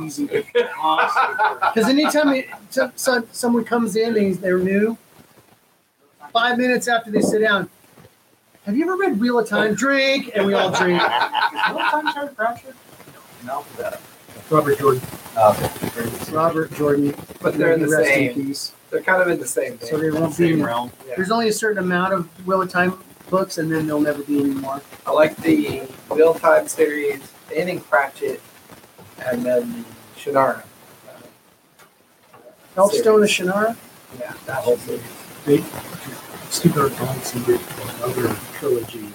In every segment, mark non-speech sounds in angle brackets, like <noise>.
easy. <laughs> Because anytime it, so- so- someone comes in and they're new, five minutes after they sit down, have you ever read Wheel of Time? Drink, and we <laughs> all drink. No, Robert Jordan. uh, Robert Jordan. But they're in the Rest same. peace. They're kind of in the same. So thing. they won't be. Same realm. Yeah. There's only a certain amount of Wheel of Time books, and then there'll never be any more. I like the Wheel Time series, Annie Pratchett, and then the Shannara. Uh, Elfstone of Shannara. Yeah, that whole series. They, Steve R. Johnson did another trilogy of,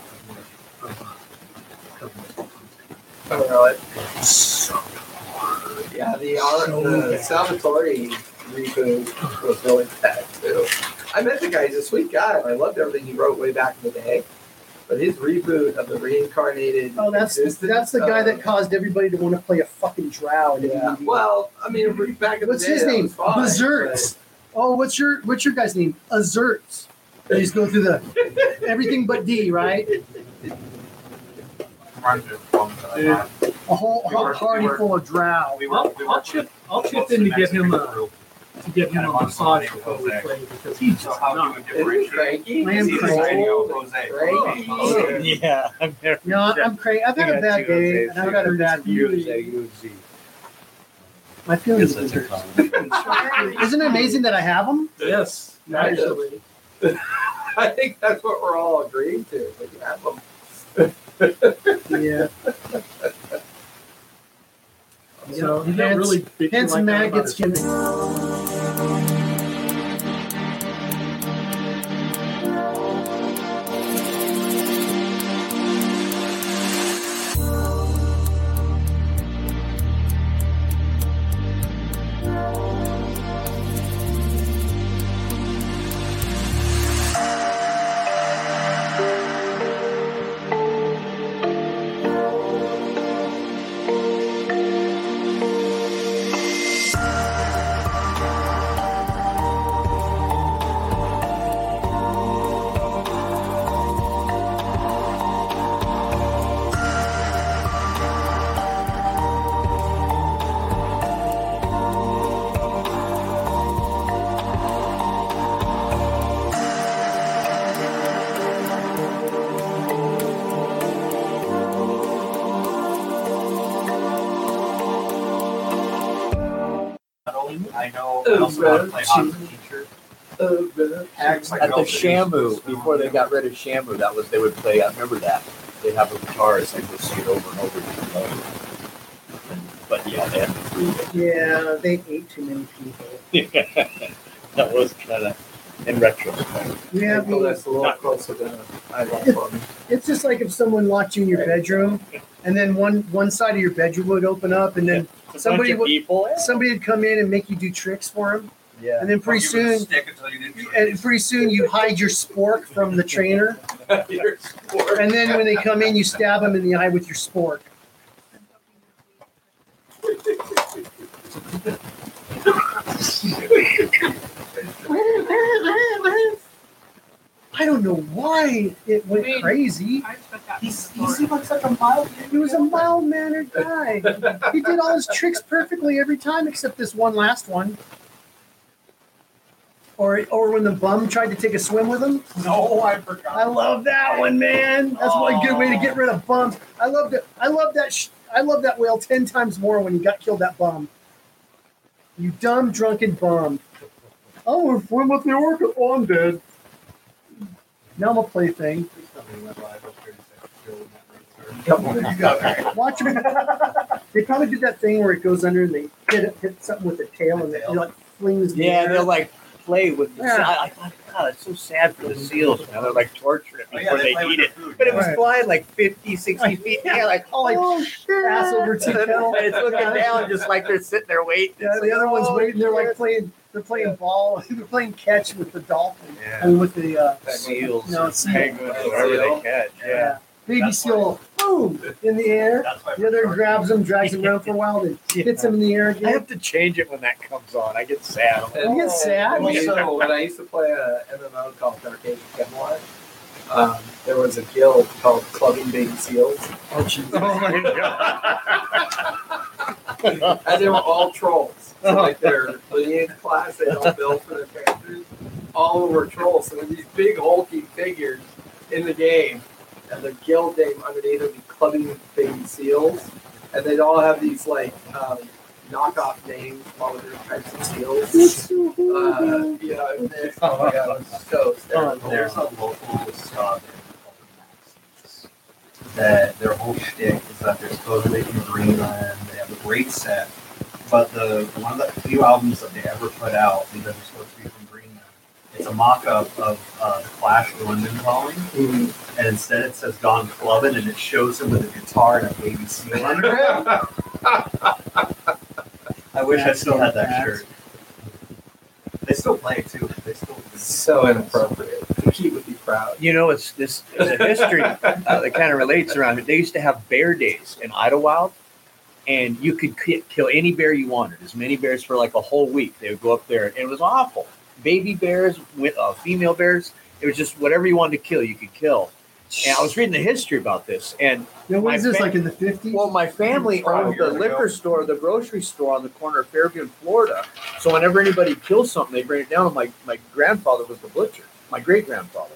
uh, of, of I don't know. It, so yeah, the, R So the bad. Salvatore reboot was really bad too. I met the guy. He's a sweet guy. and I loved everything he wrote way back in the day. But his reboot of the reincarnated. Oh, that's existence, that's the guy uh, that caused everybody to want to play a fucking drow. in Yeah. D&D. Well, I mean, re- back in What's the day, his that name? was fine, Berserks. Oh, what's your what's your guy's name? Azerts. They just go through the everything but D, right? Reminds me of one that I Dude. had. A whole, We whole were- party we were- full of drow. We I'll- were, we I'll were chip- I'll chip in to get him a to get him a massage before we play because he's So just how do not. you but- Isn't differentiate? Frankie? Lamb He's crazy. hiding out Frankie? Jose. Frankie? <laughs> Yeah, I'm there. No, I'm crazy. I've had a bad day, and I've got a bad feeling. My feelings. are hurt. <laughs> Isn't it amazing that I have them? Yes, naturally. I think that's what we're all agreeing to. But you have them. Yeah. So he got Hence- really bitchy Hence, like that Matt about gets his- given. Not only- I know, I Oh, also got to play hockey Rosie. teacher. Oh, but- Acts like At the Rosie. Shamu, before they got rid of Shamu, that was they would play. I remember that they'd have a guitarist and just see it over and over again. But yeah, they had to Yeah, they ate too many people. prove it. <laughs> that was kind of in retrospect. Yeah, Well, but that's a little closer to I love one. it's just like if someone locked you in your bedroom, and then one one side of your bedroom would open up, and then A bunch Somebody of would- people. somebody would come in and make you do tricks for them, Yeah. and then pretty You would soon, stick until you didn't- <laughs> and pretty soon you hide your spork from the trainer. Your sport. And then when they <laughs> come in, you stab them in the eye with your spork. I don't know why it went Wait. crazy. He's, looks like a mild. He was a mild mannered guy. He did all his tricks perfectly every time except this one last one. Or, or when the bum tried to take a swim with him. No, I forgot. I love that one, man. That's one good way to get rid of bums. I loved it. I love that. Sh- I love that whale ten times more when he got killed. That bum. You dumb drunken bum. Oh, we're swim with the orca. Oh, I'm dead. Now I'm a plaything. Come on, you got that. <laughs> Watch him. they probably did that thing where it goes under and they hit it, hit something with the tail and it like flings. in the Yeah, air. they'll like play with the Yeah. yeah. I thought, God, it's so sad for the seals, man. They're like torturing it Oh, before they, play with eat their it. food. But it was Right. flying like 50, <laughs> 60 feet. Yeah, like, oh, <laughs> like, oh shit! Ass over it's tea <laughs> kettle. looking down just like they're sitting there waiting. Oh. Yeah, the other one's waiting. They're like playing. They're playing ball. <laughs> They're playing catch with the dolphin. I Yeah. mean, with the uh, seals. no, it's penguins, whatever they catch. Yeah. yeah. Baby That's seal, boom, in the air. That's why The other grabs him, drags him around for a while, then <laughs> hits him in the air I again. have to change it when that comes on. I get sad. I'm like, Don't get sad. Also, when I used to play uh, a MMO called Dark Age of Camelot, um, there was a guild called Clubbing Baby Seals. Oh, jeez. Oh my god! and they were all trolls. So like their the eighth class they all built for their characters, all of them were trolls. So there's these big hulking figures in the game, and their guild name underneath would be Clubbing Baby Seals, and they'd all have these like um, knockoff names for all the different types of seals. Uh, you know, and they- oh my god, it was so hysterical. There's a local sub that their whole shtick is that they're supposed to be from Greenland. They have a great set, but the one of the few albums that they ever put out because they're supposed to be from Greenland. It's a mock-up of uh, the Clash of London Calling, Mm-hmm. and instead it says Don Clubbin, and it shows him with a guitar and a baby seal under it. I wish I still had that shirt. They still play it too. They still. So inappropriate. The key would be proud. You know, it's this there's a history uh, that kind of relates around it. They used to have bear days in Idlewild, and you could ki- kill any bear you wanted, as many bears for like a whole week. They would go up there, and it was awful. Baby bears, wi- uh, female bears. It was just whatever you wanted to kill, you could kill. And I was reading the history about this, and Now, what is My this fa- like in the fifties? Well, my family Five owned the years ago. liquor store, the grocery store on the corner of Fairview and Florida. So whenever anybody kills something, they bring it down. My my grandfather was the butcher, my great grandfather,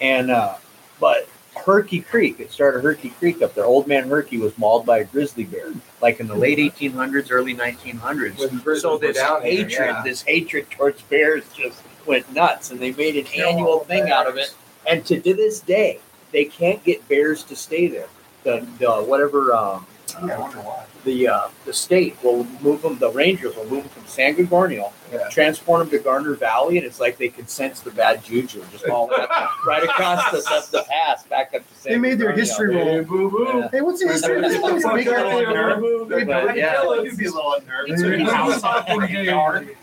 and uh, but Herky Creek, it started Herky Creek up there. Old man Herky was mauled by a grizzly bear, like in the late 1800s, early 1900s. When grizzlies so were this down here, hatred, yeah. this hatred towards bears, just went nuts, and they made an Kill annual all thing out of bears. it. And to, to this day, they can't get bears to stay there. The, the whatever um, I wonder why. the uh, the state will move them. The Rangers will move them from San Gregorio, Yeah. transport them to Garner Valley, and it's like they can sense the bad juju just all <laughs> up, right across the, the, the pass back up to San. They made their Gregorio. history roll. boo boo. Hey, what's the history of this place? Yeah. Big- But, yeah. You'd be a little unnerved. It's really House on fucking front game. yard.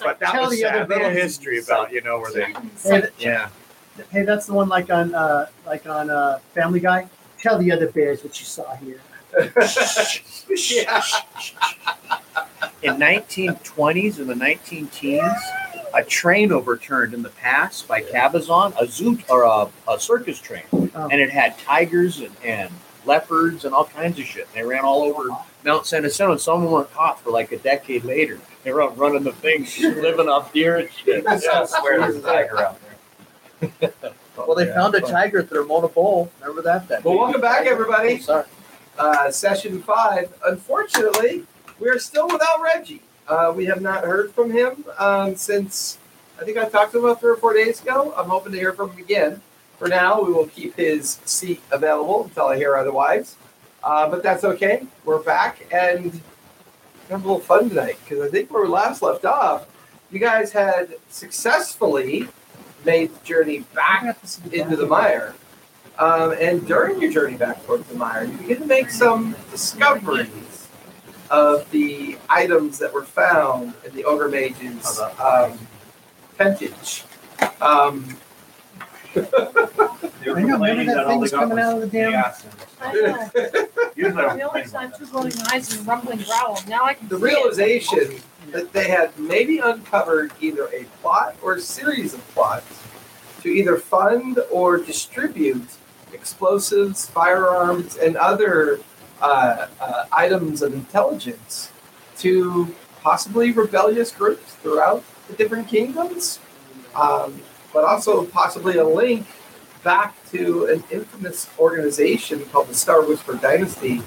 But that Tell was the other sad. Little Little his- history about you know where they. Hey, Yeah, th- hey, that's the one like on uh, like on uh, Family Guy. Tell the other bears what you saw here. <laughs> yeah. in 1920s in the 19 teens, a train overturned in the pass by Cabazon, a zoo or a, a circus train, Oh. and it had tigers and, and leopards and all kinds of shit. They ran all over Mount San Jacinto, and some of them weren't caught for like a decade later. They were out running the things, <laughs> living off deer and shit. Yeah. I <laughs> swear there's a tiger out there. Well, they found a tiger at the Ramona Bowl. Remember that? That Well, welcome back, day? everybody. Sorry. Uh, session five. Unfortunately, we are still without Reggie. Uh, we have not heard from him um, since I think I talked to him about three or four days ago. I'm hoping to hear from him again. For now, we will keep his seat available until I hear otherwise. Uh, but that's okay. We're back and have a little fun tonight because I think where we last left off, you guys had successfully made the journey back into the mire. Um, and during your journey back towards the mire, you begin to make some discoveries of the items that were found in the Ogre Mage's um, tentage. Um, They were I know. Remember complaining that all thing they was got coming was out of the damn. gas and- I know. Usually I I don't complain realized I about that. have two glowing eyes and a rumbling growl. Now I can the see it. <laughs> realization that they had maybe uncovered either a plot or a series of plots to either fund or distribute explosives, firearms, and other uh, uh, items of intelligence to possibly rebellious groups throughout the different kingdoms, um, but also possibly a link back to an infamous organization called the Star Whisper Dynasty,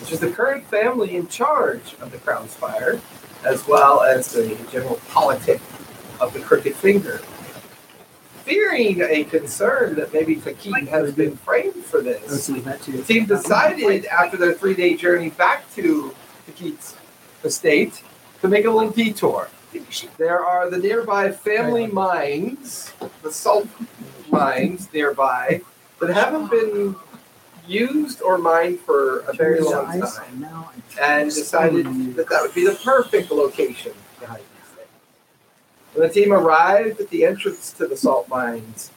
which is the current family in charge of the Crown Spire, as well as the general politic of the Crooked Finger. Fearing a concern that maybe Takin has been framed for this, Let's leave that to you. the team decided after their three day journey back to the Keats estate to make a little detour. There are the nearby family mines, the salt mines nearby, that haven't been used or mined for a very long time and decided that that would be the perfect location to hide these things. When the team arrived at the entrance to the salt mines,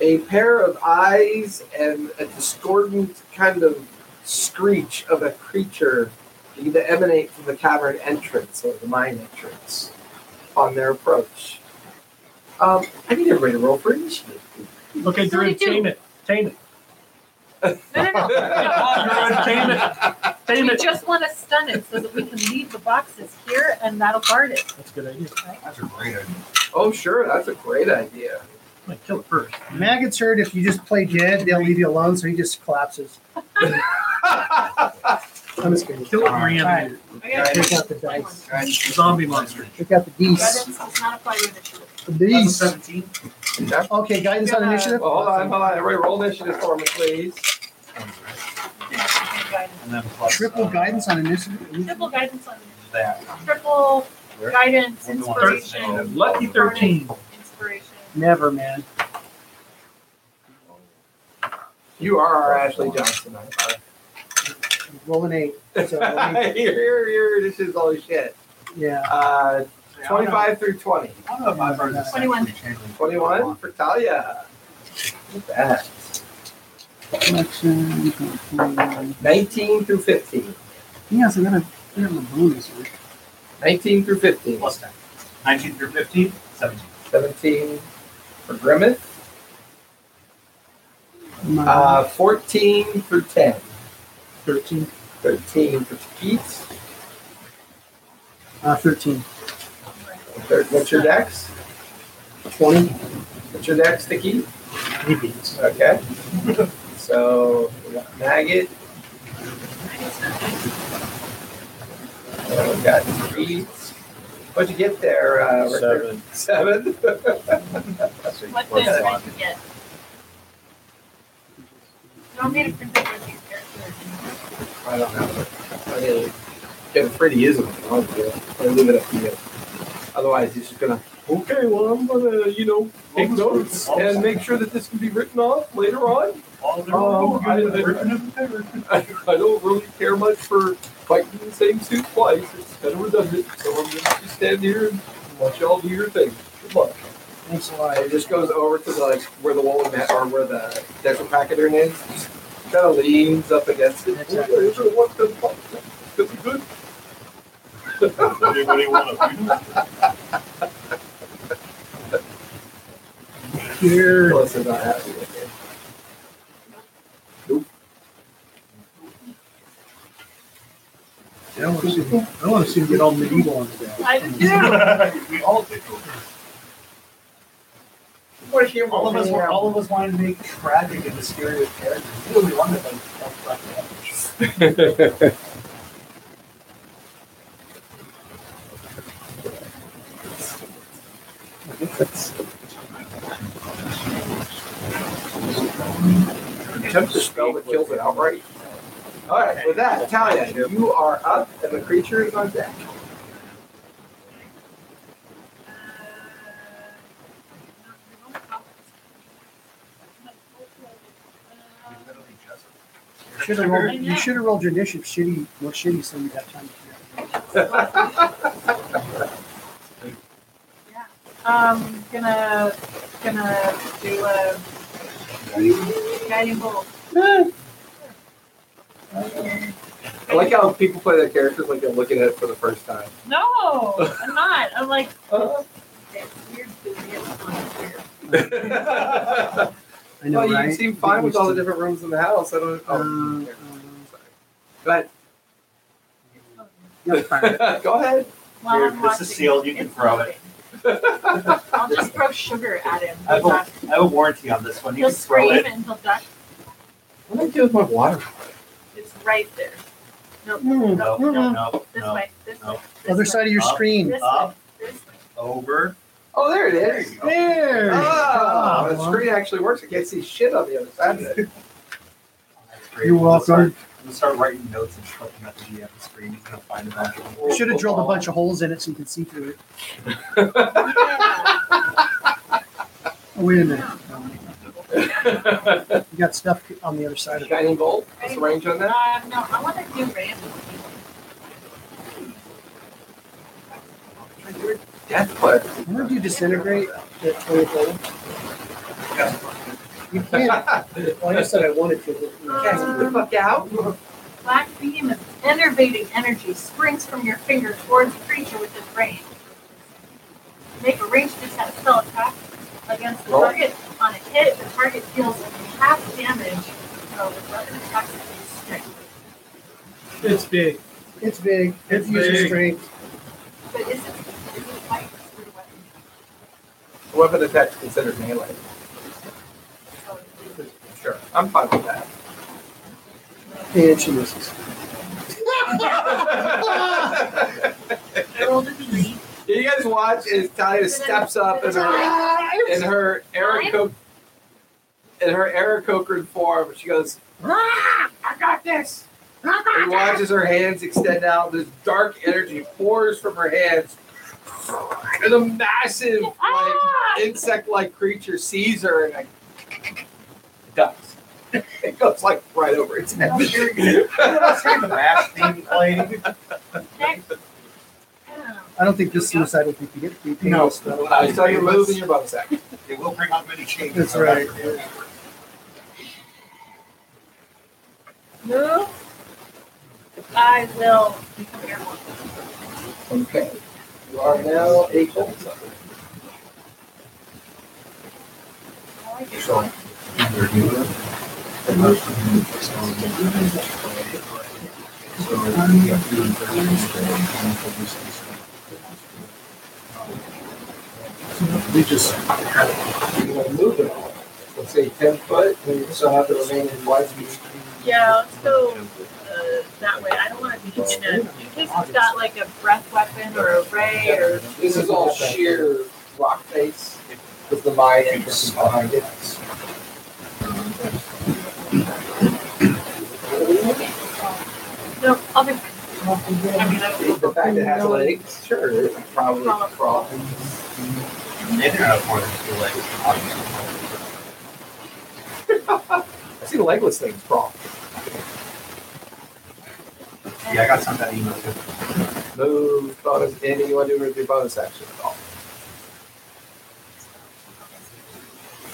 a pair of eyes and a discordant kind of screech of a creature began to emanate from the cavern entrance or the mine entrance on their approach. Um, I need everybody to roll for initiative. Okay, Drew, Thirty-two. tame it, tame it. No, no, no. Tame it. Tame We it. just want to stun it so that we can leave the boxes here and that'll guard it. That's a good idea. That's a great idea. Oh, sure, that's a great idea. Like, kill it first. Maggots heard if you just play dead, they'll leave you alone, so he just <laughs> collapses. I'm just kidding. Kill it and Alright. reanimate Take out the dice. it. Zombie monster. Take out the Guidance D's. does not apply to initiative. The That's a D's. seventeen. Okay, guidance on Well, initiative. hold on, hold on. Everybody roll initiative for me, please. Guidance. And then plus, Triple uh, guidance on initiative. Triple guidance on That. triple Where- guidance, We're going to inspiration, Lucky 13. inspiration. Never, man. You are our Ashley Johnson. I thought. Roll an eight. <laughs> So, your, your, your this is all shit. yeah. Uh, 25 through 20. I don't know if I've heard this. 21. 21 for Talia. Look at that. Collection. 19 through 15. Yeah, so I gotta get the bonus. 19 through 15. Plus ten. Nineteen through fifteen, seventeen. 17 for Grimmett. Uh, 14 through 10. 13. 13 for Keats. Uh, 13. Thir- What's your dex? 20. What's your dex to Keats? Okay. so, we got Maggot. Uh, we got Keats. What'd you get there, uh, Richter? Seven. Seven. So you What plus did one. I get? You want me to print out these characters? I don't know. I mean, get Freddy is a I'll do it. I'll leave it up to you. Otherwise, he's just gonna. Okay, well, I'm gonna, you know, take notes and make sure that this can be written off later on. All they're Oh, doing is I- I- ripping up the paper. I, I don't really care much for fighting the same suit twice. It's kind of redundant, so I'm gonna just stand here and watch y'all do your thing. Good luck. Thanks a lot. It just goes over to the, like where the wall of mat or where the dental packeting is. Kind of leans up against it. That's right. Okay, so what the fuck? Could be good. Anybody want to? Here. Plus, I'm not happy with it. I want to see, I want to see him get all medieval on the guy. I did too. We all did. All of us, were, all of us wanted to make tragic and mysterious characters. We really wanted like Elf Black Panther. Attempt to spell that kills it outright. All right, with that, Talia, you are up, and the creature is on deck. We literally just- Should have rolled, you should have rolled your initiative shitty, well, shitty, so you got time to figure out. Um, gonna, gonna do a guiding bolt. I like how people play their characters like they're looking at it for the first <laughs> time. No, I'm not. I'm like, Uh. that's weird. It's well, I know, right? you seem fine with all the different rooms in the house. I don't. Oh, Um, okay. Sorry. Uh, But No, it's fine. go ahead. While Here, I'm this is watching, sealed. You can it's throw it. moving. I'll just throw sugar at him. <laughs> I will- I have a warranty on this one. You He'll can throw scream it. and he'll duck. What do I do with my water? It's right there. Mm, No, no, no, This no. way. This No. way. This Other way, side of your Up. screen. This Up. way. This way. Over. Oh, there it There is. you go. There. Oh, you the go. screen actually works. I can't see shit on the other side of it. That's great. You're I'm gonna start- welcome. I'm gonna start writing notes and flipping at the GM screen. He's gonna find a bunch of You Should have drilled a bunch of holes in it so you can see through it. Yeah. Oh, wait a minute. Um, You got stuff on the other side of it. Shining bolt. What's the range on that? Uh, no, I want to do random. Death <laughs> player. Remember if you disintegrate at 20th level? You can't. Well, I said I wanted to. but, you know. Cast it the fuck out. Black beam of enervating energy springs from your finger towards a creature within range. Make a ranged attack spell attack against the Roll. target. On a hit, the target deals half damage go with whether Texas is strictly. <laughs> It's big. It's big. It's It's uses big. strength. But is it, is it like considered a weapon? A weapon attack is considered melee. So Sure, I'm fine with that. And she misses. roll to believe. Did you guys watch as Talia steps up in her in her Eric Coke in her Eric Cochran form? She goes, "Ah, "I got this." And <laughs> watches her hands extend out. This dark energy pours from her hands, and a massive, like, Ah! insect-like creature sees her and like, ducks. It goes like right over its head. Last thing played. Next. Um, I don't think this suicide will be be No, painless though. I saw you move in your bum sack. It will bring up many changes. That's right. move. I will become airborne. Okay. You are now a cold I like it. So, either do it. or not. So, you uh, have to do it first, and then we'll do this. We just. You're gonna move it all. Let's say ten foot, and you still have to remain in wide view. Yeah, let's go uh, that way. I don't want to be in a, in case it's got like a breath weapon or a ray or. This is all sheer rock face with the mine entrance behind it. No, I'll be fine. I mean, I will The fact it has legs, sure, it probably Crawl. crawl. And then you're out of order, you're like, obviously. <laughs> I see legless things crawl. Yeah, I got some that email too. Move, bonus, anything you want to do with your bonus action at all.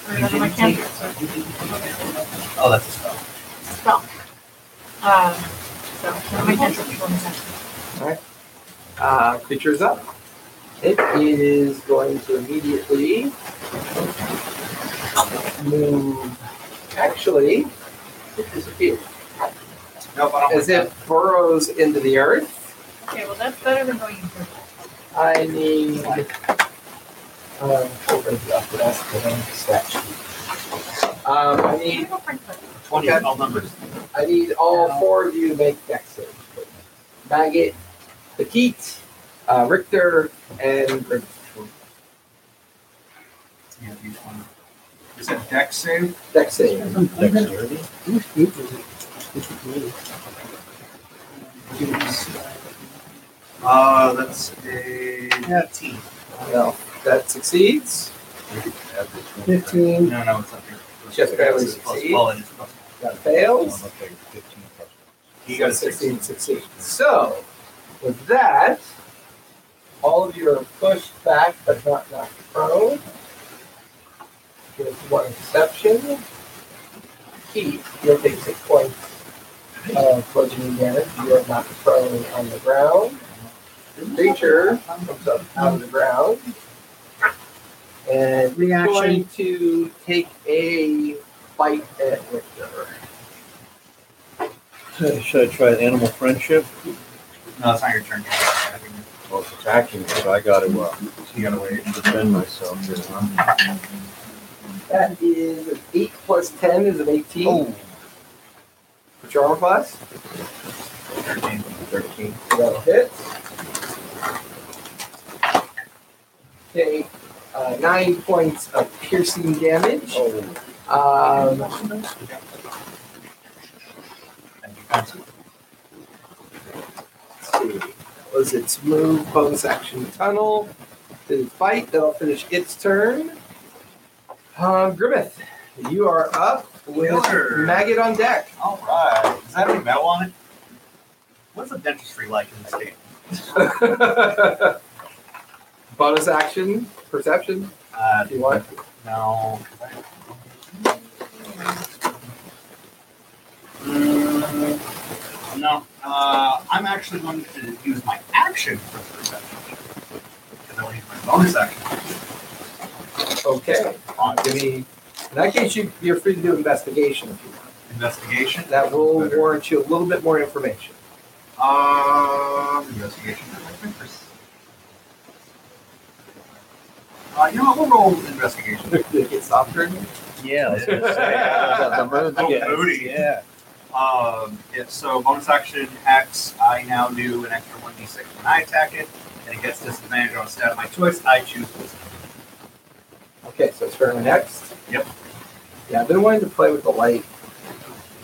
remember my cancer Oh, that's a spell. spell. Um, so, my cancer control is actually- Uh, creature's up. It is going to immediately move. Actually, it disappears. Nope, I don't As want it burrows into the earth, Okay, well, that's better than going into. I need. Uh, open it up, but that's the wrong statue. Um, I You need, go print it. that. Twenty small numbers. I need all four of you to make deck saves. please. Maggot, Petite, uh, Richter, and Grim. Yeah, each one. Is that deck save? deck save. Dexterity? Uh, that's a. Yeah. Fifteen. No, that succeeds. Fifteen. No, no, it's up here. Just barely It's plus- succeed. well, it is plus- That fails. Okay, fifteen plus. You You got got a a 16 succeed. So, with that, all of you are pushed back but not knocked prone. With one exception, Keith, you'll take six points of bludgeoning damage. You are knocked prone on the ground. The creature comes up out of the ground. And we're Reaction. going to take a bite at Richter. Should I try animal friendship? No, it's not your turn. You Well, it's attacking me, so I gotta, uh, gotta wait. defend myself here, huh? That is an eight plus ten is an eighteen. Oh. What's your armor class? Thirteen. Thirteen. That hits. Okay, uh, nine points of piercing damage. Oh. Um, And you pass it. let's see. That was its move, bonus action, tunnel. Did its bite. That'll finish its turn. Um, Grimmith, you are up with Killer. maggot on deck. All right. Does that have any metal on it? What's the dentistry like in the state? <laughs> bonus action, perception. Uh, If you want. no. Mm, No. Uh, I'm actually going to use my action for the perception. Because I want to use my bonus action. Uh, Okay. Give me. In that case, you, you're free to do investigation if you want. investigation. That will Better. warrant you a little bit more information. <laughs> Um, investigation. Uh, you know what? We'll roll investigation. Get softer. in here. Yeah, I was gonna say. Yeah. The moon- Little yeah, booty. yeah. Um, yeah, so bonus action X, I now do an extra 1d6 when I attack it, and it gets disadvantage on a stat of my choice. I choose wisdom. Okay, so turn next. Yep. Yeah, I've been wanting to play with the light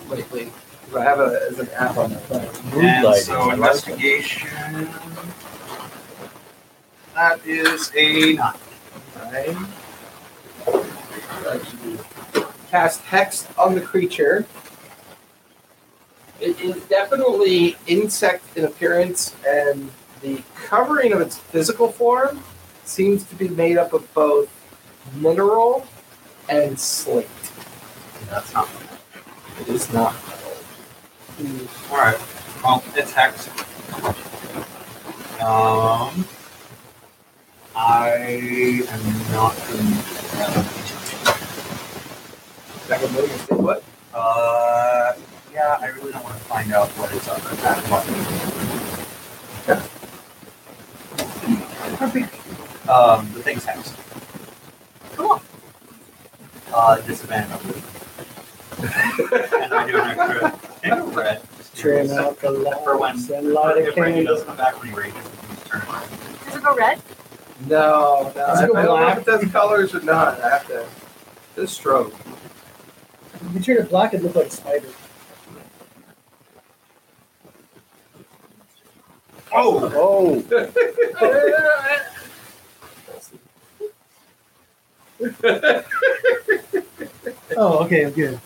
lately. 'cause I have a as an app on my phone. <laughs> And lighting. I so like investigation. That is a nine. Right. Cast hex on the creature. It is definitely insect in appearance, and the covering of its physical form seems to be made up of both mineral and slate. That's not It is not. all right. Well, it's hex. Um, I am not going That would make us say what? Uh, yeah, I really don't want to find out what is up with that one. Um, the thing's house. Cool. Uh, disadvantage. <laughs> and I do an extra infrared. Trim out the For when, lights and light a if Randy candle. doesn't come back when he rages, he's turned around. Does it go red? No, no. Is I it don't know black? if it does colors or not. I have to. This stroke. If you turn it black, it looked like a spider. Oh, Oh, Oh, okay, I'm good.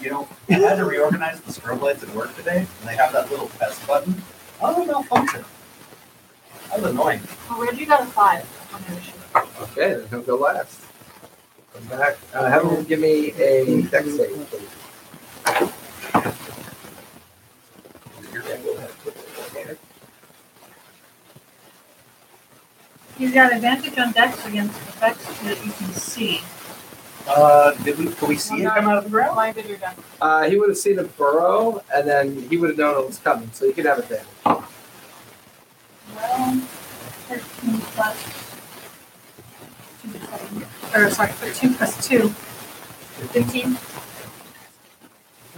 you know, I had to reorganize the strobe lights at work today, and they have that little test button. How did it malfunction? That was annoying. Well, Reggie got a five on the mission. Okay, then he'll go last. Come back. Uh, have him give me a deck save, please. He's got advantage on dex against effects that you can see. Uh, did we, could we see it come out of the ground? Blinded or done. Uh, he would have seen a burrow, and then he would have known it was coming, so he could have it there. Well, 13 plus. two to seven. Or sorry, 13 plus 2. 15.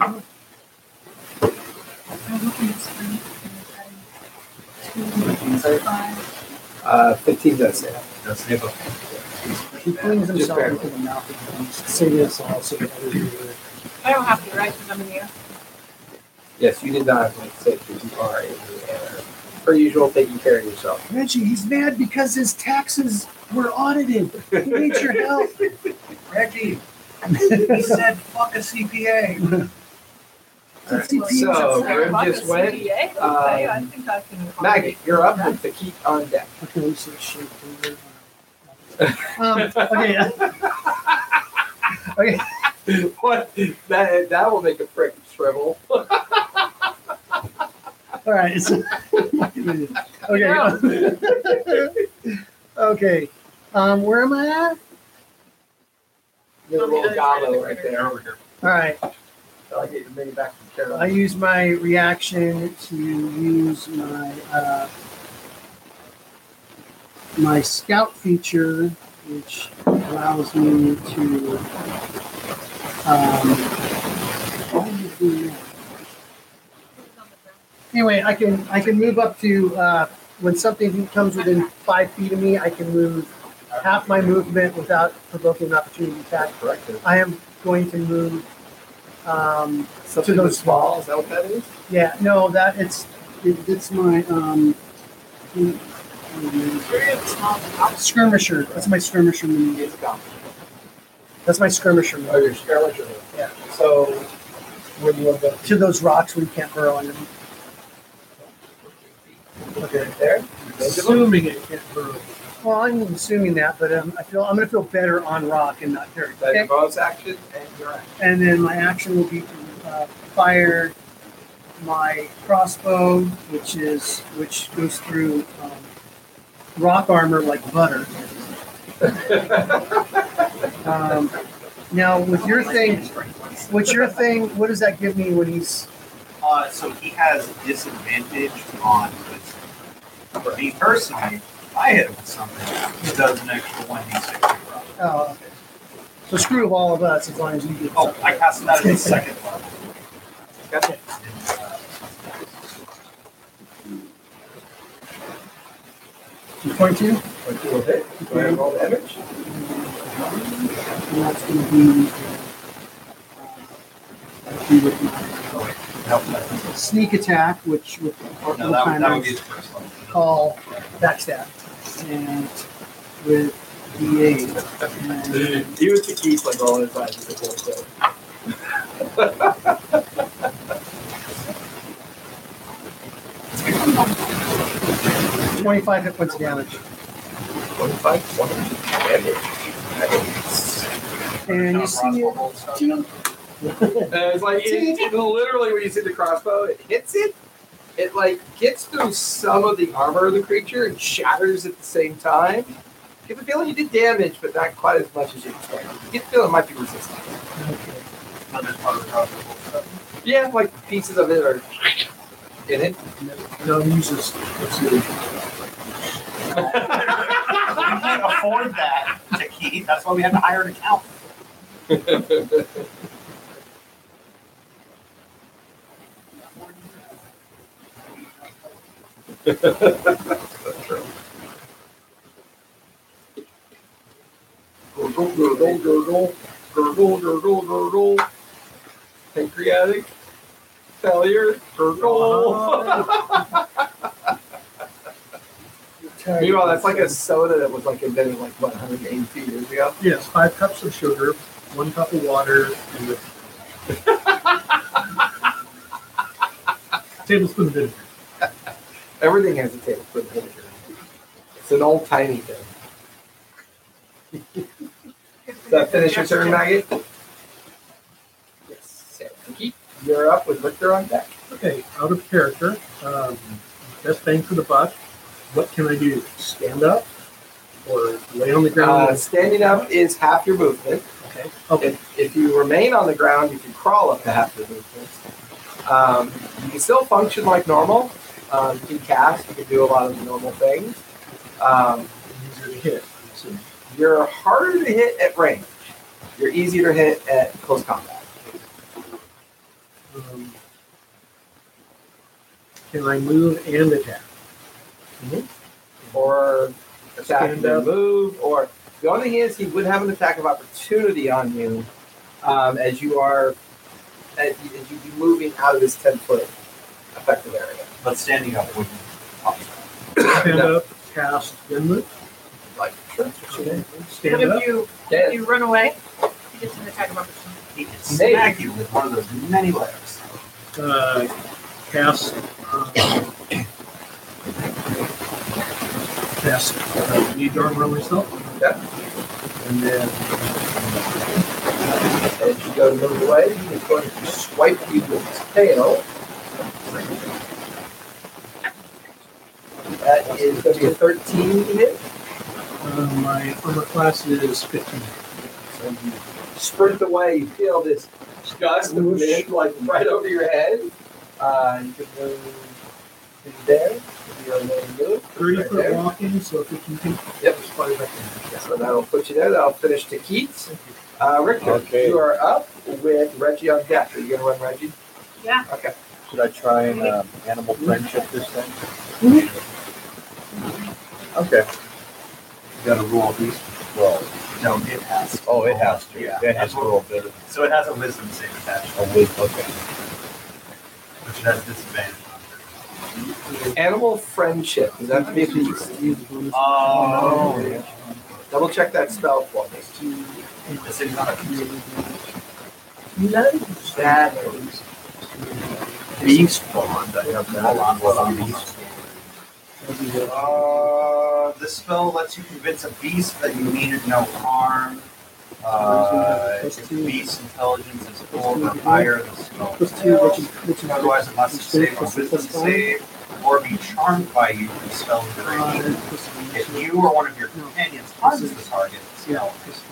I'm looking at screen. Two, five. Uh, 15 does save. That's it. He flings Just himself barely. into the mouth of the beast. Say this all so that others will hear. I don't have to write because I'm in the air. Yes, you did not have to make save because you are in the air. Per usual, taking care of yourself. Reggie, he's mad because his taxes were audited. He needs your help. Reggie, he said, fuck a CPA. So, <laughs> Since Grim I'm on just the went, CDA, okay, I um, think I can- Maggie, you're up with the key on deck. <laughs> Okay, so shit, dude. Um, okay, uh, what? That, that will make a frick shrivel. all right. so- okay. okay. <laughs> Um, where am I at? There's a little gobble right They're there. over here. All right. I'll get your mini back from I Carol. use my reaction to use my uh, my scout feature, which allows me to. Um, what did it do now? anyway, I can I can move up to uh, when something comes within five feet of me, I can move half my movement without provoking an opportunity attack. Corrective. I am going to move. Um, Something those with small, is that what that is? yeah, no, that it's it, it's my um skirmisher. That's my skirmisher maneuver. It's gobble. That's my skirmisher Oh, maneuver. you're skirmisher. Yeah. So, where do you want to go? To those rocks where you can't burrow under them. Okay, there. Assuming it can't burrow. Well, I'm assuming that, but um, I feel I'm gonna feel better on rock and not dirt. That Okay? your bonus action and your action. And then my action will be to uh, fire my crossbow, which is which goes through um, rock armor like <laughs> butter. Um, now with your thing, What's what's your thing? What does that give me when he's Uh, so he has disadvantage on wisdom. For me personally, if I hit him with something, he does an extra one d six. uh, so screw of all of us as long as you get Oh, I cast it out at the second level. Gotcha. And, uh, point two. Which will hit. Go ahead and roll damage. And that's gonna be uh, no, that- sneak attack, which would or no, that, would- that would kind be of his first level. call backstab. And with D8. and- He was the geek like all the time. the whole show. Twenty-five hit points of damage, 25, 20 damage. and you John see it. Roswell stuff. Tink. And Uh, it's like it, it literally when you see the crossbow, it hits it. It like gets through some of the armor of the creature and shatters at the same time. Get the feeling you did damage, but not quite as much as you expected. You get the feeling it might be resistant. Another part of the Roswell stuff. Yeah, like pieces of it are in it. No, use this. Let's <laughs> see. We can't afford that to keep. That's why we had to hire an accountant. Gurgle, gurgle, gurgle, gurgle, gurgle, gurgle. Pancreatic failure. Uh-huh. Gurgle. Meanwhile, that's like a soda that was like invented like what 182 years ago. Yes, five cups of sugar, one cup of water, and a Tablespoon of vinegar. Everything has a tablespoon of vinegar. It's an old tiny thing. Does that finish your turn, Maggot? Yes. Sarah, Pinky, You're up with Richter on deck. Okay, out of character. Um, best bang for the buck. What can I do? Stand up or lay on the Uh, ground? standing up is half your movement. okay. Okay. If, if you remain on the ground, you can crawl up to half your movement. Um, you can still function like normal. Um, you can cast. You can do a lot of the normal things. Um, Easier to hit. I'm assuming. You're harder to hit at range. You're easier to hit at close combat. Um, can I move and attack? Or attack and Stand then up. move. Or the only thing is, he would have an attack of opportunity on you um, as you are as you, as you be moving out of this ten foot effective area. But standing up wouldn't. Stand No. up, cast, then move. Like Okay, What Stand up. if you, if yes. you run away? He gets an attack of opportunity. He could smack you with one of those many letters. Uh, cast. Uh, cast. Uh, need armor on myself. Okay. And then As you go to move away, he's going to swipe you with his tail. That is going to be a 13 to hit. uh, my armor class is 15. and you sprint away. You feel this gust of wind like right over your head. Uh, you can move to there. If you don't know where to move, 30 right foot there. walking, so 15 feet. Yep. It's probably back there. So that'll put you there. That'll finish to Keats. Uh, Richter, Okay. you are up with Reggie on deck. Are you gonna run Reggie? Yeah. Okay. Should I try and um, animal friendship this thing? Mm-hmm. Okay. You gotta roll at least. Well, No, it has. to. oh, it has to. Yeah. It has to roll better. So it has a wisdom save attached, A week. Okay. which it has disadvantage Animal friendship. Does that have to be a piece? on. Oh, Double check that spell for me. This is not a. That Beast bond. I have that. Hold on, hold on, hold on. Uh, the spell lets you convince a beast that you needed no harm. Uh, if the beast's intelligence is four or higher, the spell Plus two, which fails. is which is Otherwise, it must save a wisdom save or be charmed by you for the spell Uh, duration. plus If you or one of your companions harms the target, the spell is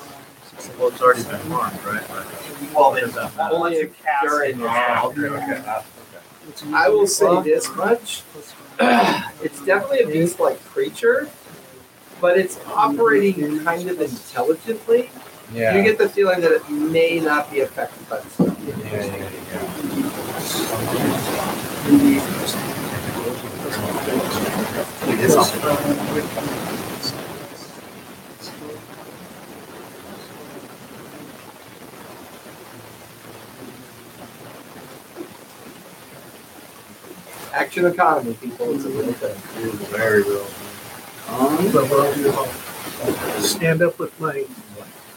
Well, it's already been launched, right? Well, there's a. Only it's a cast. during the Oh, okay, okay, uh, I will say this <clears throat> much. it's definitely a beast like creature, but it's operating kind of intelligently. You Yeah. get the feeling that it may not be affected by this. stuff. yeah, yeah, yeah. It is something. Action economy, people. It's a little thing. <laughs> Very real. So what I'll do, I'll stand up with my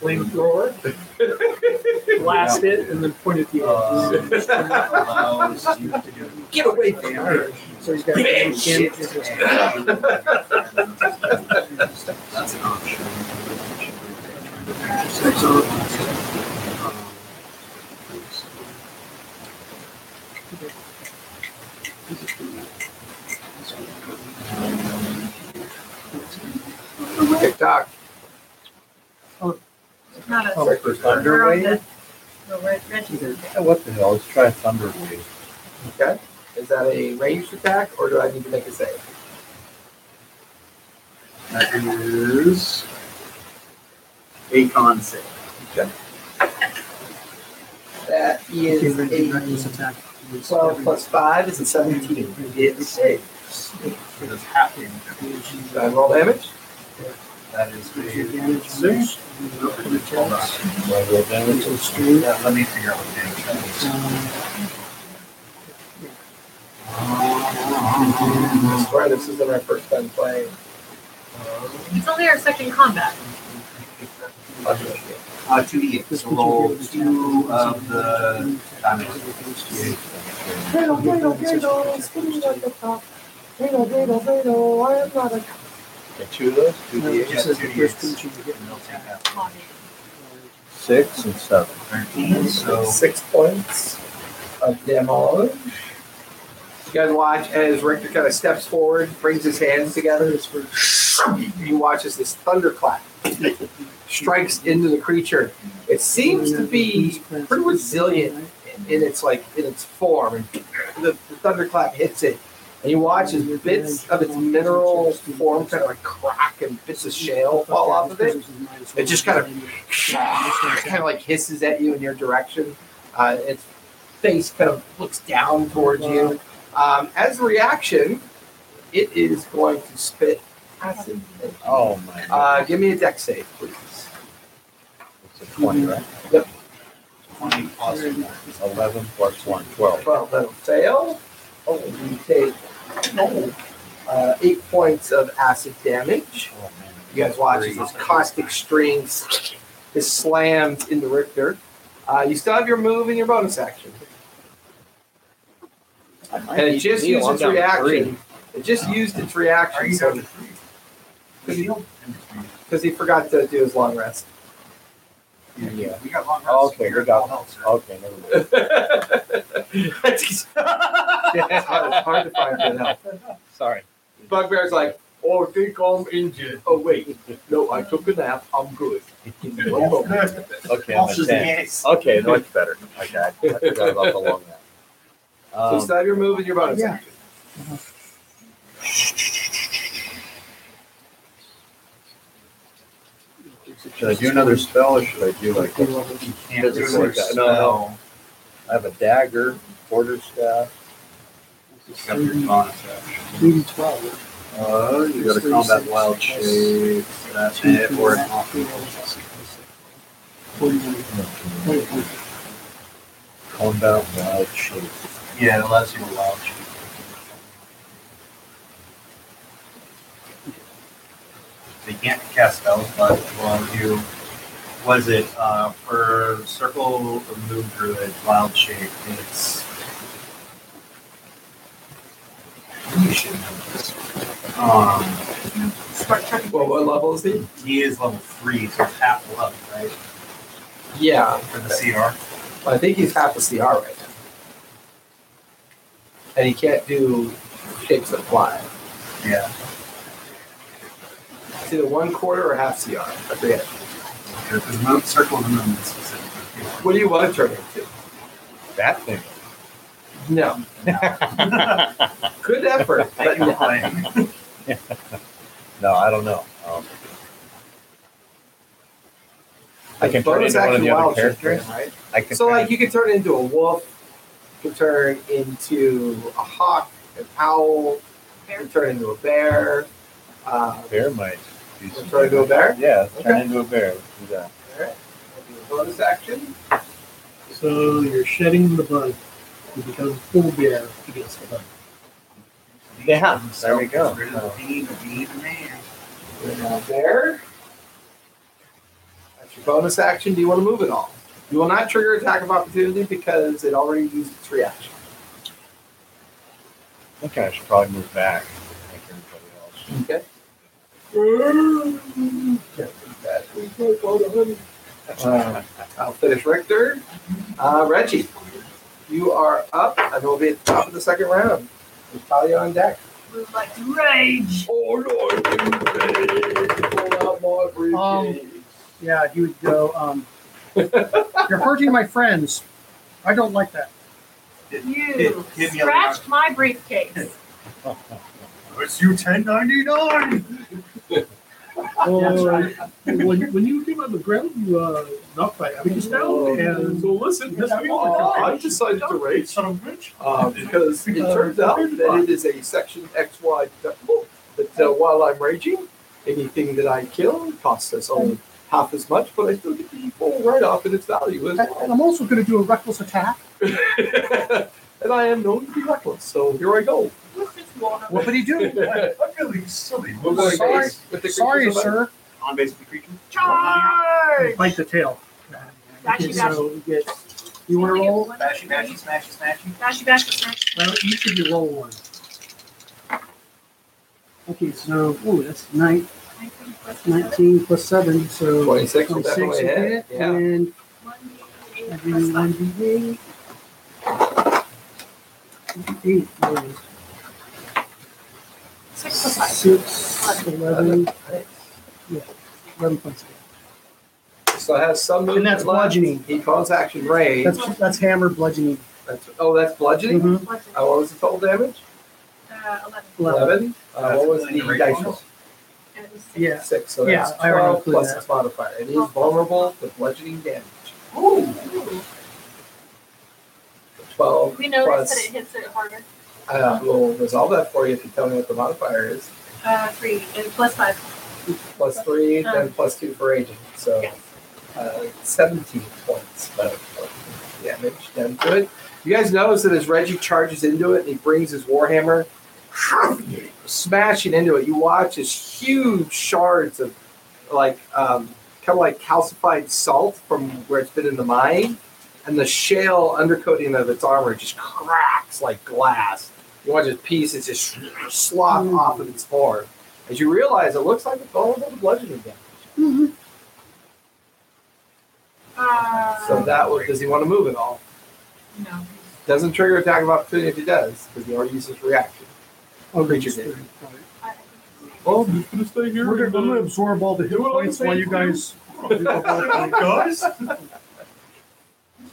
flamethrower, blast it, and then point it at the uh, <laughs> Um, audience. allows you to do. Get away from her. So he's got That's an option. TikTok. It's not us. Oh, We're on Thunderwave? the- the red- register. Yeah, What the hell? Let's try Thunderwave. Okay. Is that a ranged attack or do I need to make a save? That is a con save. That is a 12 plus 5 is a 17. It saves. That's happening. So I roll damage. That is a six. Hold on. Yeah, let me figure out what damage that is. I swear this isn't our first time playing. It's only our second combat. Uh, two D eight. So roll two of the damage. Okay, two of those? Two Yeah, D8? two D8s. And they'll take out Come on, dude. Six and seven. Thirteen, so. Six points of demolish. You guys watch as Richter kind of steps forward, brings his hands together. You watch as this thunderclap strikes into the creature. It seems to be pretty resilient in, in its like in its form. And the, the thunderclap hits it, and you watch as bits of its mineral form kind of like crack and bits of shale fall off of it. <laughs> It just kind of kind of like hisses at you in your direction. Uh, its face kind of looks down towards you. Um, as a reaction, it is going to spit acid. Oh my. God. Uh, give me a deck save, please. it's a 20, right? Yep. 20 plus 11 plus 1, 12. Well, that'll fail. Oh, you take uh, eight points of acid damage. Oh, man. You guys watch as this caustic strings is slammed into Richter. Uh, you still have your move and your bonus action. And it just used its reaction. It just used its Are reaction you down so to three? Good deal. because he forgot to do his long <laughs> rest. Yeah. We got long rest. Okay, we got- got. Okay, never mind. it's hard, it's hard to find good help. Sorry. Bugbear's like, oh, I think I'm injured. Oh, wait. No, I took a nap. I'm good. Give me one <laughs> moment. Okay, I'm at 10. Okay, much better. Okay, I forgot about the long one. So you Um, still have your move and your bonus Yeah. action. should I do another spell or should I do like a- Can't do Physical another Oh, attack. No, no. spell I have a dagger, quarterstaff. except your bonus action. Uh, You got a combat wild shape, that's it, or an off. Combat wild shape. Yeah, it allows you to wild shape. They can't cast spells, but it allows you, was it, uh, for circle of moon druid, wild shape, it's. You should know this. Um, Start trying to- Well, what level is he? he is level three, so it's half level, right? Yeah. For the CR. I think he's half a CR right now. And he can't do shapes that fly. Yeah. It's either one quarter or half CR. I forget. There's a moon, circle of the moon that's specifically. What do you want to turn into? That thing. No. <laughs> <laughs> Good effort, but no. No, I don't know. Um, I can turn Bonus into one of action the other wild shape, characters. right? I can So turn like you could turn into a wolf, you could turn into a hawk, an owl, you could turn into a bear, uh, into a bear might. do you some could turn into a bear. Yeah, turn Okay. into a bear. Let's do that. All right. Bonus action. So you're shedding the bug. You become a full bear against the bug. Yeah, there we go. Rid of the bean, the bean, the man. Now bear. That's your bonus action. Do you want to move at all? You will not trigger attack of opportunity because it already used its reaction. I think I should probably move back like everybody else. Okay. Uh, <laughs> I'll finish Richter. Uh, Reggie, you are up, and we'll be at the top of the second round. With Talia on deck. We would like to rage. Oh, Lord. Pull out my briefcase. Yeah, he would go. <laughs> Um, You're hurting my friends. I don't like that. You hit- hit me up. scratched my briefcase. It's you ten ninety nine. Oh, when, when you came out of the ground, you uh, knocked by Abacus Oh. down, and so listen, Yes, we oh, are. I decided to rage Son of a bitch. uh, because it turns out that it is a section XY deductible. That uh, while I'm raging, anything that I kill costs us only half as much, but I still get the full write off in its value as And well. <laughs> and I'm also going to do a reckless attack. and I am known to be reckless, so here I <laughs> go. What's this water? What would he do? I'm feeling silly. We're going Sorry. base with the Sorry, creatures above. sir. On base of the creature. Charge! bite the tail. Gotcha, So you get. You want to roll? Bashy, bashy, smashy, smashy. Gotcha, gotcha, sir. Well, each of you roll one. Okay, so ooh, that's nine, nineteen plus seven, so 26 will 26 definitely will hit. hit, Yeah. and then One one d eight. Eight is Six plus five. six, eleven, eleven points. So it has some And that's movement left. bludgeoning. He calls action rage. That's that's hammer bludgeoning. That's- oh, that's bludgeoning? Mhm. Uh, what was the total damage? Uh, eleven. Eleven. 11. Uh, what was the Rage dice bonus? roll? And it was six. Yeah. 6. So Yeah, that's I already 12 included plus that. its modifier. It is vulnerable to bludgeoning damage. Ooh. 12 We plus. noticed that it hits it harder. uh, we'll resolve that for you if you tell me what the modifier is. Uh, three and plus five. Plus 3, Uh. then plus 2 for aging. So. Yes. uh, 17 points of of damage done to it. You guys notice that as Reggie charges into it and he brings his warhammer, smashing into it, you watch as huge shards of like um, kind of like calcified salt from where it's been in the mine, and the shale undercoating of its armor just cracks like glass. You watch its pieces just slop off of its form. As you realize, it looks like it's vulnerable to bludgeoning damage. Uh, So that was, does he want to move at all? no. Doesn't trigger attack of opportunity if he does, because he already used his reaction. Oh, Creature just- damage. I- I Well, Oh, I'm just gonna stay here. uh, We're gonna, I'm gonna absorb all the hit Do it on points the while you same guys. Guys.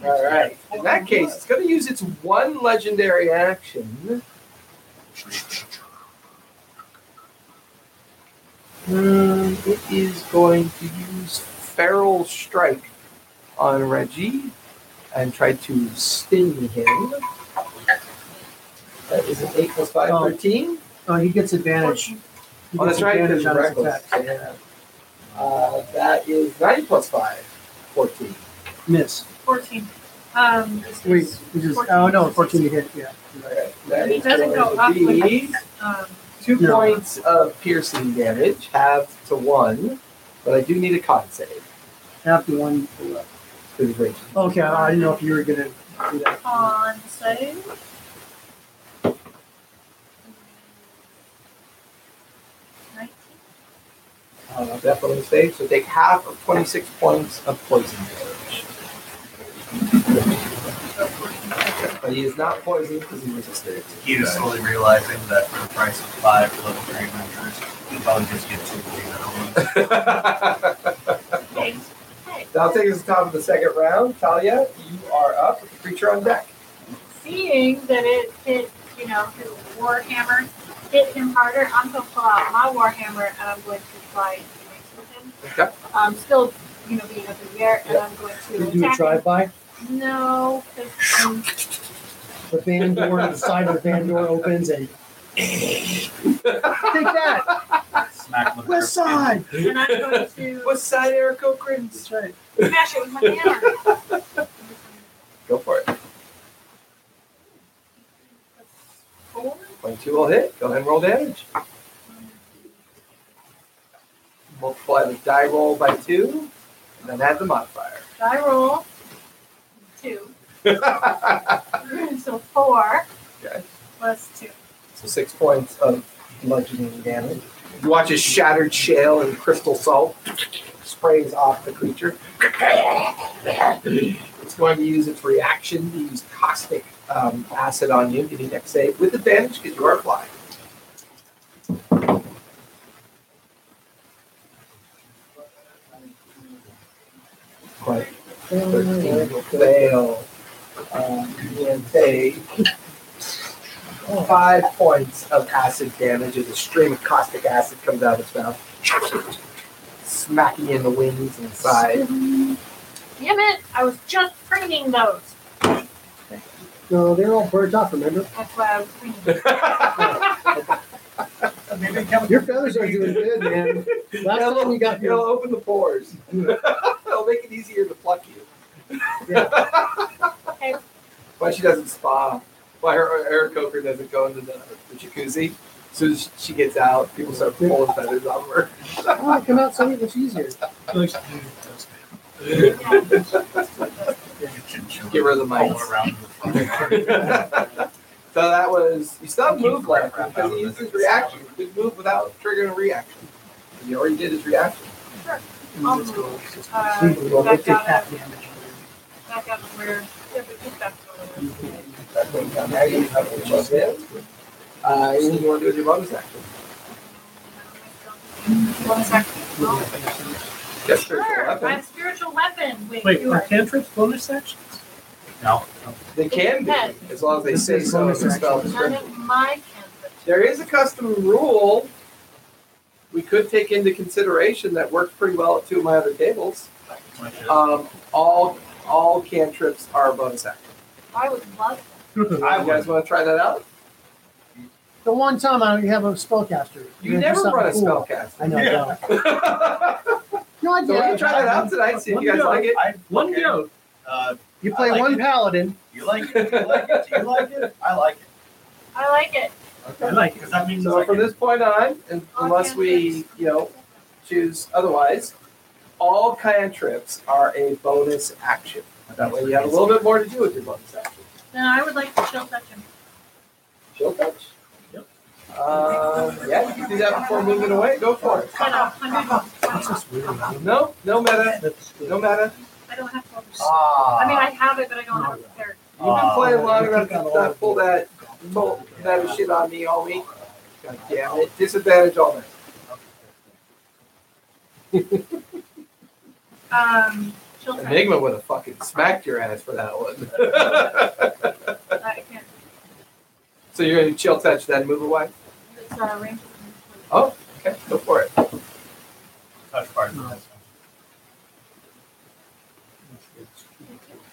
All right. In that case, it's gonna use its one legendary action. Um, it is going to use Feral Strike on Reggie and try to sting him. That is an 8 plus 5, Oh. 13. Uh, he gets advantage. He Oh, gets that's right. advantage Because on his reckless. attack. Yeah. Uh, that is 9 plus 5, 14. Miss. Fourteen. Um. this Wait, is- this is oh no, fourteen to hit. Yeah. Alright, that He is doesn't go going to up when be he's, um, Two No. points of piercing damage, halved to one, but I do need a con save. After one. for the raging. Okay, I didn't know if you were gonna do that. on save. Nineteen. Uh, definitely save, so take half of 26 points of poison damage. But he is not poisoned because he resisted it. He was slowly realizing that for the price of five level three adventures, he'd probably just get two. of these at once. Okay. That'll take us to the top of the second round. Talia, you are up. Creature on deck. Seeing that it hit, you know, his warhammer hit him harder, I'm going to pull out my warhammer and I'm going to fly into the mix with him. Okay. I'm still, you know, being up in the air, and I'm going to You do a attack drive by, him. No, 'cause I'm the van door, the side of the van door opens, and <laughs> take that Smack with west side. and I'm <laughs> going to What's side Eric O'Grin? That's right. smash it with my hammer. Go for it. Four? 22 will hit. Go ahead and roll damage. Multiply the die roll by two, and then add the modifier. Die roll. Two. <laughs> so four Okay. plus two. So six points of bludgeoning damage. You watch as shattered shale and crystal salt sprays off the creature. it's going to use its reaction to use caustic um, acid on you. Give me next save with advantage because you are flying. Quite. Thirteen will fail. Um, and take five points of acid damage as a stream of caustic acid comes out of its mouth, smacking in the wings and side. Damn it! I was just printing those. No, they're all burnt off. Remember, That's why I was printing. them. your feathers are doing <laughs> good, man. Last time we got It'll your open the pores. <laughs> It'll make it easier to pluck you. Okay. <laughs> Why she doesn't spa? Why her her Coker doesn't go into the, the jacuzzi? As soon as she gets out, people start pulling feathers off her. oh, it come out so much easier. Yeah. Get rid of the mites. around the front. <laughs> so that was you still have move left because he used his reaction. He could move without triggering a reaction. He already did his reaction. um, I'll move. Uh, back out of, damage. back out of where. Yeah, but just back to where. That went down there. You have to adjust it. Uh, anything you want to do with your bonus action? One second. Yes, sir. Sure, my spiritual weapon. Wait, Wait, you are are. cantrips bonus actions? No, They can be as long as they This say is so. bonus in the spell action. None description. of my cantrips. There is a custom rule we could take into consideration that worked pretty well at two of my other tables. Um, all all cantrips are a bonus action. I would love that. You guys want to try that out? The one time I don't have a spellcaster. You You're gonna never do something run a cool. spellcast. I know. I don't. <laughs> so No, I we're gonna did. try that out tonight. See if you guys like it. I One okay. go. Uh, You play I like one it. paladin. you like it? You like it? Do you like it? I like it. I like it. I like it. Because that means So I from can- this point on, and unless we, you know, choose otherwise, all cantrips are a bonus action. That way, you have a little bit more to do with your bonus action. Then I would like to chill touch him. Chill touch. Yep. Um, yeah, you can do that before moving away. Go for it. Cut off 120. No, no meta, no meta. I don't have to. Ah, I mean, I have it, but I don't have it prepared. You've been playing long enough to not pull that, pull that shit on me all week. God damn it. Disadvantage all that. Um, chill touch. Enigma would have fucking smacked your ass for that one. <laughs> I can't. so you're gonna chill touch, then move away. It's uh, range. Oh, okay, go for it. touch part. of this.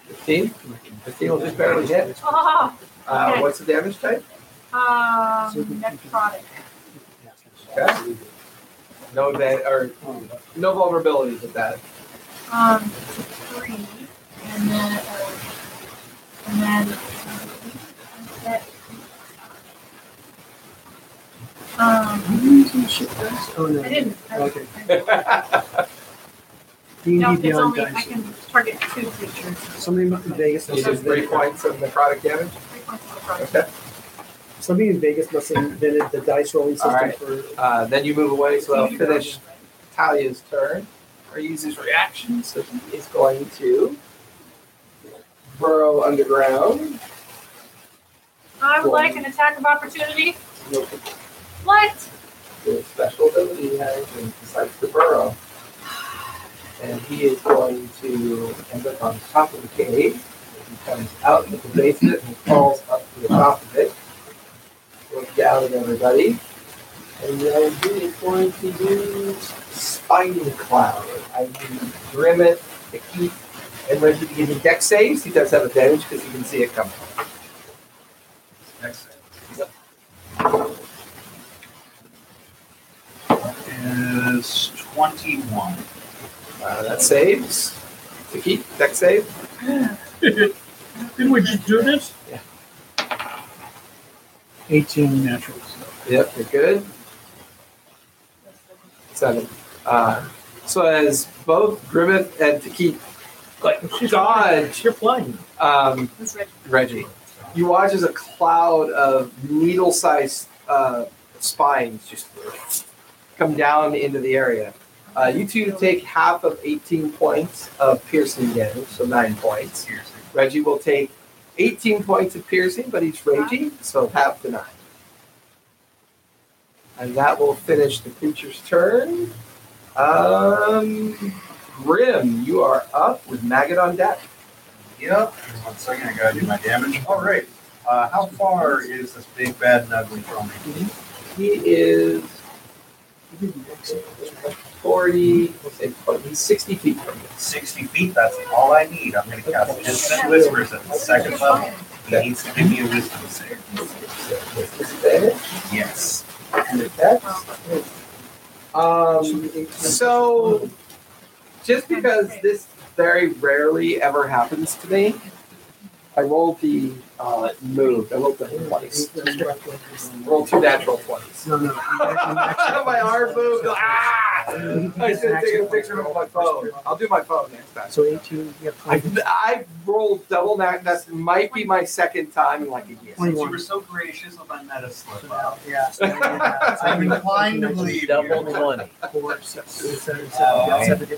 15. 15 will just barely hit. Oh, Uh, Okay. What's the damage type? um, necrotic. Okay. No advantage or Oh, no vulnerabilities with that. Um, three, and then, uh, and then, that. Um, Oh, no. I didn't. I, Okay. I, D&D no, it's Beyond only I dice. can target two creatures. Somebody in Vegas. So you did must three points of necrotic damage. Three points of necrotic. Okay. Somebody in Vegas must have invented the dice rolling system All right. for. Uh, then you move away, so I'll finish Talia's turn. Or use his reaction, so he is going to burrow underground. I would like an attack of opportunity. He'll What? the special ability he has and decides to burrow. and he is going to end up on top of the cave. He comes out into the basement and falls up to the top of it. Look down at everybody. And then he is going to use Spine Cloud. I mean, Grimmett, the Keep, and when he gives me deck saves, he does have advantage because he can see it coming. Next. Is twenty-one. Uh, that saves. The key, deck save. <laughs> Didn't we just do this? Yeah. Eighteen naturals. Yep, you're good. Seven. Uh, so as both Grimmett and Taki like dodge You're flying. um, This red Reggie, you watch as a cloud of needle-sized uh, spines just come down into the area. Uh, you two take half of 18 points of piercing damage, so nine points. Reggie will take 18 points of piercing, but he's raging, so half the nine. And that will finish the creature's turn. Um, Grim, you are up with Maggot on deck. Yep. Just One second, I gotta do my damage. All right. Uh, how far is this big bad and ugly from me? He is 40, say 20, 60 feet from you. Sixty feet. That's all I need. I'm gonna cast instant whispers at the second level. He needs to give me a wisdom save. Yes. Um, so, just because this very rarely ever happens to me, I rolled the uh, moved. I rolled the twice. Rolled two natural twice. No, no. <laughs> my arm moved. Ah! I should have taken a picture of my phone. I'll do my phone next time. So 18, yeah, I, <laughs> I rolled double nat. That might be my second time in like a year. Since you were so gracious of my meta slip out. Yeah. I'm inclined to believe Double you. twenty. Four, six, seven, seven, Oh, Uh, seven.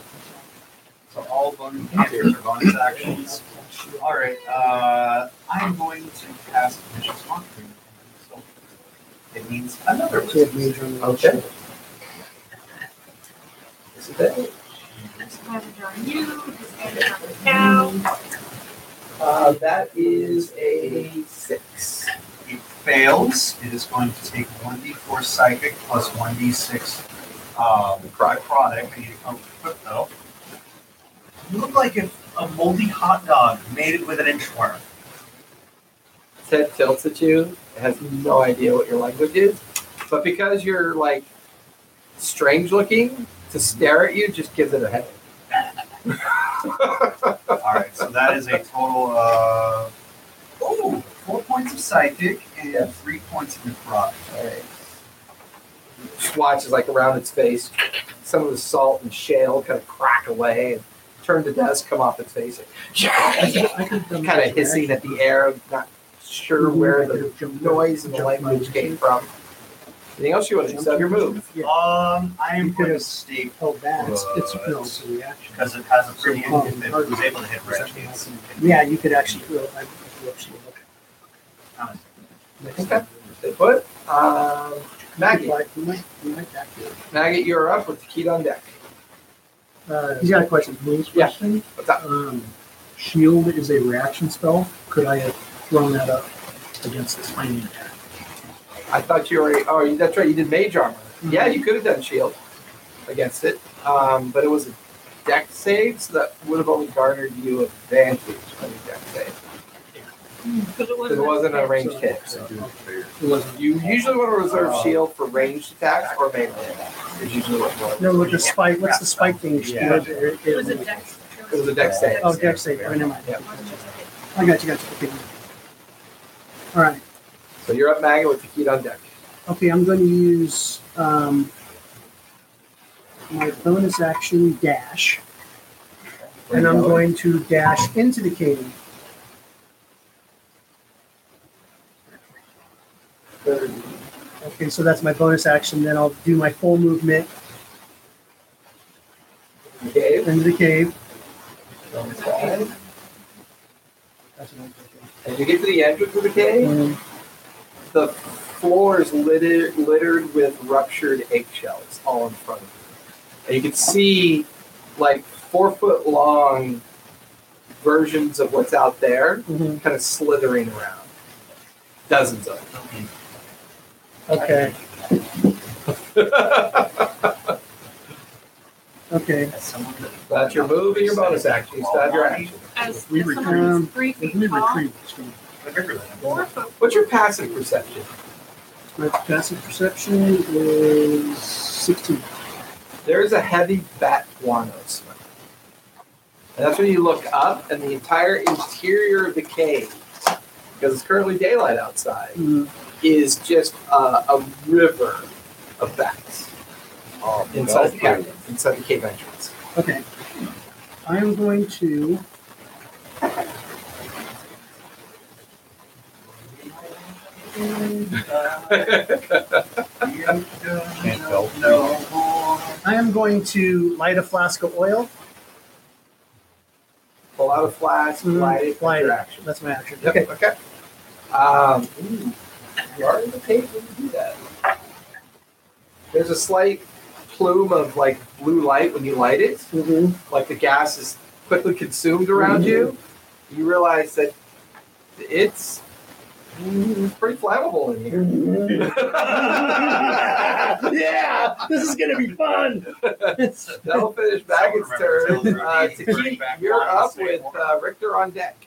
So all bonus actions are bonus actions. All right. Uh, I'm going to cast vicious mockery. So it means another wisdom. save. Okay. Is it that? disadvantage on you, disadvantage on the cow. Uh, that is a six. It fails. It is going to take 1d4 psychic plus 1d6 um, product. I need to come quick though. You look like if a moldy hot dog made it with an inchworm. Ted tilts at you, has no idea what your language is, but because you're like strange looking, to stare at you just gives it a headache. All right, so that is a total uh, of oh, four points of psychic and three points of necrotic. Alright. Swatch is like around its face. Some of the salt and shale kind of crack away and turn to dust come off its face. kind of hissing at the air, not sure where the Mm-hmm. noise and the language came from. Anything else you want to do? So your move. Yeah. Um, I am going to stay Oh, that's, it's, no, it's a reaction. because it has a pretty So, um, if it was able to hit Reggie. it's- Yeah, you could actually, well, I, um, Okay. Stay put. Um, Maggie, We might, we might back it. Maggie, you're up with the key on deck. Uh, he's got a question. Rules Yeah. question. What's up? Um, shield is a reaction spell. Could I have thrown that up against this flaming attack? I thought you already. Oh, that's right. You did mage armor. Mhm. Yeah, you could have done shield against it, um, but it was a deck save, so that would have only garnered you advantage on your deck save. Because it 'Cause it wasn't a ranged hit. So, It wasn't- You usually want to reserve Uh, shield for ranged attacks or melee attacks. Is usually what. what- no, with the spike. What's the spike thing? Yeah. Shield, it- it- It was a deck. It was a deck save. Oh, deck save. Oh, never mind. Yeah. It wasn't just a hit. I got you. Got you. Okay. All right. So you're up, Maggie, with the key on deck. Okay, I'm going to use um, my bonus action dash, and I'm going to dash into the cave. Okay, so that's my bonus action. Then I'll do my full movement Okay. into the cave. That's what I'm As you get to the entrance of the cave, thinking. the floor is littered, littered with ruptured eggshells all in front of you. And you can see, like, four foot long versions of what's out there, Mhm. kind of slithering around. Dozens of them. Okay. Okay. That's your move and your bonus action. You still have your action. As We if retrieve- someone is three Let feet me tall, retrieve this one. four foot. What's your passive perception? My passive perception is 16. There is a heavy bat guano smell. And that's when you look up and the entire interior of the cave, because it's currently daylight outside, Mm. is just uh, a river of bats inside the cave, inside the cave entrance. Okay. I am going to. I am going to light a flask of oil. Pull out a flask, Mhm. Mm-hmm. light it, Light your it. action. That's my action. Okay, okay. Um, ooh, you are in the cave when you do that. There's a slight plume of like blue light when you light it. Mm-hmm. like the gas is quickly consumed Mm-hmm. around you, you realize that it's mm, pretty flammable in <laughs> here. yeah, this is gonna be fun. That'll finish Baggett's turn. Uh, Tiki, you're up with uh, Richter on deck.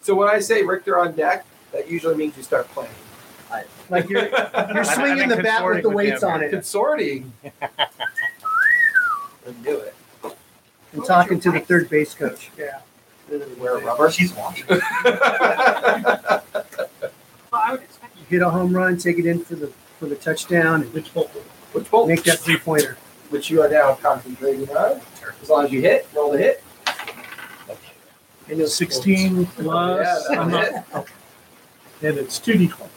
So when I say Richter on deck, that usually means you start playing. Like you're, <laughs> you're swinging the bat with the weights on <laughs> it Consorting. Let's do it. and talking to the third base coach. Yeah. Wear rubber. She's watching. Well, I would expect You hit a home run, take it in for the for the touchdown, and Which bolt? Which bolt? make that three pointer. which you are now concentrating on. As long as you hit, roll the hit. And you'll 16 plus, yeah, I'm that'll not- hit. and it's 2d12.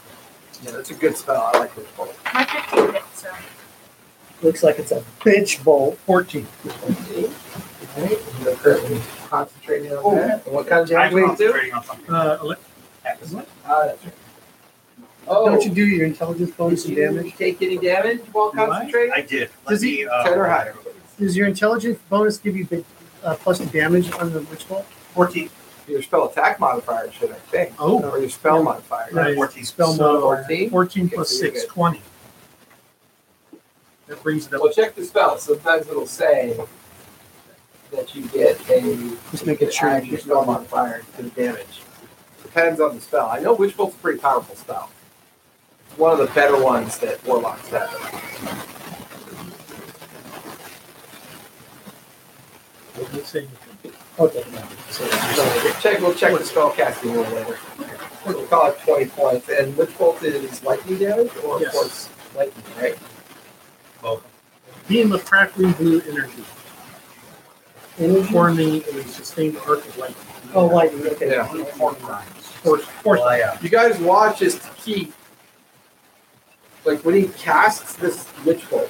Yeah, that's a good spell. I like which bolt. my 15 bit, so Looks like it's a bitch bowl. 14. Right? And You're currently concentrating on Oh, that. And what kind of damage I'm will it do? concentrating on something. Uh, ele- Ah, that's right. Oh, Don't you do your intelligence bonus Does and he damage? Take any damage while Do I? concentrating? I did. Does Let he- me, uh, Ten or higher. Does your intelligence bonus give you big, uh, plus the damage on the witch bolt? 14. Your spell attack modifier should, I think. Oh. Or your spell modifier. Right. 14. Spell So, modifier. 14? 14 Okay, plus so you're 6, good. 20. That brings it up. Well, check the spell. Sometimes it'll say that you get a Just making sure. add your spell modifier to the damage. Depends on the spell. I know Witch Bolt's a pretty powerful spell. It's one of the better ones that Warlocks have. What do you say? Okay. So, so check. We'll check the spell casting a little later. We'll call it twenty points. And Witch Bolt is lightning damage, or Yes. of course lightning, right? Beam of crackling blue energy. Forming a sustained arc of light. Oh, lightning. Okay. Yeah. Or force. You guys watch as Tiki, like when he casts this witch bolt,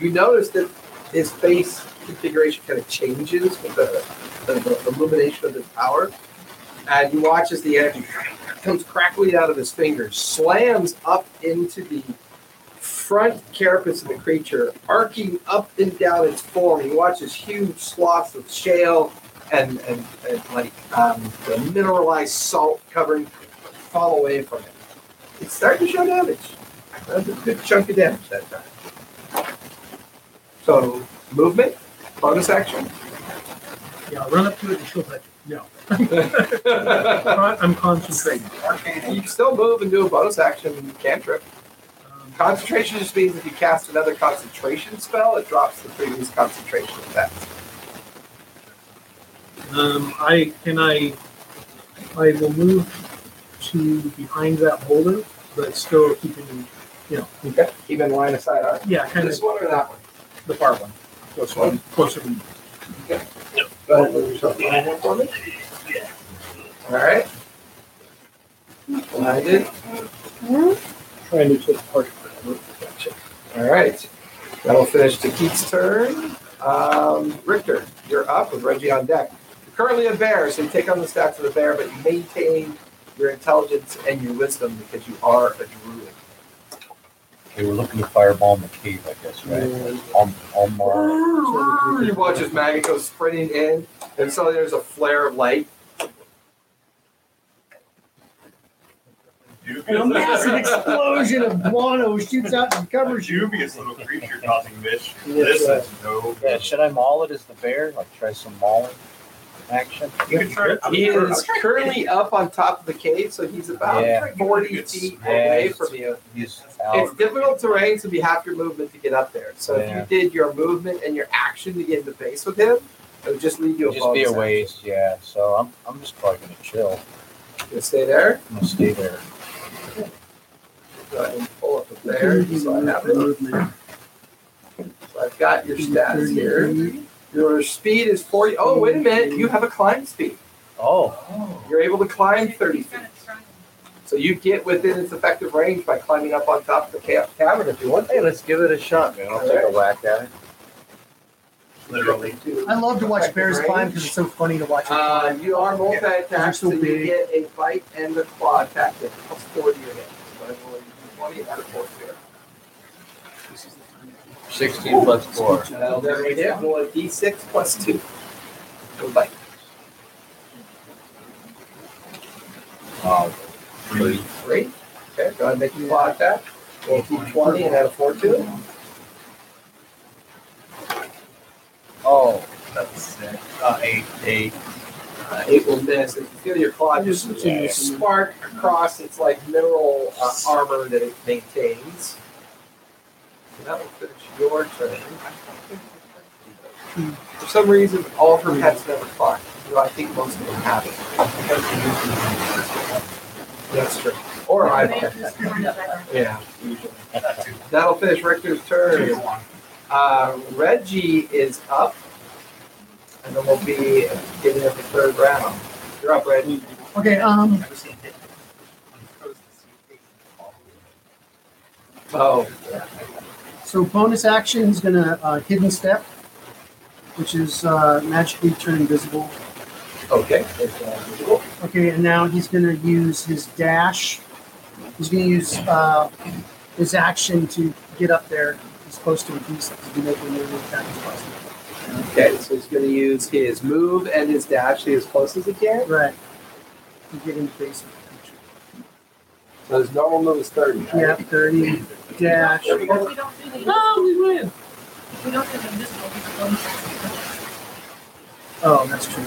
you notice that his face configuration kind of changes with the, the, the illumination of his power. And you watch as the energy comes crackling out of his fingers, slams up into the front carapace of the creature, arcing up and down its form. You watch as huge swaths of shale and, and, and like um, the mineralized salt covering fall away from it. It's starting to show damage. That's a good chunk of damage that time. So movement, bonus action. Yeah, run up to it and she'll touch it. No. you Con- I'm concentrating. can still move and do a bonus action cantrip. Um, Concentration just means if you cast another concentration spell, it drops the previous concentration effect. Um, I can I I will move to behind that boulder, but still keeping Okay. Keep in line of sight, aren't yeah, you? kind of This one or that one? the far one, close one, closer. to me. Go ahead and move yourself behind one for me. All right. Behind it. Trying to take part. All right. That'll finish the Keith's turn. Um, Richter, you're up with Reggie on deck. You're currently a bear, so you take on the stats of the bear, but you maintain your intelligence and your wisdom because you are a druid. They were looking to fireball in the cave, I guess, right? On, on Mars. You watch as Maggot goes sprinting in, and suddenly there's a flare of light. A massive explosion of guano shoots out and covers you. dubious little creature causing <laughs> mischief. Yeah, This right. is no Yeah, good. should I maul it as the bear? Like try some mauling action? You could try. I'm He sure- is currently up on top of the cave, so he's about Yeah. 40 It's- feet yeah, away it's- from you. He's It's out. difficult terrain, so it'd be half your movement to get up there. So Yeah. if you did your movement and your action to get into base with him, it would just leave you a Just be bonus a action. ways, yeah. So I'm, I'm just probably gonna chill. You stay there. I'm gonna stay there. Go ahead and pull up the bear. Mm-hmm. So, I have it. So I've got your stats Mm-hmm. here. Your speed is 40. Oh, wait a minute. You have a climb speed. Oh, You're able to climb 30 feet. So you get within its effective range by climbing up on top of the ca- cavern if you want hey, to. let's give it a shot, man. I'll take a whack at it. Literally. I love to watch bears Effective climb range. because it's so funny to watch. them Uh, climb. you are multi They're attack, so so you big. get a bite and a claw attack that plus 4 to your hit. So I roll a 20 out of 4 here. 16 plus 4. Uh, there we go. Roll a d6 plus 2. No bite. Um, Three. Okay, go ahead and make your claw attack. Roll d20 and add a 4 to it. oh, That's sick. Uh, eight. Eight. Uh, it will miss. If you feel your claw just Yeah. spark across its like mineral uh, armor that it maintains. And that will finish your turn. For some reason, all of her pets never climb. Though I think most of them have it. That's true. Or I Yeah. That'll finish Richter's turn. Uh, Reggie is up, and then we'll be getting up the third round. You're up, Reggie. Okay. Um. Oh, So bonus action is gonna uh, hidden step, which is uh, magically turn invisible. okay. Okay, and now he's gonna use his dash. He's gonna use uh, his action to get up there. He's supposed to reduce to be making an attack twice. Okay, so he's going to use his move and his dash to get as close as he can. Right. You get in the face of the creature. So his normal move is 30. right? Yeah, 30 dash. We don't do the, No, we win. we don't do the invisible. we do the- Oh, that's true.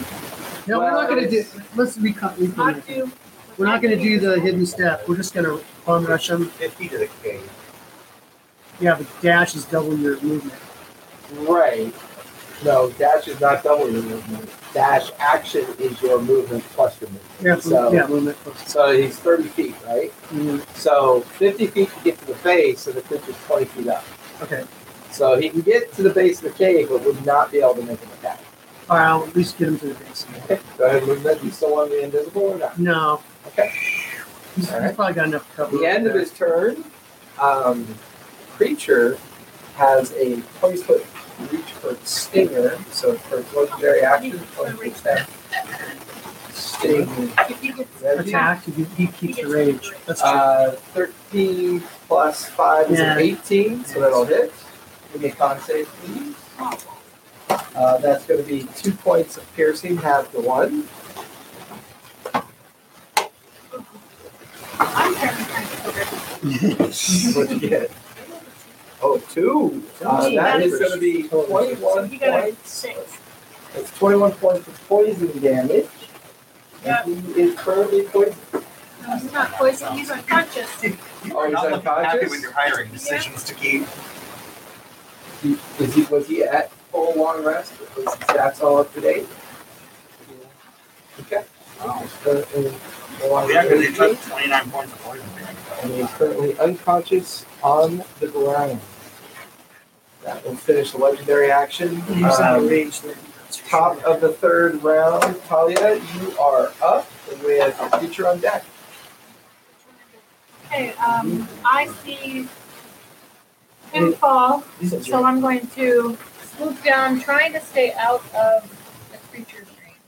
No, we're not gonna do. Let's be cut. We're Not do- not gonna do the hidden step. We're just gonna bomb rush him. Fifty to the cave. Yeah, but dash is double your movement. Right. No, dash is not double your movement. Dash action is your movement plus your movement. Yeah, So- yeah, movement. So he's 30 feet, right? Mhm. So 50 feet to get to the base, and the creature's 20 feet up. Okay. So he can get to the base of the cave, but would not be able to make an attack. All right, I'll at least get him to the base. Go ahead and move that. You still want to be invisible or not? No. Okay. He's, All he's right. probably got enough At cover. the end of his turn, um, creature has a 20 foot reach for its stinger. So for its legendary action, 20 percent sting. If he gets Reggie. attack. He, he keeps the rage. That's true. Uh, 13 plus 5 is Yeah. an 18, so that'll hit. Give me a con save, please. small, Uh, that's going to be two points of piercing, half the one. I'm terrified. What'd you get? Oh, two. Uh, that is going to be So 21 he got a points. six. It's 21 points of poison damage. Yeah. And he is currently poisoned. No, he's not poisoned, he's unconscious. You Oh, are he's not looking happy unconscious? with your hiring decisions to keep. He- Is he, was he at full long rest? Was his stats all up to date? Okay. Uh, and- We actually took 29 points of poison. and he is currently unconscious on the ground. That will finish the legendary action. He keeps that Um, rage there. top of the third round, Talia, you are up with a creature on deck. Okay, um, I see him fall, so I'm going to swoop down, trying to stay out of the creature's range.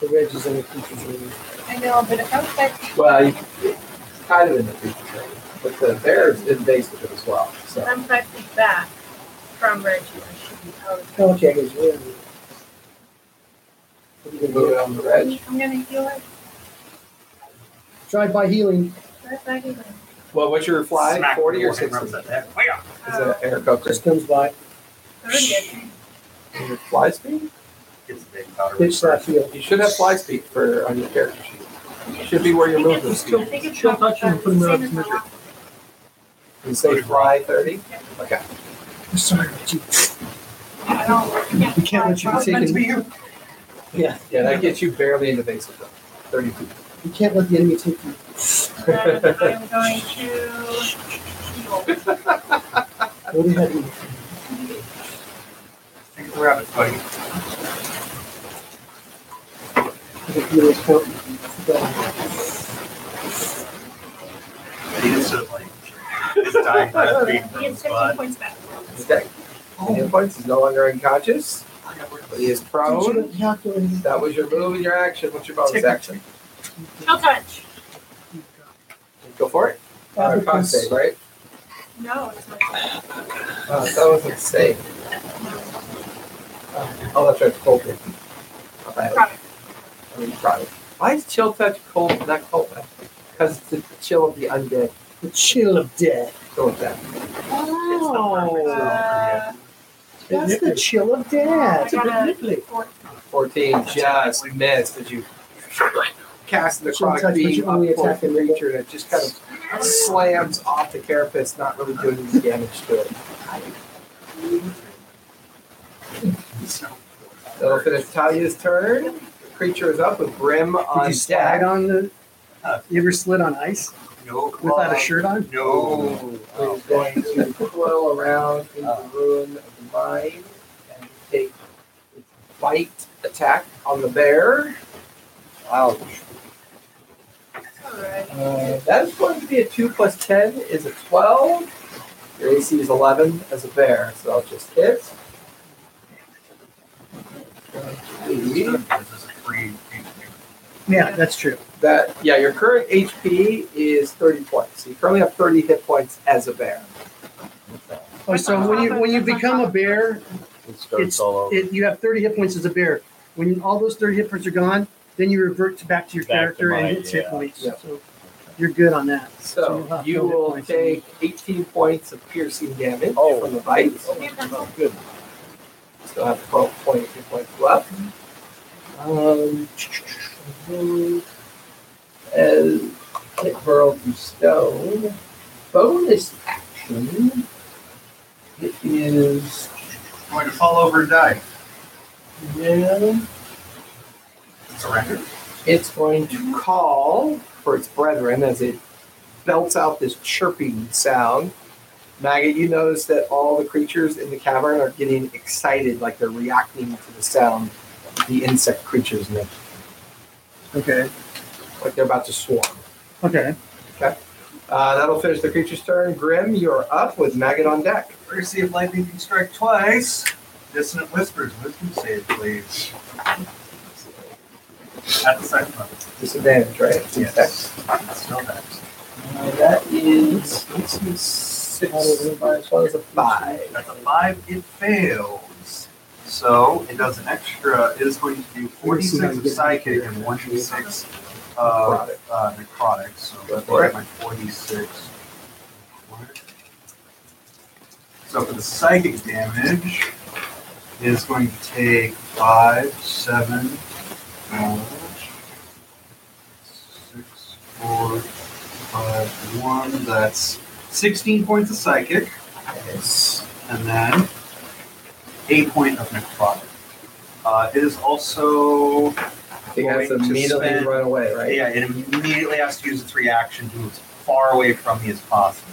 The ridge is in the creature's range. I know, but if I was back. Well, you, it's kind of in the creature's range. But the bear is invasive as well, so. I'm five feet back from Reggie. I should be out. of- Spell check is really. You can move it on the ledge. I'm gonna heal it. Drive by healing. Right back again. Well, what's your fly? Smack Forty or the sixty? warhammer Is upside down. Uh, that air cover? Just comes by, thirty. Your fly speed? It's a big powder. pitch that heel. You should have fly speed for on your character sheet. It should be where your movement I speed. think it's She'll touch you and put him out of same as the commission. last You say fly thirty. I'm sorry, Reggie. one. I don't- We can't let you be taken. <laughs> Yeah. Yeah, that gets you barely into basic though. Thirty feet. We can't let the enemy take you. Then I'm going to heal. Go to heaven. Stick the rabbit's buddy. The healer's fountain. The- He just sort of like, his dying breath beating He from gets his fifteen butt. points back. Okay. Hit points is no longer unconscious. But he is Don't prone. you calculate it? That was your move and your action. What's your bonus action? She'll touch. Go for it. Uh, con save, right? No, it's my. Uh, that was insane. Uh, oh, that's right, cold. Okay. I mean, probably. Why is chill touch cold, not cold? Because it's the chill of the undead. The chill of death. Go with that. Oh, Uh, that's the chill of death. It's a bit nipply. 14 just missed as you cast the Chill croc touch, but beam you up only for attack the in the- creature and it just kind of slams off the carapace, not really doing any damage to it. That'll finish Talia's turn. The creature is up with Grim Did on you slide deck. on the? uh, You ever slid on ice No without a claws, shirt on? No. Oh, He's going to twirl around in the ruin of the mine and take its bite attack on the bear. Wow. alright. Uh, that is going to be a 2 plus 10 is a 12. Your AC is 11 as a bear, so I'll just hit. This is a free. Yeah, that's true. That yeah, your current HP is 30 points. You currently have 30 hit points as a bear. Oh, so when you when you become a bear, It starts It's- all over. it, you have 30 hit points as a bear. When all those 30 hit points are gone, then you revert to back to your Back to character mine, and it's hit yeah. points. Yeah. So you're good on that. So you'll So have you no hit will points. take 18 points of piercing damage Oh. from the bite. Here comes- Still have 12 points, hit points left. Um, as it hurled from stone, bonus action. It is Going to fall over and die. yeah. Surrender. It's going to call for its brethren as it belts out this chirping sound. Maggot, you notice that all the creatures in the cavern are getting excited, like they're reacting to the sound the insect creatures make, Okay. like they're about to swarm. Okay. Uh, that'll finish the creature's turn. Grim, you're up with Maggot on deck. Mercy of lightning can strike twice. Dissonant whispers. Wisdom save, please. At the second level. Disadvantage, right? Yes. Spell that. Uh, that is This is six. How does it- As well as a five. That's a five. It fails. So it does an extra. It is going to do 46 of psychic and 1d6 of uh, necrotic. So that's for it. my 46. So for the psychic damage, it is going to take 5, 7, uh, 6, 4, 5, 1. That's 16 points of psychic. And then a point of necrotic. Uh, it is also It has to going to immediately spend- run away, right? yeah, it immediately has to use its reaction to move as far away from me as possible.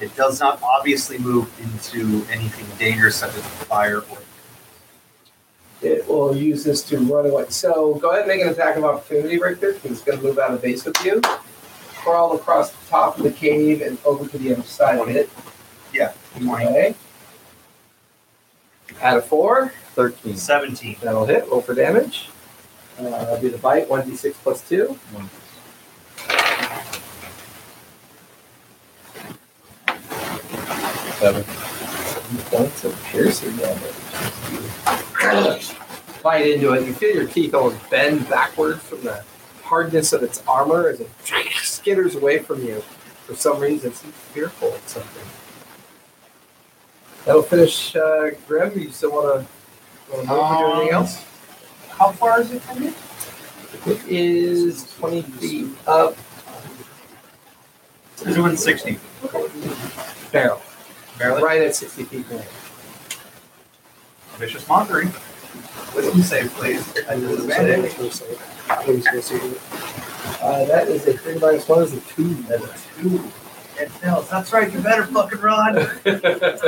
It does not obviously move into anything dangerous such as fire or It will use this to run away. So go ahead and make an attack of opportunity, Richter, because it's going to move out of base with you. Crawl across the top of the cave and over to the other side of it. morning. Okay. Out of four, 13. 17. that'll hit. Roll for damage. Uh, that'll be the bite, 1d6 plus 2. seven. That's a piercing damage. bite into it. You feel your teeth almost bend backwards from the hardness of its armor as it skitters away from you. For some reason, it seems fearful of something. That'll finish, uh, Grim. You still want to move or do anything else? Um, How far is it from you? It is 20 feet up It's doing 60. barrel, Barely. right at 60 feet. Now. Vicious mockery. Wisdom save, please. I did advantage. Uh, that is a three minus one is a two. That's a two. It fails. That's right. You better fucking run. That's, that's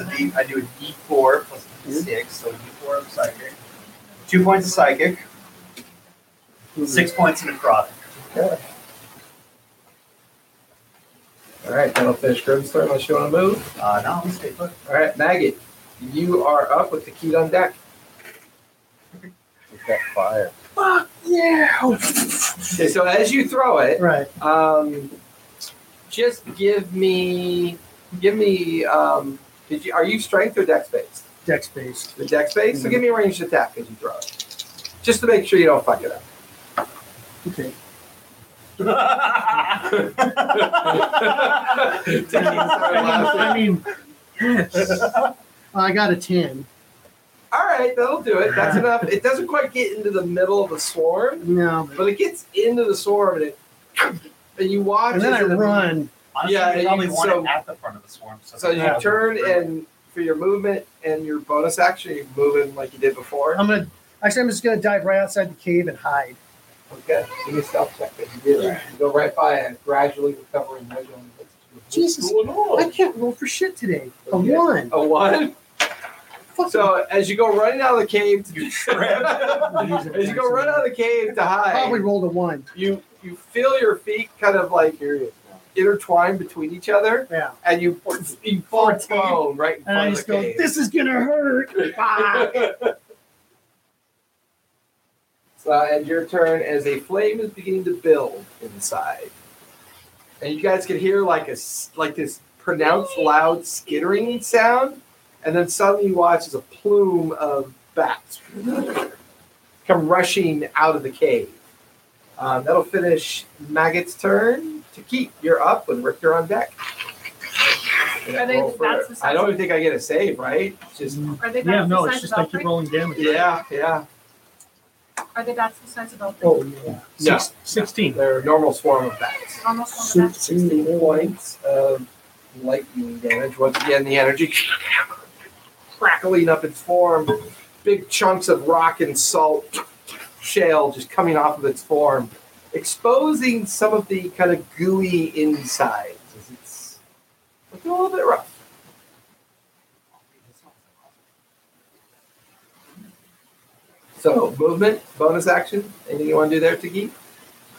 an eight. I do an E4 plus a D6, so D4 of psychic. Two points of psychic. Six points of necrotic. All right, that'll finish Grim's turn unless you want to move. Uh, now let's take a look. All right, Maggot, you are up with the key on deck. We've got fire. Okay, so as you throw it, Right. Um, just give me, give me. Um, did you are you strength or dex based? Dex based. The dex based. So give me a ranged attack as you throw it, just to make sure you don't fuck it up. Okay. I mean, I got a 10. <laughs> All right, that'll do it. That's enough. It doesn't quite get into the middle of the swarm, No. but it gets into the swarm, and it and you watch. And then as I it- run. Honestly, Yeah, there's only you- one so- at the front of the swarm. So, So you turn and for your movement and your bonus action, you're moving like you did before. I'm going to. Actually, I'm just gonna dive right outside the cave and hide. Okay, so you self check it. You do that. You go right by it, gradually recovering, measuring. Jesus, What's going on? Oh, I can't roll for shit today. A Okay. one. A one. Fuck. So as you go running out of the cave, to, <laughs> You trip. <laughs> as you go running out of the cave to Probably hide, rolled a one. you you feel your feet kind of like intertwined between each other, Yeah. and you you fall prone right in And I front of just the go, cave. this is <laughs> gonna hurt. Ah. So Uh, and your turn as a flame is beginning to build inside, and you guys can hear like a s- like this pronounced loud skittering sound, and then suddenly you watch as a plume of bats come rushing out of the cave. Um, that'll finish Maggot's turn. To keep, you're up with Richter on deck. Are they- Roll for- that's the size I don't of- even think I get a save, right? Just Are they yeah, dots no, the it's size just of I keep Alfred? rolling damage. yeah, yeah. Are they dots the size of Alfred? Oh, yeah. Six, 16. They're a normal swarm of bats. Almost one of that. 16 points of Um, lightning damage. Once again, the energy <laughs> crackling up its form. Big chunks of rock and salt <clears throat> shale just coming off of its form, exposing some of the kind of gooey insides. as It's looking a little bit rough. So, movement, bonus action. Anything you want to do there, Tiki?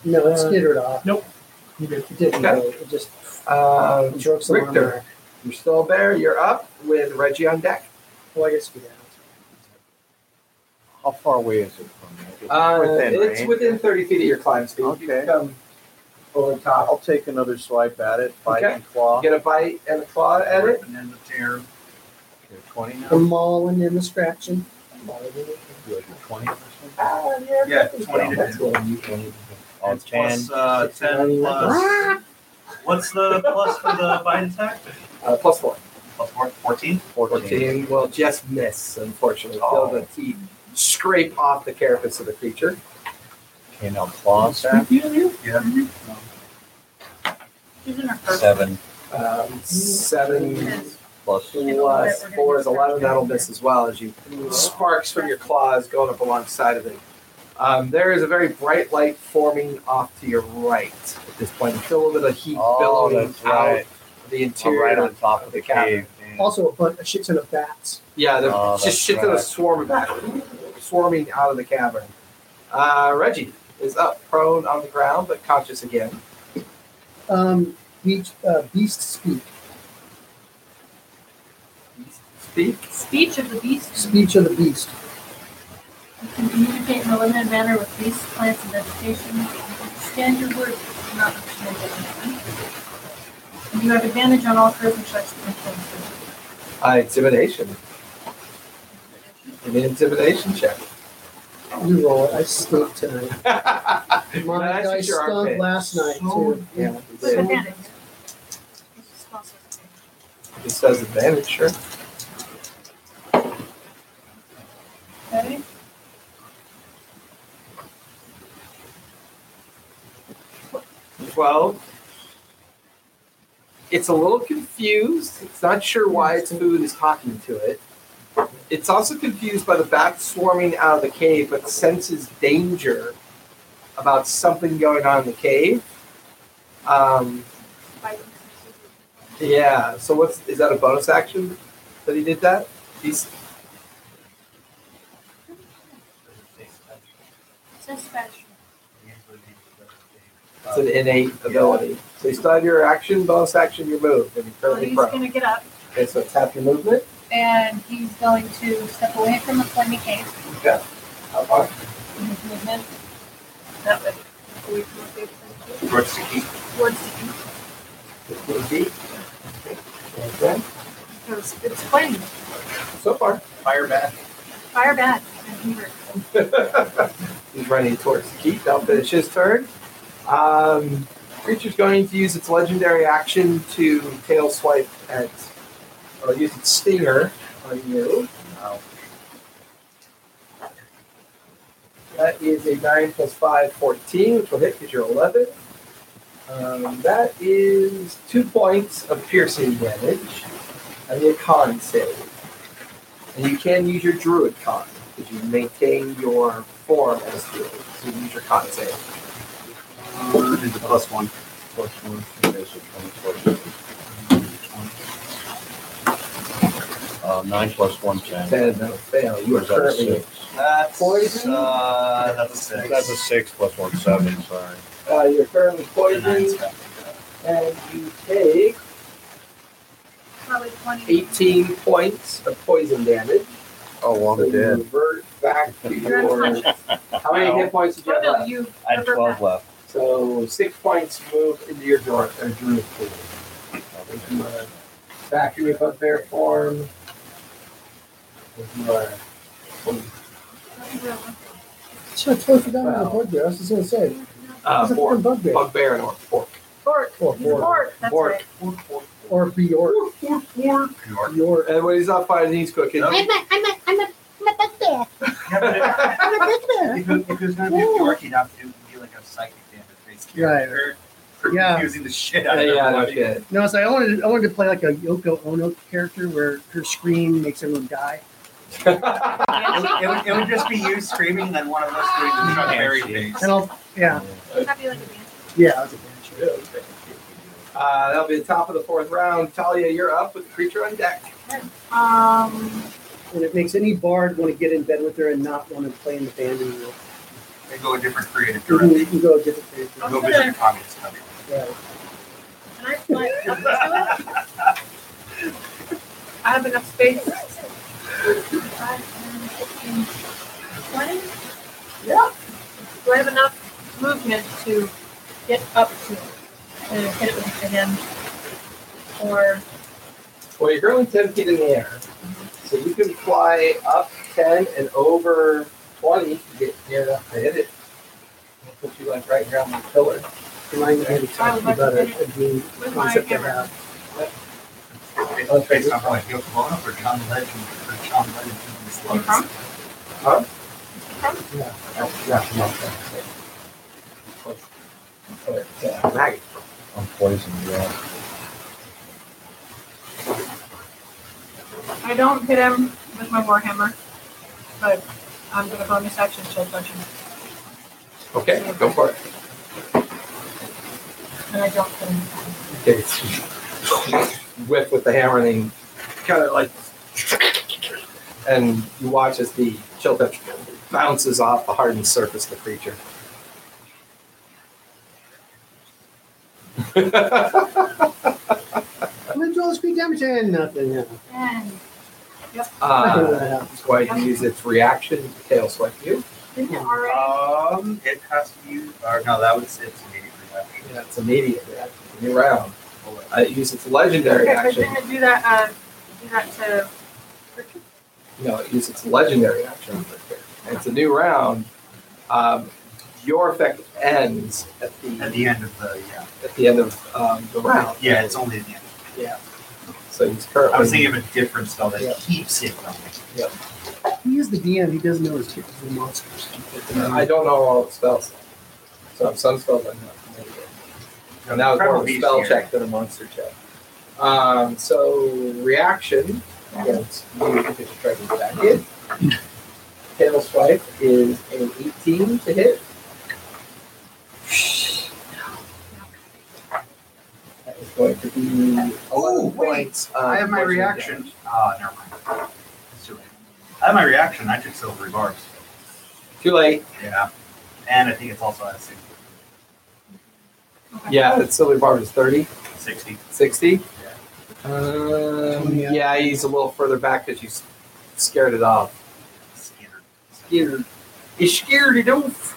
No, it skittered Uh, off. You did. It didn't Okay. really. It just Um, jerked some on Richter. there. You're still there. You're up with Reggie on deck. Well, Oh, I guess we got How far away is it from me? Uh, Within, it's right? within 30 feet of your climb speed. You Okay. come over the top. I'll take another swipe at it. Bite Okay. and claw. Get a bite and a claw at it. And then the tear. You're 20 The now? mauling and the scratching. You're 20 or something? Yeah, 20 to That's 10. what you can. Oh, It's plus, uh, 10 Ninety-one. uh, plus. What's the plus for the bite attack? Uh, plus four. Plus four, 14? 14. 14 will just miss, unfortunately. Oh. Feel the teeth scrape off the carapace of the creature. Okay, now claw attack. Even her first- 7 Um, seven Because plus plus four is 11. That'll miss as well as you sparks from your claws going up alongside of it. Um, there is a very bright light forming off to your right at this point. You feel a little bit of heat Oh, billowing that's out right. of the I'm interior. right on top of the the cavern. cave. man. Also, a, bunch, a shit ton of bats. Yeah, they're Oh, that's just shit that right. is swarming back, swarming out of the cavern. Uh, Reggie is up, prone on the ground, but conscious again. Um, beach, uh, beast speak. Speak. Speech of the beast. Speech of the beast. You can communicate in a limited manner with beasts, plants, and vegetation. Stand your word, not the And you have advantage on all charisma checks that make sense. Uh, intimidation. An intimidation check. You roll it. I <laughs> stunk tonight. My that's guy just your stunk armpit. Oh. last night too. Yeah. But So- then- It says advantage, sure. Okay. Twelve. It's a little confused. It's not sure why its food is talking to it. It's also confused by the bat swarming out of the cave, but senses danger about something going on in the cave. Um, yeah. So what's is that a bonus action that he did that? He's Suspension. It's an innate ability. So you still have your action, bonus action, your move, and you're So currently Oh, he's prone. gonna get up Okay, so it's half your movement. and he's going to step away from the flaming cave. How far? in his movement. That way. away from the flaming cave. Towards the key. Towards the east, Fifteen feet. Okay. because it's flaming. So far, Fire back. Fire back and he hurt. he's running towards the keep. That'll finish his turn. Um, creature's going to use its legendary action to tail swipe at, or use its stinger on you. That is a 9 plus 5, 14, which will hit because you're 11. Um, that is two points of piercing damage and a con save. And you can use your druid con because you maintain your form as druid. So you use your con save. It's a plus one. Plus one. Okay, so 20, Uh, nine plus one, ten. Ten, that'll fail. You are Or is that a currently. six? That's Poison? Uh, that's a six. That's a six plus one, seven, sorry. Uh, you're currently Nine's poisoned, back. and you take Probably twenty. 18 points of poison damage. Oh, So you revert back to You're your. unconscious. How many hit points did you Oh have no, left? you. I had revert twelve back. left. So six points move into your druid, uh, druid pool. If you are back in your bugbear form. If you are So I totally forgot about the bugbear. I was just gonna say. Uh, It's a four. fucking bugbear. Bugbear and orc. Orc. Fork. Or He's a Bjork. fork. That's Fork. right. Or Bjork. York. Bjork. And when he's not fighting, he's cooking. a, I'm a, I'm a, I'm a bugbear. I'm a bugbear. If it, if it was gonna be a York, you'd have to be like a psychic damage based Right. character. For Yeah. Confusing the shit out yeah, of yeah, no everybody. shit. No, so I wanted, I wanted to play like a Yoko Ono character where her scream makes everyone die. <laughs> It would, it would- it would just be you screaming and then one of us doing the Chuck Berry face. And I'll, yeah, Happy like a man. yeah, I was a banshee. Uh, that'll be the top of the fourth round. Talia, you're up with the creature on deck. Um, And it makes any bard want to get in bed with her and not want to play in the band anymore. They go a different creative You can, direction. you can go a different character. Go visit the communist country. Right. can I fly up to it? I have enough space. Five, ten, fifteen, Twenty? Yeah. Do I have enough movement to get up to it and hit it with the hand? Or Well, you're currently 10 feet in the air. So you can fly up 10 and over 20 to get near enough to hit it. It'll put you like right here on the pillar. Remind me to talk to you about a, a game with my concept I hammer? have. It's based on like Yoko Ono or John Legend or John Legend in the slugs. Huh? Huh? Huh? Yeah, no, okay. But, uh, maggot. I'm poisoned, yeah. I don't hit him with my warhammer, but I'm gonna bonus action shield punch him, Okay, go for it. and I don't hit him. Okay. Whip with the hammer and kind of like, and you watch as the chill touch bounces off the hardened surface of the creature. How many rolls speed damage? And nothing, yeah. And I think <laughs> uh, that happens. that's why you use its reaction to tail swipe you. didn't it already? Um, it has to use, or no, that was its immediate reaction. Yeah, it's immediate reaction. New round. Uh, It uses its legendary <laughs> Okay, but action. didn't it do that uh, You got to. No, it is its legendary action. on the turn. And It's a new round. Um, your effect ends at At the the end of the, yeah. at the end of um, the round. Yeah, it's only at the end. So he's currently. I was thinking of a different spell that Yeah. keeps it going. He is the DM. He doesn't know his characters are monsters. I don't know all the spells. So I have some spells I'm not familiar with. And that was more of Probably a spell easier. check than a monster check. Um, so reaction. Yes. You can just try to get back in. Tail swipe is an 18 to hit. That is going to be 11 Oh, wait. points. of I have my poison reaction. Ah, never mind. It's too late. I have my reaction. I took silver barbs. damage. Too late. Yeah. And I think it's also at 60. Yeah, that silly barb is 30. 60. 60? Um, yeah, he's a little further back because you s- scared it off. Skinner. Scared. You scared it off.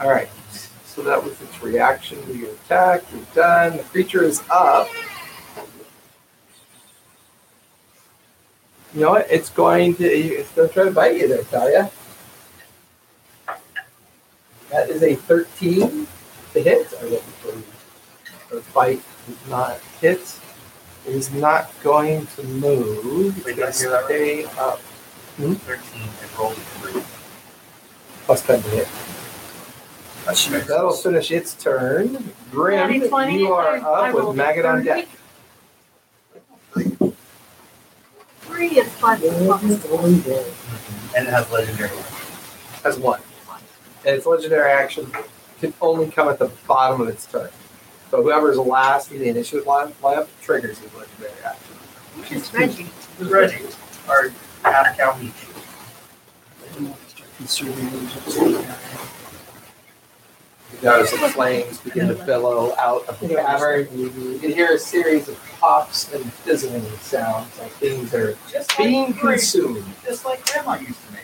All right. So that was its reaction to your attack. You're done. The creature is up. You know what? It's going to. It's going to try to bite you there, Talia. That is a 13 to hit. I looking for you the bite did not hit. It is not going to move. It's Wait, going to did I stay up. 13 and rolled a 3. Plus 10 to hit. That's That'll finish its turn. Grim, Natty 20, you are I- I up with rolled Maggot on 30. deck. Three is plus one. Mm-hmm. And it has legendary. Has one. And its legendary action can only come at the bottom of its turn. So whoever's last in the initiative line- lineup triggers his legendary action. Which is Reggie. Who's Reggie? Our half cow meat. You notice the flames begin to billow out of the cavern. You can hear a series of pops and fizzling sounds like things are Just being like, great, consumed. just like grandma used to make.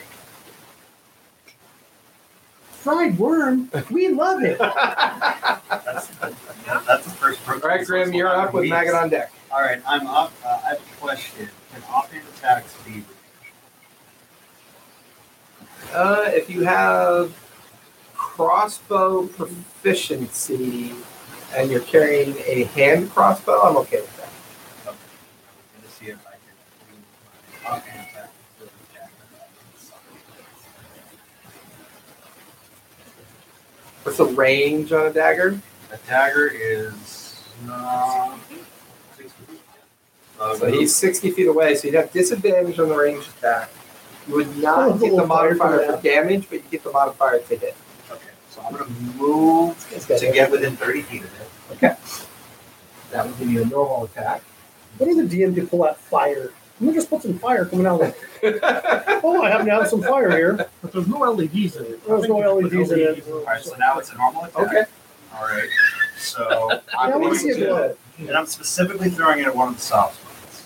Fried worm. We love it. That's, that's the first protein. All right, Grim, you're up with Maggot on deck. All right, I'm up. Uh, I have a question. Can offhand attacks be ranged? Uh, if you have crossbow proficiency and you're carrying a hand crossbow, I'm okay with that. Okay. I'm gonna see if I can do my offhand attack. with the jack of diamonds. What's the range on a dagger? The dagger is uh, six feet. Uh, So he's 60 feet away, so you'd have disadvantage on the range attack. You would not get the modifier for damage, but you get the modifier to hit. Okay, so I'm gonna move Uh, to get within 30 feet of it. That would be a normal attack. What are the DM to pull out fire? I'm gonna just put some fire coming out. Of it. oh, I happen to have some fire here. But there's no LEDs E in it. I There's think no you put LEDs in it. All right, so now it's a normal attack. Okay. All right, so Yeah, I'm I want going to see it to- blow. and I'm specifically throwing it at one of the soft ones.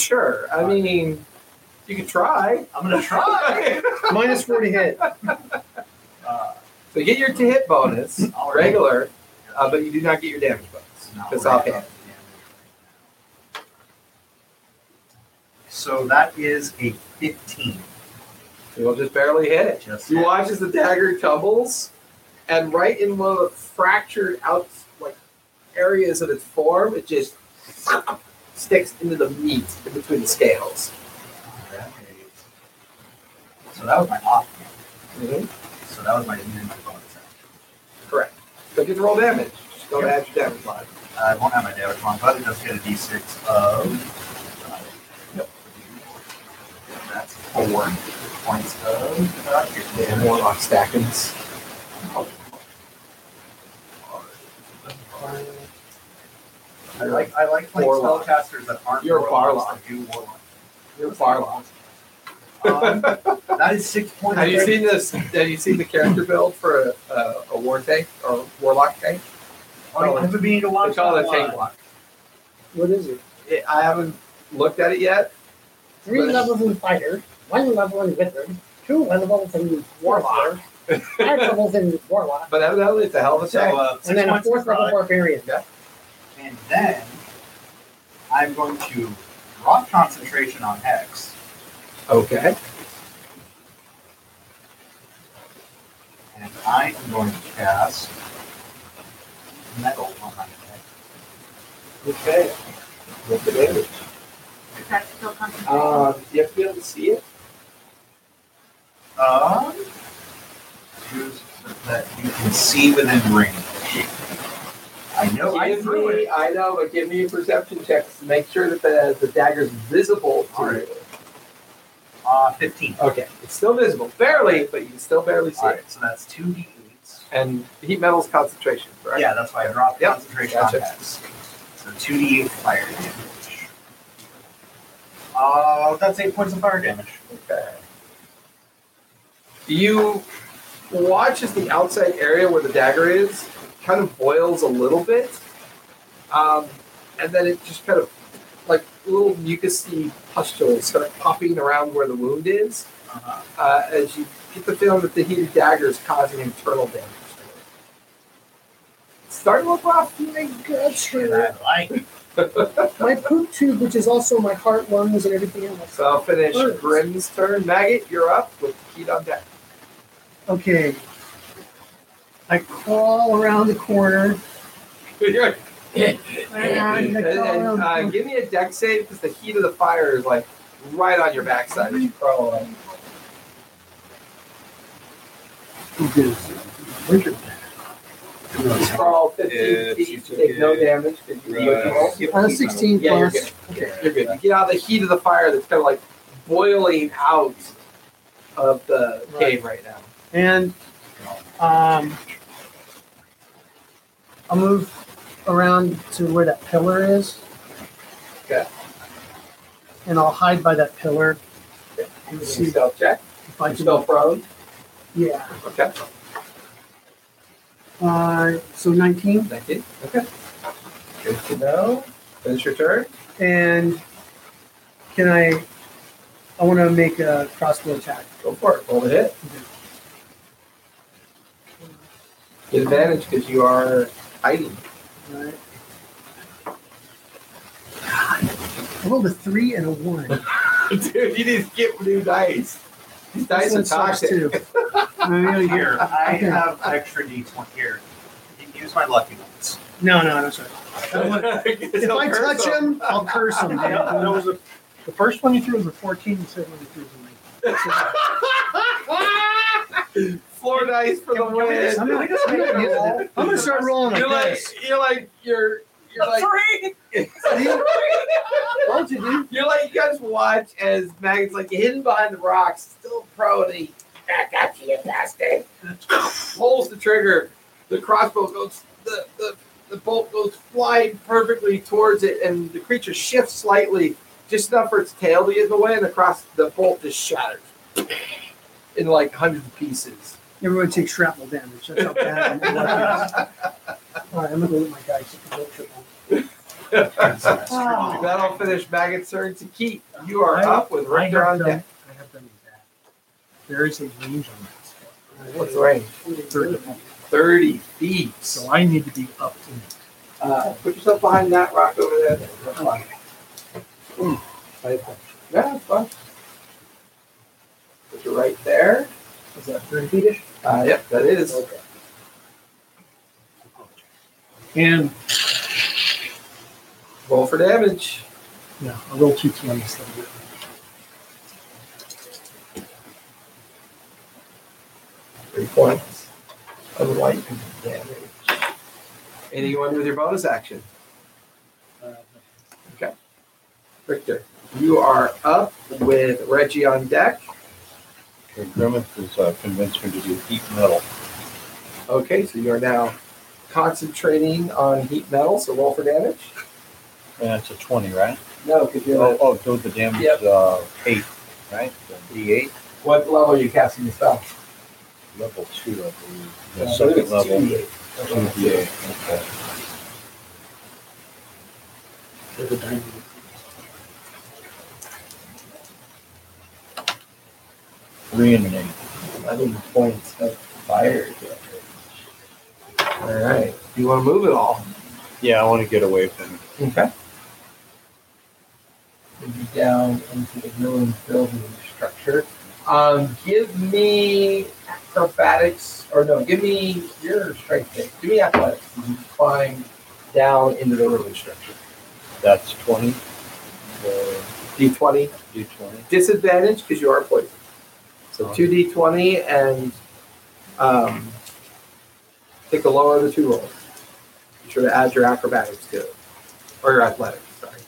Sure. I mean, you could try. <laughs> I'm gonna try. Minus 40 hit. Uh, So you get your to hit bonus, all right. regular, uh, but you do not get your damage bonus. Not Because worried offhand. about the damage right now. So that is a 15. You'll just barely hit it. Just You watch as the dagger tumbles, and right in one of the fractured out like areas of its form, it just <laughs> sticks into the meat in between the scales. Alright. So that was my offhand. Mhm. So that was my and then my bonus action. Correct. So get to roll damage. Just go to add your damage line. I won't have my damage on, but it does get a uh, d6 of. That's four points uh, of Yeah, damage. warlock stackings. I like I like playing Warlock. spellcasters that aren't You're a warlocks that do warlock. You're Farlock. Um, that is six points. Have you of seen this? Have you seen the character build for a, a, a war tank or warlock tank? Oh, I haven't been to They watch call it that a tank one. block. What is it? It, I haven't looked at it yet. Three But- levels in fighter, one level in wizard, two levels in warlock, five but levels in warlock, evidently, it's a hell of a So, tank. uh, and six then a points of fourth level pride, barbarian. and then I'm going to rock concentration on Hex, Okay. and I am going to cast metal on my head. Okay. What's the damage? Is that still concentration? Uh, Um, you have to be able to see it. Um, choose that you can see within range. I know I Give threw me- it. I know, but give me a perception check to make sure that the, the dagger's visible to Alright. you. Uh, 15. Okay. It's still visible. Barely, but you can still barely see All it. right, so that's two d8s. And heat metal's concentration, correct? Yeah, that's why I dropped Yep. concentration Gotcha. on hex. So two d8 fire damage. Uh, that's eight points of fire damage. Okay. You watch as the outside area where the dagger is kind of boils a little bit, um, and then it just kind of like little mucousy pustules kind of popping around where the wound is. Uh-huh. Uh, as you get the feeling that the heated dagger is causing internal damage. to it. It's starting to look rough. Oh My guts And hurt. I like it. My poop tube, which is also my heart, lungs, and everything else. So I'll finish Hurts. Grim's turn. Maggot, you're up with heat on deck. Okay. I crawl around the corner. You're like, And, And, I crawl around and, the uh, corner. give me a deck save because the heat of the fire is like right on your backside as you crawl along. Crawl 15 It's- feet, you take no took it. damage because you Right. Uh, 16 Yeah, you're plus. good. Okay, you're good. You get out of the heat of the fire that's kind of like boiling out of the Right. cave right now. And um, I'll move around to where that pillar is. Okay. And I'll hide by that pillar. And see Self check. if I You're can. still prone. Yeah. Okay, Uh, so 19. thank you. Okay, Good to know. finish your turn. And can I? I want to make a crossbow attack. Go for it. Roll the hit. Get advantage because you are hiding. Right. I rolled a three and a one. <laughs> Dude, you need to get new dice. These dice are This one sucks, toxic. too. I mean, Here, I Okay. have extra d20 here. You can use my lucky ones. no, no, no, sorry. <laughs> if if I touch <laughs> him, I'll curse <laughs> him. Yeah, that was a, the first one you threw was a 14, the second one you threw was a 19. Floor dice for the win. I'm gonna- I'm <laughs> gonna use it. I'm gonna start rolling You're like like, this. you're like, you're, you're like, What'd you do? you're like, you guys watch as Maggie's like hidden behind the rocks, still pro, and he, I got you, you bastard. Pulls the trigger. The crossbow goes, the, the, the bolt goes flying perfectly towards it, and the creature shifts slightly, just enough for its tail to get in the way, and the cross, the bolt just shatters in like hundreds of pieces. Everyone takes shrapnel damage. That's how bad. my luck is. All right, I'm gonna go with my dice. It can go triple. Oh. That'll finish Maggot Sir to keep. You are I- up with I Richter have on done, deck. I have done that. There is a range on this. What's the range? 30 feet. 30 feet. So I need to be up to Uh, put yourself behind that rock over there. That's fine. Hmm. Right there. Yeah, that's fine. Put you right there. Is that 30 feetish? Uh, yep, that is. And Roll for damage. yeah, I roll two 20s. that'll do it. Three points of lightning damage. Anyone with your bonus action? Uh, Richter, you are up with Reggie on deck. Grimmeth has uh, convinced me to do heat metal. Okay, so you're now concentrating on heat metal, so roll for damage. And it's a 20, right? No, because you're Oh, like, oh, so the damage is uh, 8, right? The D8, what level are you casting the spell? level 2, I I believe. The believe second it's level, 2d8. 2D8. Okay. Three and an eight. 11 points of fire damage. All right. You want to move it all? Yeah, I want to get away from it. Okay. down into the ruined building structure. Um, give me acrobatics, or no, give me your strength. Thing. Give me athletics. to Climb down into the ruined structure. That's 20. Uh, D twenty D20. disadvantage because you are poisoned. So two D twenty and um, take the lower of the two rolls. Be sure to add your acrobatics to it, or your athletics. Sorry.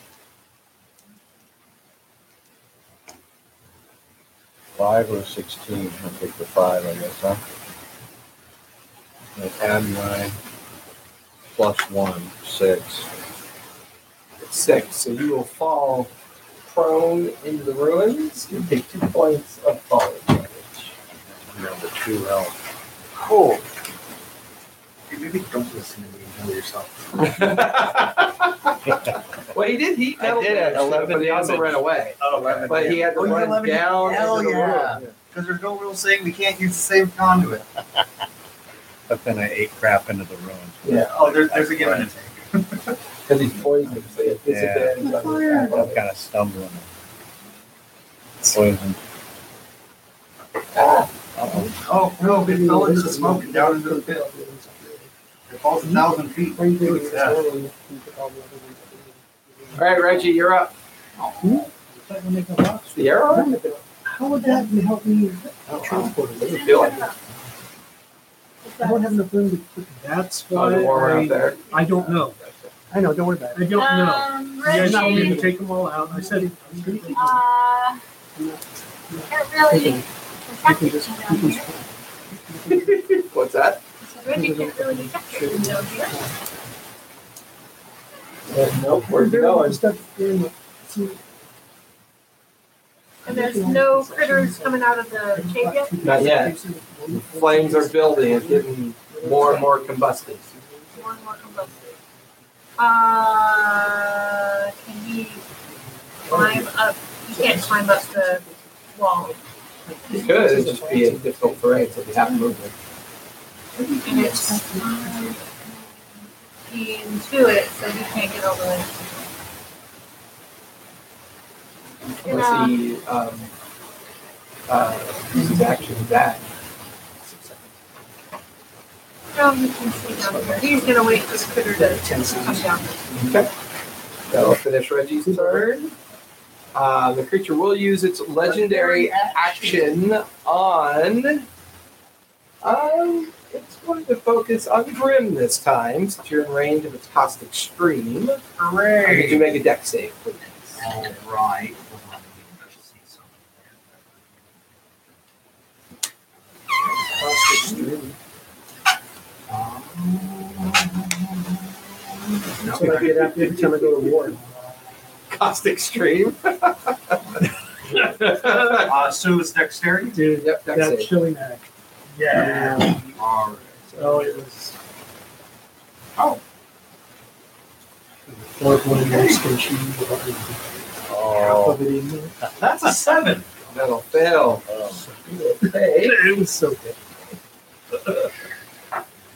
Five or sixteen, I'll take the five, I guess, huh? And add nine, plus one, six. six. So you will fall prone into the ruins. You take two points of falling damage. Number two health. Cool. Hey, maybe don't listen to me and know yourself. <laughs> well, he did heat I metal did damage, have 11 but he also damage. ran away. Oh, But he had to Oh, you run 11 down Hell into the yeah. ruins. Because there's no rule saying we can't use the same conduit. But then I ate crap into the ruins. Yeah. Oh, there, there's a give and a take. Because he's poisoned, so he has Yeah. disadvantage on his I'm athletics. kind of stumbling. Poison. Oh, no, it fell into the smoke and down into the pit. It falls a thousand feet. Look at that. All right, Reggie, you're up. It's the arrow? How would that help me? What you feeling? Um, I don't have enough room to put. That's Oh, why the warmer out I, there. I don't know. I know, don't worry about I don't know. Um, You guys told me to Reggie, take them all out. I said, I'm gonna take uh, them. can't really protect you down here. What's that? So Reggie can't really protect you down here. Nope, where's it going? And there's no critters coming out of the cave yet? Not yet. The Flames are building. It's getting more and more combusted. More and more combusted. Uh, can he climb up? He can't climb up the wall. It could it'd just be a difficult terrain, so we have movement. And it's into it, so he can't get over it. Unless he um, uh, uses action back. No, he can stay down here. He's gonna wait for the critter to come down. That'll finish Reggie's turn. Uh, the creature will use its legendary action on. Um, it's going to focus on Grim this time, since you're in range of its hostage stream. Uh, Did you make a deck save, please? All right. That's what I get after every time I go to war. Caustic stream. yep, Uh, so it's dexterity? Dude, deck that save. chili mac. Yeah. All right. Oh, it was. Oh, That's a seven. That'll fail. Okay. It was so good.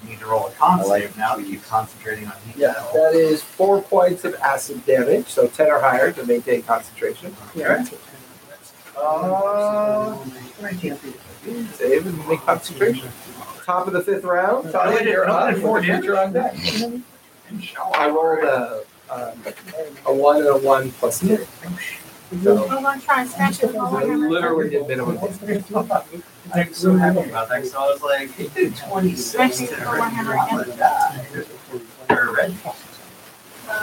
You need to roll a con I like- save now to keep concentrating on heat. Yeah, that is four points of acid damage, so 10 or higher to maintain concentration. Uh, Save and make concentration. Top of the fifth round. I Talia, only did- you're I only up did with four the creature on deck. I I rolled a, um, a one and a one plus two. So I'm gonna try and smash it. while I we're- literally did minimum. damage. I'm so happy about that because I was like, it did 26 <laughs> to Smash it while we're regular one die. Or red. Uh,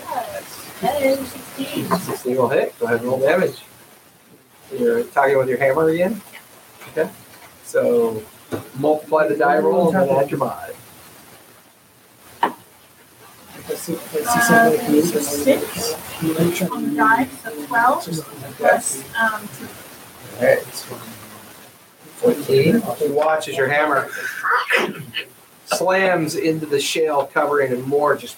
yes. That is sixteen. Sixteen will hit. Go ahead and roll damage. You're attacking with your hammer again. Okay. So multiply the die roll and then add your mod. Uh, six on the die, so twelve plus um two. Alright. Fourteen. You watch as your hammer slams into the shale covering and more, just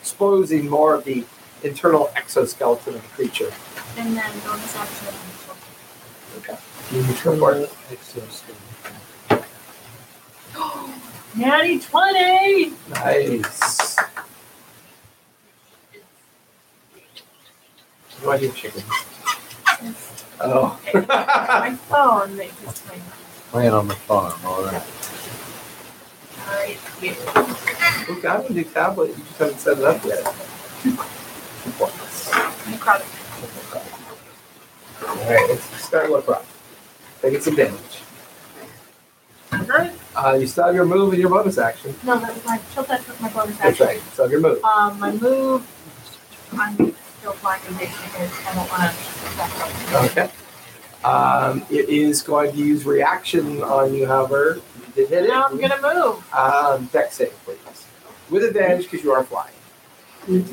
exposing more of the internal exoskeleton of the creature. And then bonus action. Go for it. <laughs> Natty twenty. Nice. Why do you have chickens? Oh. My phone that just went, Playing on the farm, all right. all right, here. Look, I have a new tablet. You just haven't set it up yet. You caught it. All right, let's start with rock. Taking some damage. Okay. Uh, you still have your move and your bonus action. No, that was my, chill touch was my bonus That's action. right. So your move. Um, my move, I'm still blind and basic because I don't want to back up. Okay. Um, it is going to use reaction on you, however. You did hit Now I'm it. gonna move. Um, deck save, please. With advantage because you are flying. It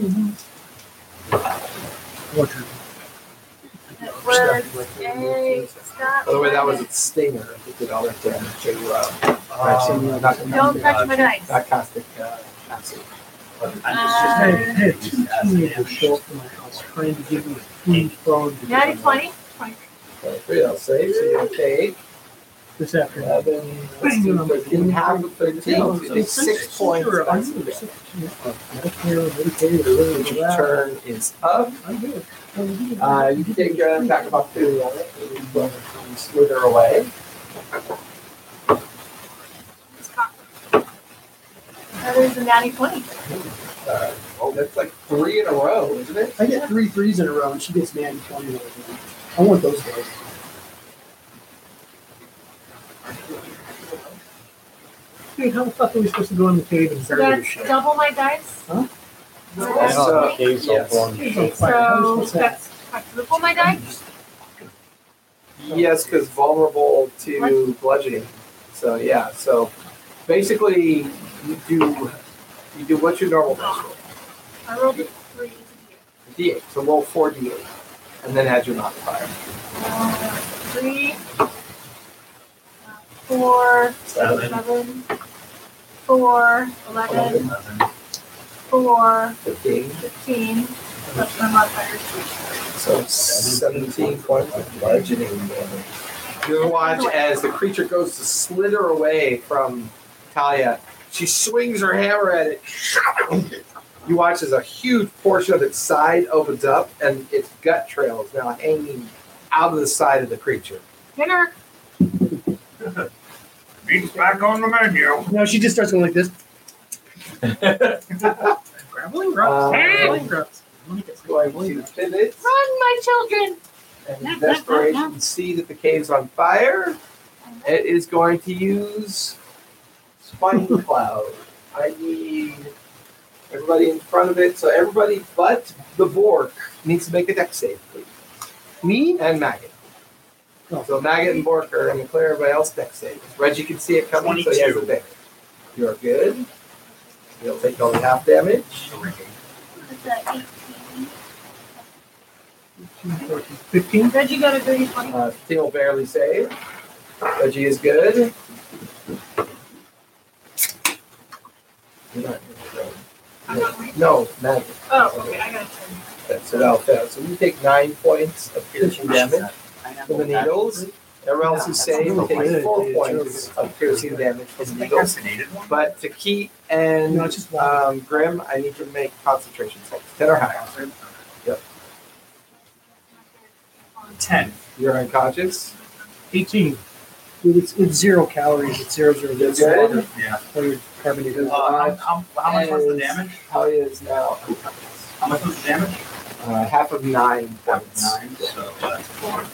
was a stop. By the way, that was its stinger. It did all that damage to uh, um, not, Don't touch my dice. not caustic uh, acid. Uh, Hey, two teenagers show up to my house trying to give me a free phone. to Natty get on 20, 20. Three, I'll save. So you're okay. Uh, This afternoon. 11, 13, half of 13. It'd be Six points. of Sure, I'm acid damage. I don't care what it is, really, Your relax. turn is up. I'm good. Uh, you can take your attack of opportunity on it. and Slither uh, away. It's cocked. That is a natty 20. Uh, oh, that's like three in a row, isn't it? I get three threes in a row, and she gets mad and twenty in a row. I want those guys. Hey, how the fuck are we supposed to go in the cave and So bury this that's shit? double my dice. Huh? Roll So- twenty. Caves all yes. belong to Okay, so that's quadruple my dice. Yes, because vulnerable to bludgeoning. So yeah, so basically you do you do what's your normal dice roll? I rolled a three. D eight. So roll four D eight. And then add your modifier. Uh, three, uh, four, Seven. seven, four, eleven, four, Fifteen. fifteen. That's my modifier. So seventeen points of bludgeoning damage. You watch as the creature goes to slither away from Talia. She swings her hammer at it. You watch as a huge portion of its side opens up and its gut trail is now hanging out of the side of the creature. Dinner. Meat's back on the menu. No, she just starts going like this. Grappling rocks. Um, Grappling rocks. Let me get It's some going grappling to rocks. pivot Run, my children. and in desperation see that the cave's on fire. It is going to use Spine Cloud. I need everybody in front of it. So everybody but the Bork needs to make a deck save, please. Me? And Maggot. So Maggot and Bork are going to clear everybody else deck save. Reggie can see it coming, so he has a deck. You're good. You'll take only half damage. What's that, 18? 14, 15. Reggie got a dirty 20. Uh, he'll barely save. Reggie is good. I'm not right. No, magic. Oh, okay, I got a 10. That's it. I'll fail. So you take nine points of piercing damage from the needles. Everyone else who's saved takes four points of piercing damage from the needles. But to keep and No, it's just one. um, Grim, I need to make concentration checks. Ten or higher. Ten. You're unconscious. 18. Dude, it's, it's zero calories. It's zero zero. You're It's good. Yeah. Water, carbonated. Uh, how, how, how much was the And- damage? Talia is now unconscious. How much was the damage? Uh, half of nine points. Nine, so that's four.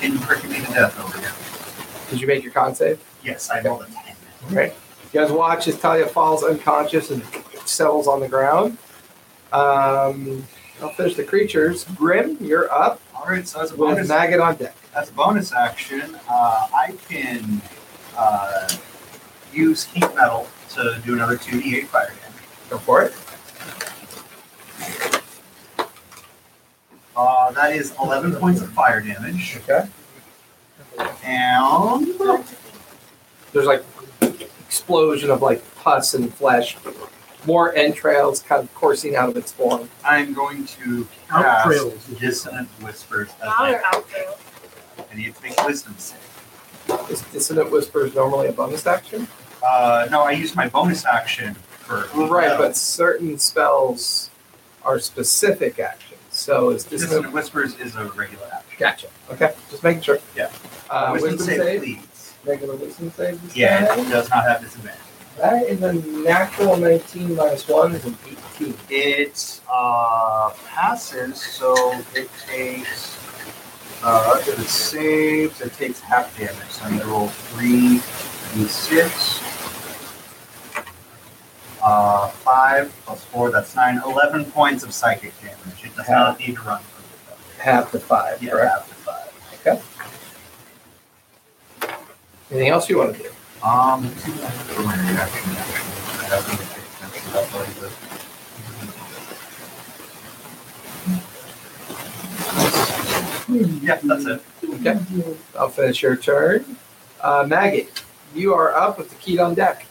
Didn't prick me to death over here. Did you make your con save? Yes, I rolled a ten. Right. You guys watch as Talia falls unconscious and settles on the ground. Um, I'll finish the creatures. Grim, you're up All right, so that's a with bonus. Maggot on deck. As a bonus action, uh, I can uh, use heat metal to do another two d8 fire damage. Go for it. Uh, that is 11 points of fire damage. Okay. And There's like explosion of like pus and flesh, more entrails kind of coursing out of its form. I'm going to Out cast trails. Dissonant Whispers. As Now my, they're out there. I need to make wisdom save. Is dissonant whispers normally a bonus action? Uh, no, I used my bonus action for. Right, but certain spells are specific actions. So it's this. Just whispers is a regular action. Gotcha. Okay, just making sure. Yeah. Uh, wisdom wisdom save, save. please. Regular wisdom save this Yeah, it time. does not have disadvantage. That is a natural 19 minus 1 is an 18. It uh, passes, so it takes. Uh, if it saves, it takes half damage. So I'm gonna roll three d6. Uh, five plus four, that's nine. Eleven points of psychic damage. It does not need to run. for it, Half to though. five. Yeah, Correct. half to five. Anything else you want to do? Um, for my reaction, actually, I don't think it takes much of that, like, the- Yeah, that's it. Okay. I'll finish your turn. Uh, Maggot, you are up with the key on deck.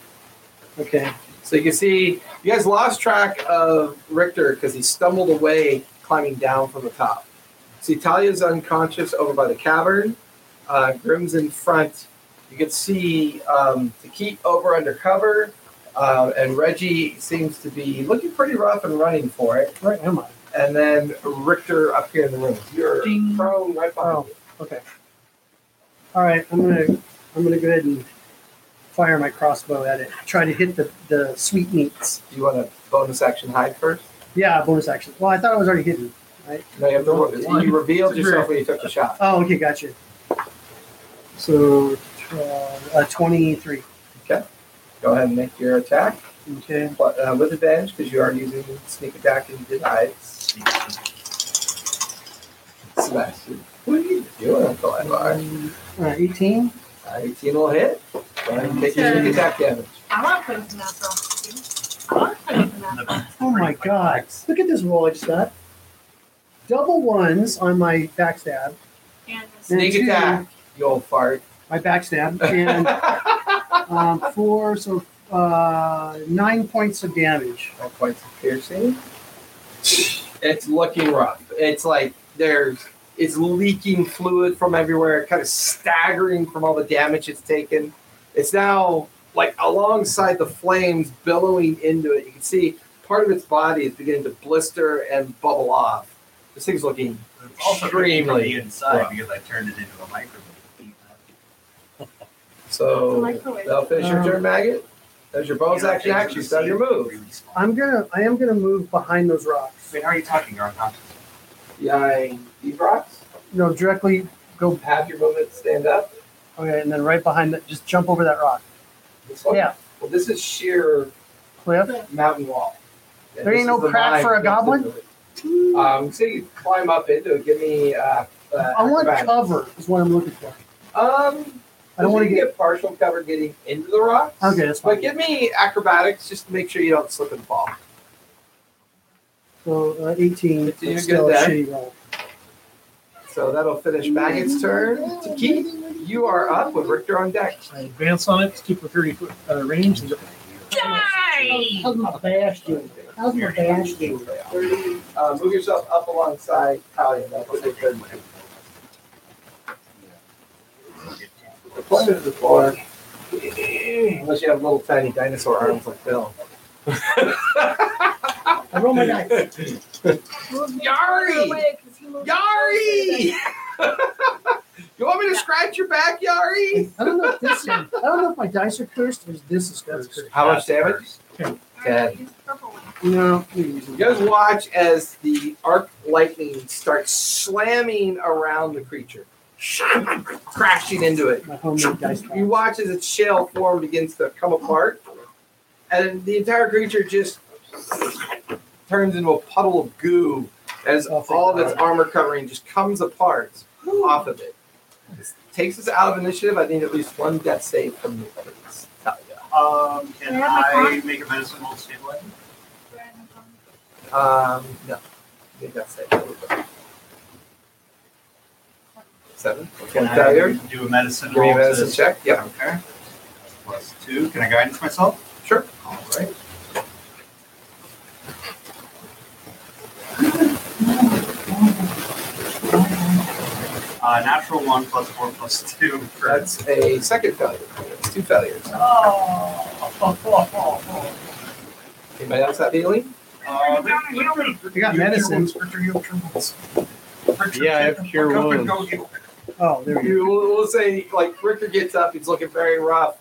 Okay. So you can see you guys lost track of Richter because he stumbled away climbing down from the top. See, Talia's unconscious over by the cavern. Uh, Grim's in front. You can see um, the key over under cover, uh, and Reggie seems to be looking pretty rough and running for it. Where am I? And then Richter up here in the room. You're Ding. prone right behind Oh, okay. All right, I'm gonna I'm gonna go ahead and fire my crossbow at it. Try to hit the the sweetmeats. you. You want to bonus action hide first? Yeah, bonus action. Well, I thought I was already hidden. No, you have to roll. You revealed yourself when you took the shot. Oh, okay, gotcha. So uh, uh, 23. Go ahead and make your attack Okay. but, uh, with advantage because you are using sneak attack and you did hide. Sebastian, what are you doing, Uncle Edward? All right, 18. Uh, 18 will hit. Go ahead and take your sneak attack damage. I want to put it in that box. I want to put it in that box. Oh my god! Look at this roll I just got. Double ones on my backstab. And this- And Sneak two- attack, you old fart. My backstab and um, four, so uh, nine points of damage. All points of piercing. It's looking rough. It's like there's it's leaking fluid from everywhere, kind of staggering from all the damage it's taken. It's now like alongside the flames billowing into it. You can see part of its body is beginning to blister and bubble off. This thing's looking Also, from Extremely the inside rough. because I turned it into a microwave. The so. microwave. That'll finish your Um, turn, maggot. There's your bonus You know, action. things Action. in the You've done your sea are move. really small. I'm gonna I am gonna move behind those rocks. Wait, how are you talking? You're unconscious. Yeah, these rocks. No, directly go. Have your movement stand up. Okay, and then right behind that, just jump over that rock. This one. Yeah. Well, this is sheer Cliff. mountain wall. And There ain't this no is the crack mine for a built goblin? into it. Um, so you climb up into it. Give me. Uh, uh, I want acrobatics. cover is what I'm looking for. Um, I don't want to you get. get partial cover getting into the rocks. Okay, that's But fine. give me acrobatics just to make sure you don't slip and fall. So uh, Did you 18. but get still a that? shitty roll. So that'll finish Maggot's turn. To keep, you are up with Richter on deck. I advance on it to keep a 30 foot uh, range. And Die! How's my bash doing? How's my bash doing? Uh, move yourself up alongside Talia. That was your turn. The point of the floor, unless you have little tiny dinosaur arms like Bill. I roll my dice. Yari! Away, 'cause he moved- Yari! <laughs> you want me to scratch your back, Yari? I don't know if this. I don't know if my dice are cursed or if this is cursed. How much damage? Alright, use the purple one. No. You guys watch as the arc lightning starts slamming around the creature, <laughs> crashing into it. My homemade dice. You roll. watch as its shell form begins to come apart, and the entire creature just turns into a puddle of goo as Oh, thank all of its God. armor covering just comes apart off of it. This takes us out of initiative. I need at least one death save from you, please. Um, Can can I have my I make a medicine roll to stabilize? it? Um, no, I think that's it. Seven. Can Can I tell I you? do a medicine Give me roll? a medicine to- check. Yep. Okay. Plus two. Can I guidance myself? Sure. All right. Uh, natural one plus four plus two. for- That's a second failure. It's two failures. Oh. Anybody else have healing? Uh, they- I got medicine. Yeah, I have cure wounds. Oh, there you You will we'll say like Ricker gets up, he's looking very rough,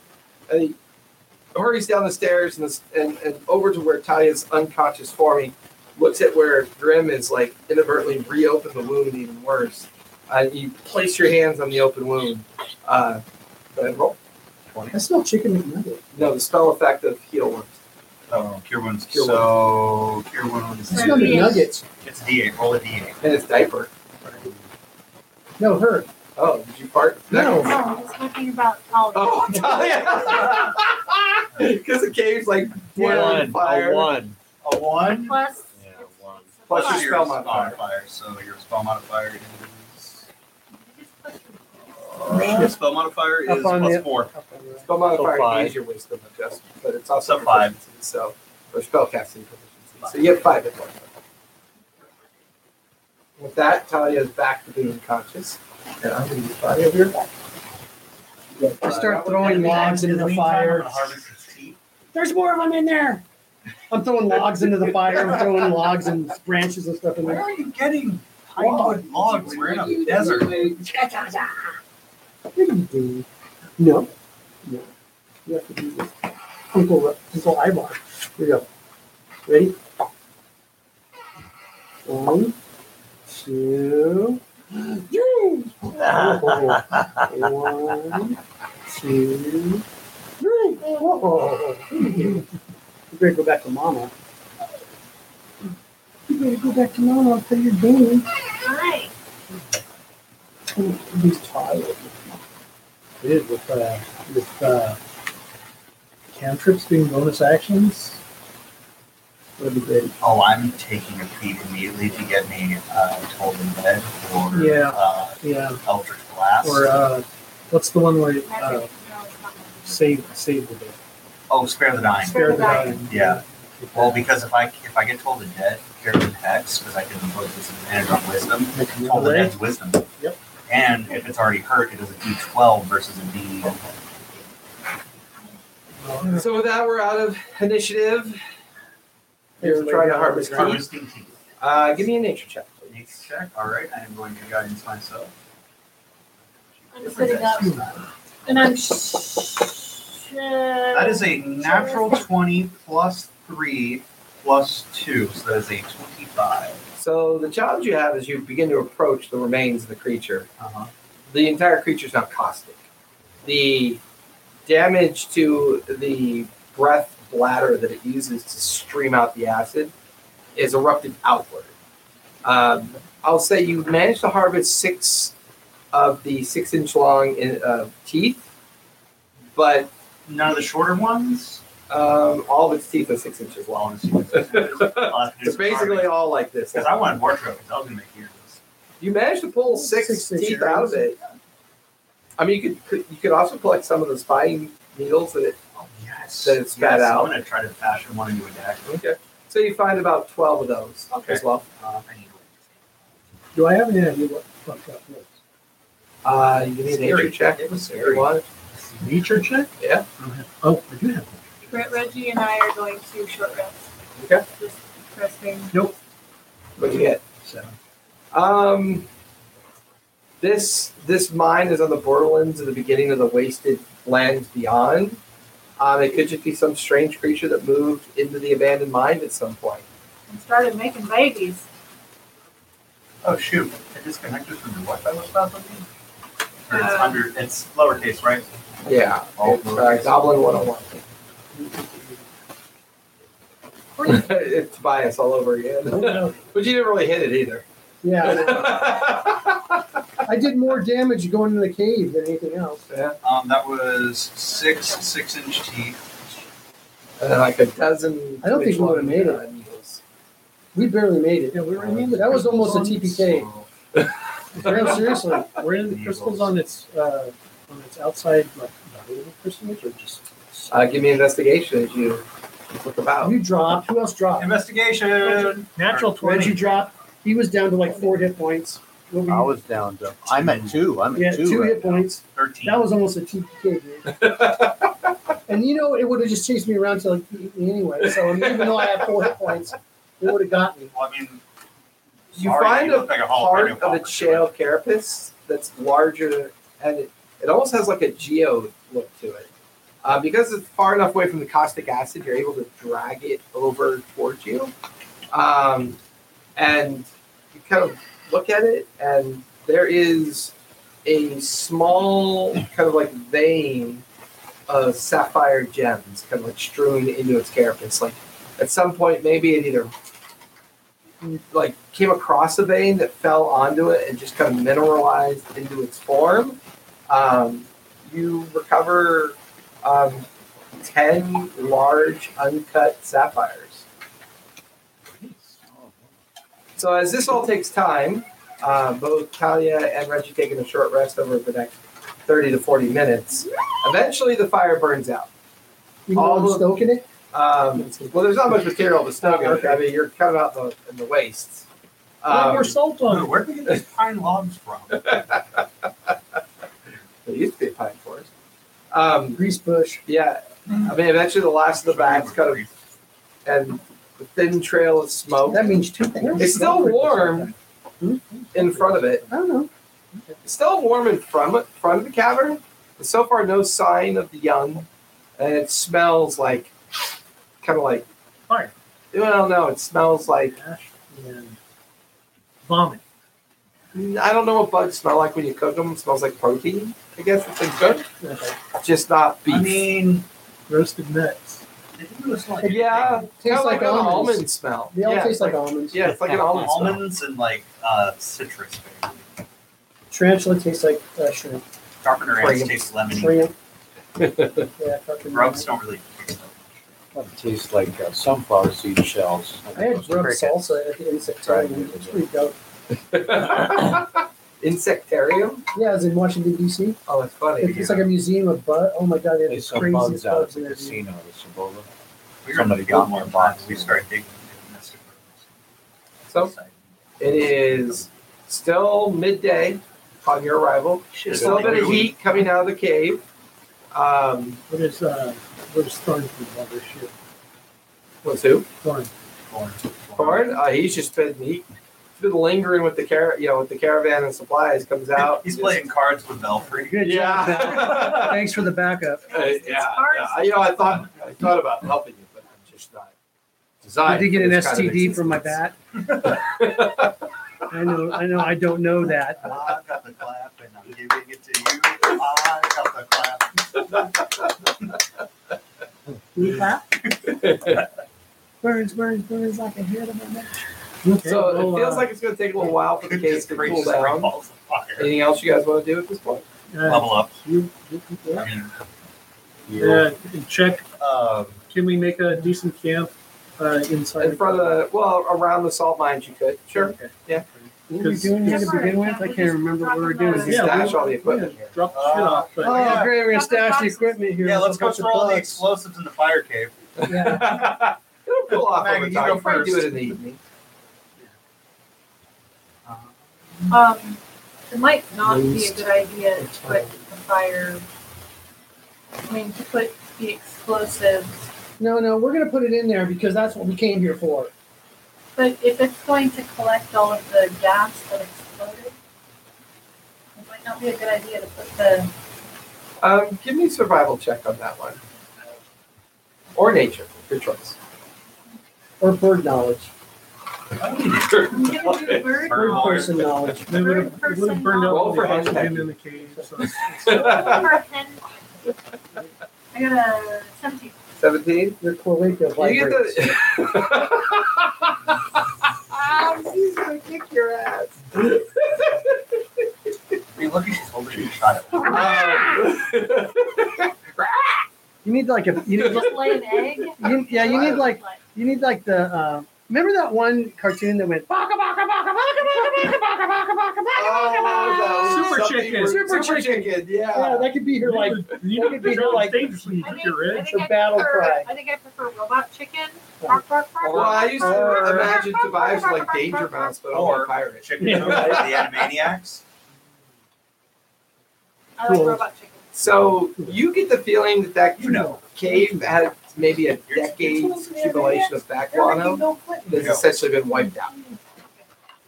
and he hurries down the stairs and, this, and and over to where Talia's unconscious forming. Looks at where Grim is like inadvertently reopened the wound even worse. Uh, you place your hands on the open wound. Uh, go ahead and roll. go. I smell chicken McNugget. No, the spell effect of heal wounds. Oh, cure wounds. Cure so cure wounds. I smell Yeah. McNuggets. It's a D8. Roll a D8. And it's diaper. No, her. Oh, did you fart? No. No, I was talking about all Oh, <laughs> Talia! <laughs> Because the cave's like boiling One, fire. a one. A one plus. Yeah, one. Plus your Plus. spell Plus modifier. So your spell modifier is. uh, Yeah. Your spell modifier Up is on plus the- four. Spell modifier So five. is your wisdom adjustment, but it's also So five. proficiency, so or spell casting proficiency. So you get five at one. With that, Talia is back to being conscious. And I'm going to use body over your back. I start throwing logs into the fire. There's more of them in there. I'm throwing logs into the fire. I'm throwing logs and branches and stuff in Where there. are you getting pine logs? We're in a desert. What do you do? No. No. You have to do this. Uncle, Ru- Uncle Ivar. Here we go. Ready? One, two, three. Oh, One, two, three. Oh, you better go back to mama. You better go back to mama and play your game. Hi. Oh, He's tired. It is with uh, with uh, cantrips being bonus actions. That'd be great. Oh, I'm taking a feat immediately to get me uh, Golden Bed or Yeah. uh, Yeah. Eldritch Blast. Or uh, what's the one where uh, Magic. No, it's not magic. save save the day? oh, Spare the Dying. Spare the Dying. dying. Yeah. Well, because if I if I get told the dead, Carolyn Hex, because I can impose disadvantage on wisdom, told the dead's wisdom. Yep. And if it's already hurt, it is a D12 versus a D. So with that, we're out of initiative. You're trying to harvest teeth. Harvesting teeth. Uh, give me a nature check. Next check. All right, I am going to guidance myself. I'm sitting up. And I'm. Sh- That is a natural 20 plus 3 plus 2, so that is a 25. So the challenge you have as you begin to approach the remains of the creature Uh-huh. the entire creature is not caustic. The damage to the breath bladder that it uses to stream out the acid is erupted outward. Um, I'll say you managed to harvest six of the six inch long in, uh, teeth, but None of the shorter ones? um, all of its teeth are six inches Well, I long. want to see what this is. It's basically all like this. Because I wanted more because I was going to make yours. You managed to pull six, Six teeth fingers. out of it. I mean, you could, could you could also collect some of the spine needles that it Oh, yes. Then it's yes, spat out. I'm going to try to fashion one into a dagger. Okay. So you find about 12 of those Okay. as well. Uh, I need one. Do I have any idea what fucked up was? Uh, you need a nature Scary. check. It was If you scary. want. Nature check? Yeah. I don't have- Oh, I do have one. Re- Reggie and I are going to short rests. Okay. Just resting. What'd you get? Seven. Um, this this mine is on the borderlands of the beginning of the wasted lands beyond. Um, it could just be some strange creature that moved into the abandoned mine at some point. and started making babies. Oh, shoot. I disconnected from the Wi Fi was about something? Or it's, Uh, under, it's lowercase, right? Yeah. Oh, It's, uh, Goblin 101. <laughs> it's bias all <laughs> over again. Uh, but you didn't really hit it <laughs> either. Yeah, yeah. I did more damage going into the cave than anything else. Um, that was six six inch teeth. And then like a dozen. I don't think we would've made it. We barely made it. Yeah, we were in the That was almost a TPK. So- <laughs> No, seriously. We're in the crystals on its uh, on its outside like valuable personage or just Uh, give me investigation as you look about. You dropped. Who else dropped? Investigation. natural Reggie twenty. dropped. He was down to like four hit points. What were I you- was down to. I'm at two. I'm at yeah, two. two right hit now. points. Thirteen. That was almost a TPK. <laughs> Dude. and you know, it would have just chased me around to like eat me anyway. So even though I have four hit points, What would have gotten me? Well, I mean, You sorry, find you a look like a part jalapeno of a popper. shale carapace that's larger, and it, it almost has like a geode look to it. Uh, because it's far enough away from the caustic acid, you're able to drag it over towards you. Um, and you kind of look at it, and there is a small kind of like vein of sapphire gems kind of like strewn into its carapace. Like at some point, maybe it either like came across a vein that fell onto it and just kind of mineralized into its form. Um, you recover um, 10 large uncut sapphires. So, as this all takes time, uh, both Talia and Reggie taking a short rest over the next 30 to 40 minutes, eventually the fire burns out. You know, All I'm of- stoking it. Um, well, there's not much material to snuggle. I mean, you're kind of out in the, in the wastes. Put Um, more salt Dude, on it. where'd we get these pine logs from? It used to be a pine forest. Um, Grease bush. yeah, I mean, eventually the last of the bats kind of and the thin trail of smoke. That means two things. It's still warm in front of it. I don't know. It's still warm in front front of the cavern. But so far, no sign of the young, and it smells like kind of like Fire. Well, no, it smells like And vomit. I don't know what bugs smell like when you cook them. It smells like protein. I guess it's been cooked, just not beef. I mean, Roasted nuts. it looks like yeah, kind Tastes of like, like an almonds. almond smell. They all yeah, taste like almonds. yeah, it's like an almond smell. almonds and like uh, citrus. Maybe. Tarantula tastes like uh, shrimp. Carpenter ants Friggin' taste lemony. <laughs> Shrimp. yeah, fucking. Grubs don't really taste It tastes like uh, sunflower seed shells. I had grub salsa at the insectarium. It's pretty dope. <laughs> Insectarium? Yeah, I was in Washington D.C. Oh, that's funny. It's like a museum of bugs. Oh my god, they have They the sell bugs craziest out at bugs in the there. casino, the Cibola. We Somebody got more box. boxes. We started digging. and messed with So it is still midday on your arrival. Shit, There's still a bit of really? heat coming out of the cave. Um, What is uh what is Thorn from all this shit? what's who? Thorn. Corn. Corn. Uh, he's just been he, has been lingering with the car, you know, with the caravan and supplies. Comes <laughs> out. He's just- <laughs> playing cards <laughs> with Belfry. Good job. Val. Yeah. Thanks for the backup. Uh, yeah, hard. yeah. You know, I thought I thought about helping you, but I'm just not I designed. did get for an this kind of STD from my existence. bat. I know, I know, I don't know that. I've got the clap and I'm giving it to you. I've got the <laughs> clap. <laughs> Burns, burns, burns like a head of a match. So well, it feels uh, like it's going to take a little while <laughs> for the case Just to cool creates three down. balls of fire. Anything else you guys want to do at this point? Uh, Level up. you, you, you- yeah. I mean, yeah. Uh, and Check. um, Can we make a decent camp uh, inside In front of the, well, around the salt mines, you could. Sure. Okay. What were we doing here to begin with? I can't remember what we were doing. You Yeah, stash we- all the equipment here. Drop the shit off. But Oh, great, we're gonna stash the Yeah. equipment here. yeah, let's go Bunch of through all the bugs. explosives in the fire cave. Yeah. <laughs> It'll cool off Maggie, over you time. go You probably do first. it in the evening. Uh, Um, it might not be a good idea to put the fire. I mean, to put the explosives. No, no, we're gonna put it in there because that's what we came here for. But if it's going to collect all of the gas that exploded, it might not be a good idea to put the. Um, give me a survival check on that one. Or nature, your choice. Or bird knowledge. I'm gonna do bird. Bird Bird water. person knowledge. They would have burned out Roll all the for hand oxygen packing. in the cave. So I got a seventeen. 17? Your cloaca You get vibrates. the. <laughs> He's going to kick your <laughs> ass. I mean, look at she's holding a child. Oh. Um, You need like a, you need, Just lay an egg. <laughs> you, yeah, you need like, you need like the, uh, remember that one cartoon that went, "Baka, baka, baka, baka, baka, baka, baka, baka, oh, no. Super Something chicken. were- Super Super chicken. chicken, Yeah, yeah. that could be her like you that know, could be it's all like- dangerous when you I drink your think, I egg. think The I battle prefer, cry. I think I prefer robot chicken. Bark, bark, bark, Well, I bark, used bark, to Or- imagine bark, bark, Tobias bark, like bark, Danger bark, bark. Mouse, but only a Or- pirate. Chicken Yeah. noodle, the Animaniacs. I like robot chicken. So you get the feeling that that You know. cave had maybe a decade accumulation of backwater that's essentially been wiped out.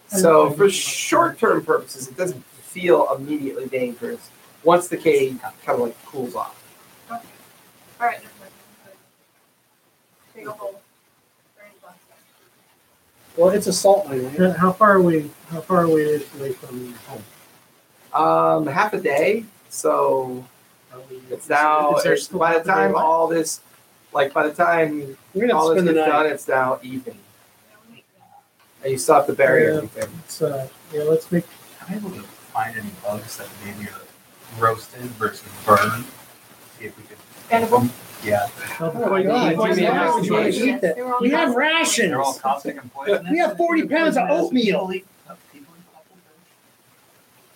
So for short-term purposes, it doesn't feel immediately dangerous once the cave kind of like cools off. All right. never mind. Big ol' hole. Very well. Well, it's a salt mine, right? How far away? How far away is the lake from your home? Um, half a day. So it's now. Is there it's- still by the half a day time left? all this, like by the time We're gonna have all to this spend the gets night. done, it's now evening, Yeah, we need that. and you still have to bury Yeah. everything. It's, uh, yeah, let's make. I'm able to find any bugs that maybe are roasted versus burned. See if we can. Edible? Yeah, my God. Why would you eat Yes, that? they're all We have toxic. rations. they're all caustic and poisonous. We have 40 pounds of oatmeal. People eat- oh, people eat apple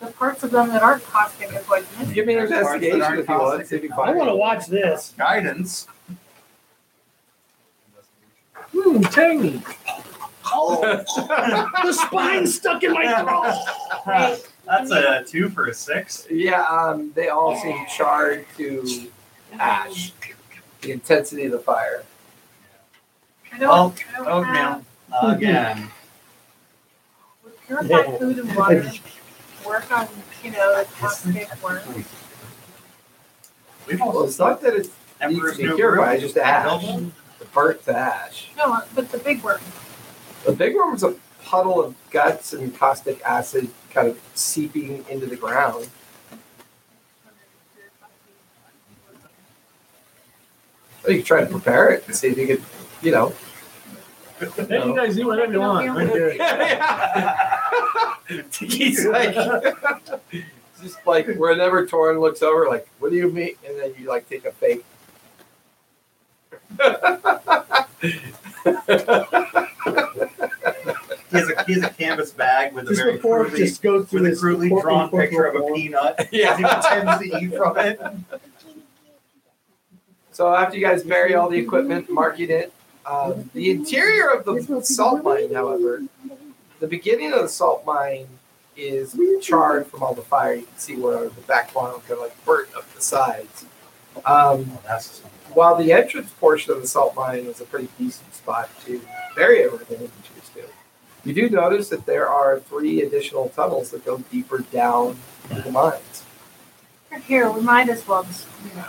burns. The parts of them that aren't caustic are poisonous. Give me an There's parts that investigation aren't if you want. caustic. See if you can I find want it. to watch this. Guidance. Hmm, <laughs> tangy. Oh, <laughs> the spine stuck in <laughs> my <laughs> throat. That's a two for a six. Yeah, um, they all seem charred to ash. The intensity of the fire. I don't, Oh, I don't Oatmeal have Uh, Hmm. again. would purified food and water. Work on, you know, the toxic worms. We've Well, also it's not that it's needs Emperor's to be New purified, Groove. it's just ash. Available? The burnt to ash. No, uh, but the big worm. The big one was a puddle of guts and caustic acid kind of seeping into the ground. Well, You could try to prepare it and see if you could, you know. <laughs> Hey, you guys do whatever you want. I'm good. He's like, <laughs> just like whenever Torin looks over, like, what do you mean? And then you like take a fake. He has a, he has a canvas bag with a Just very before, crudely, just go through with a this. crudely corporate- drawn corporate picture of a wall. peanut. <laughs> As he Yeah. pretends to eat from it. So after you guys bury all the equipment, marking it, um, the interior of the salt mine, however, the beginning of the salt mine is charred from all the fire. You can see where the back funnel kind of like burnt up the sides. Um, Well, Oh, that's while the entrance portion of the salt mine is a pretty decent spot to bury everything if you choose to. You do notice that there are three additional tunnels that go deeper down into the mines. Here, we might as well, just, you know.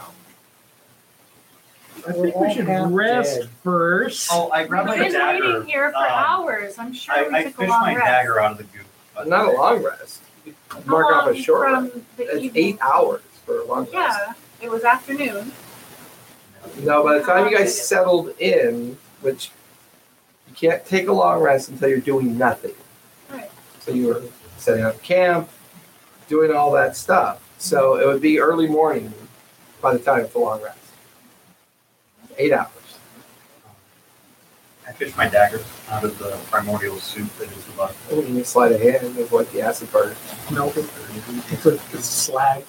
I think we should rest first. Oh, I grabbed my We've been dagger. waiting here for Um, hours. I'm sure I, we I took fished a long my rest. dagger out of the goop. by the Not a way. long rest. You could Mark How off a long short from rest. the It's evening? eight hours for a long rest. Yeah, it was afternoon. No, by the time you guys settled in, which you can't take a long rest until you're doing nothing. Right. So you were setting up camp, doing all that stuff. So it would be early morning by the time it's a long rest. Eight hours. I fished my dagger out of the primordial soup that is the buck. <laughs> And you can slide a hand and avoid the acid burn. Melt it. It's a, it's a slag.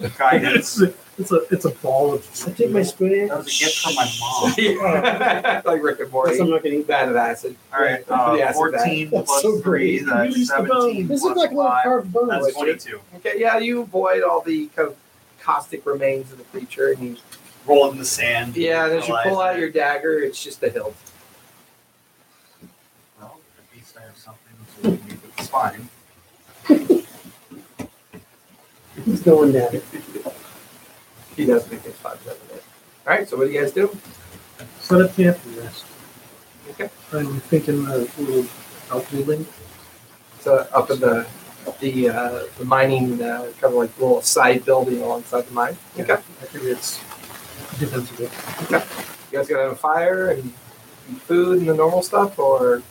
It's <laughs> Guidance. a, it's a, it's a ball of. I take my spoon in. That was a gift from my <laughs> mom. like Rick and Morty. Guess I'm not gonna eat. Bad at acid. All right, The uh, acid fourteen That's plus so three, great. You that's used the bone. seventeen. This plus is like little five, carved bones. That's twenty-two. Okay, yeah, you avoid all the kind of caustic remains of the creature and you Roll in the sand. Yeah, and as you pull out realize your dagger, it's just a hilt. that, Well, at least I have something to leave with the spine. He's going down. He does make his five seven eight. All right, so what do you guys do? Set up camp and rest. Okay. I'm thinking a little outbuilding. So up in the the uh, the mining uh, kind of like little side building alongside the mine. Okay, I think it's defensible. you guys gonna have a fire and food and the normal stuff, or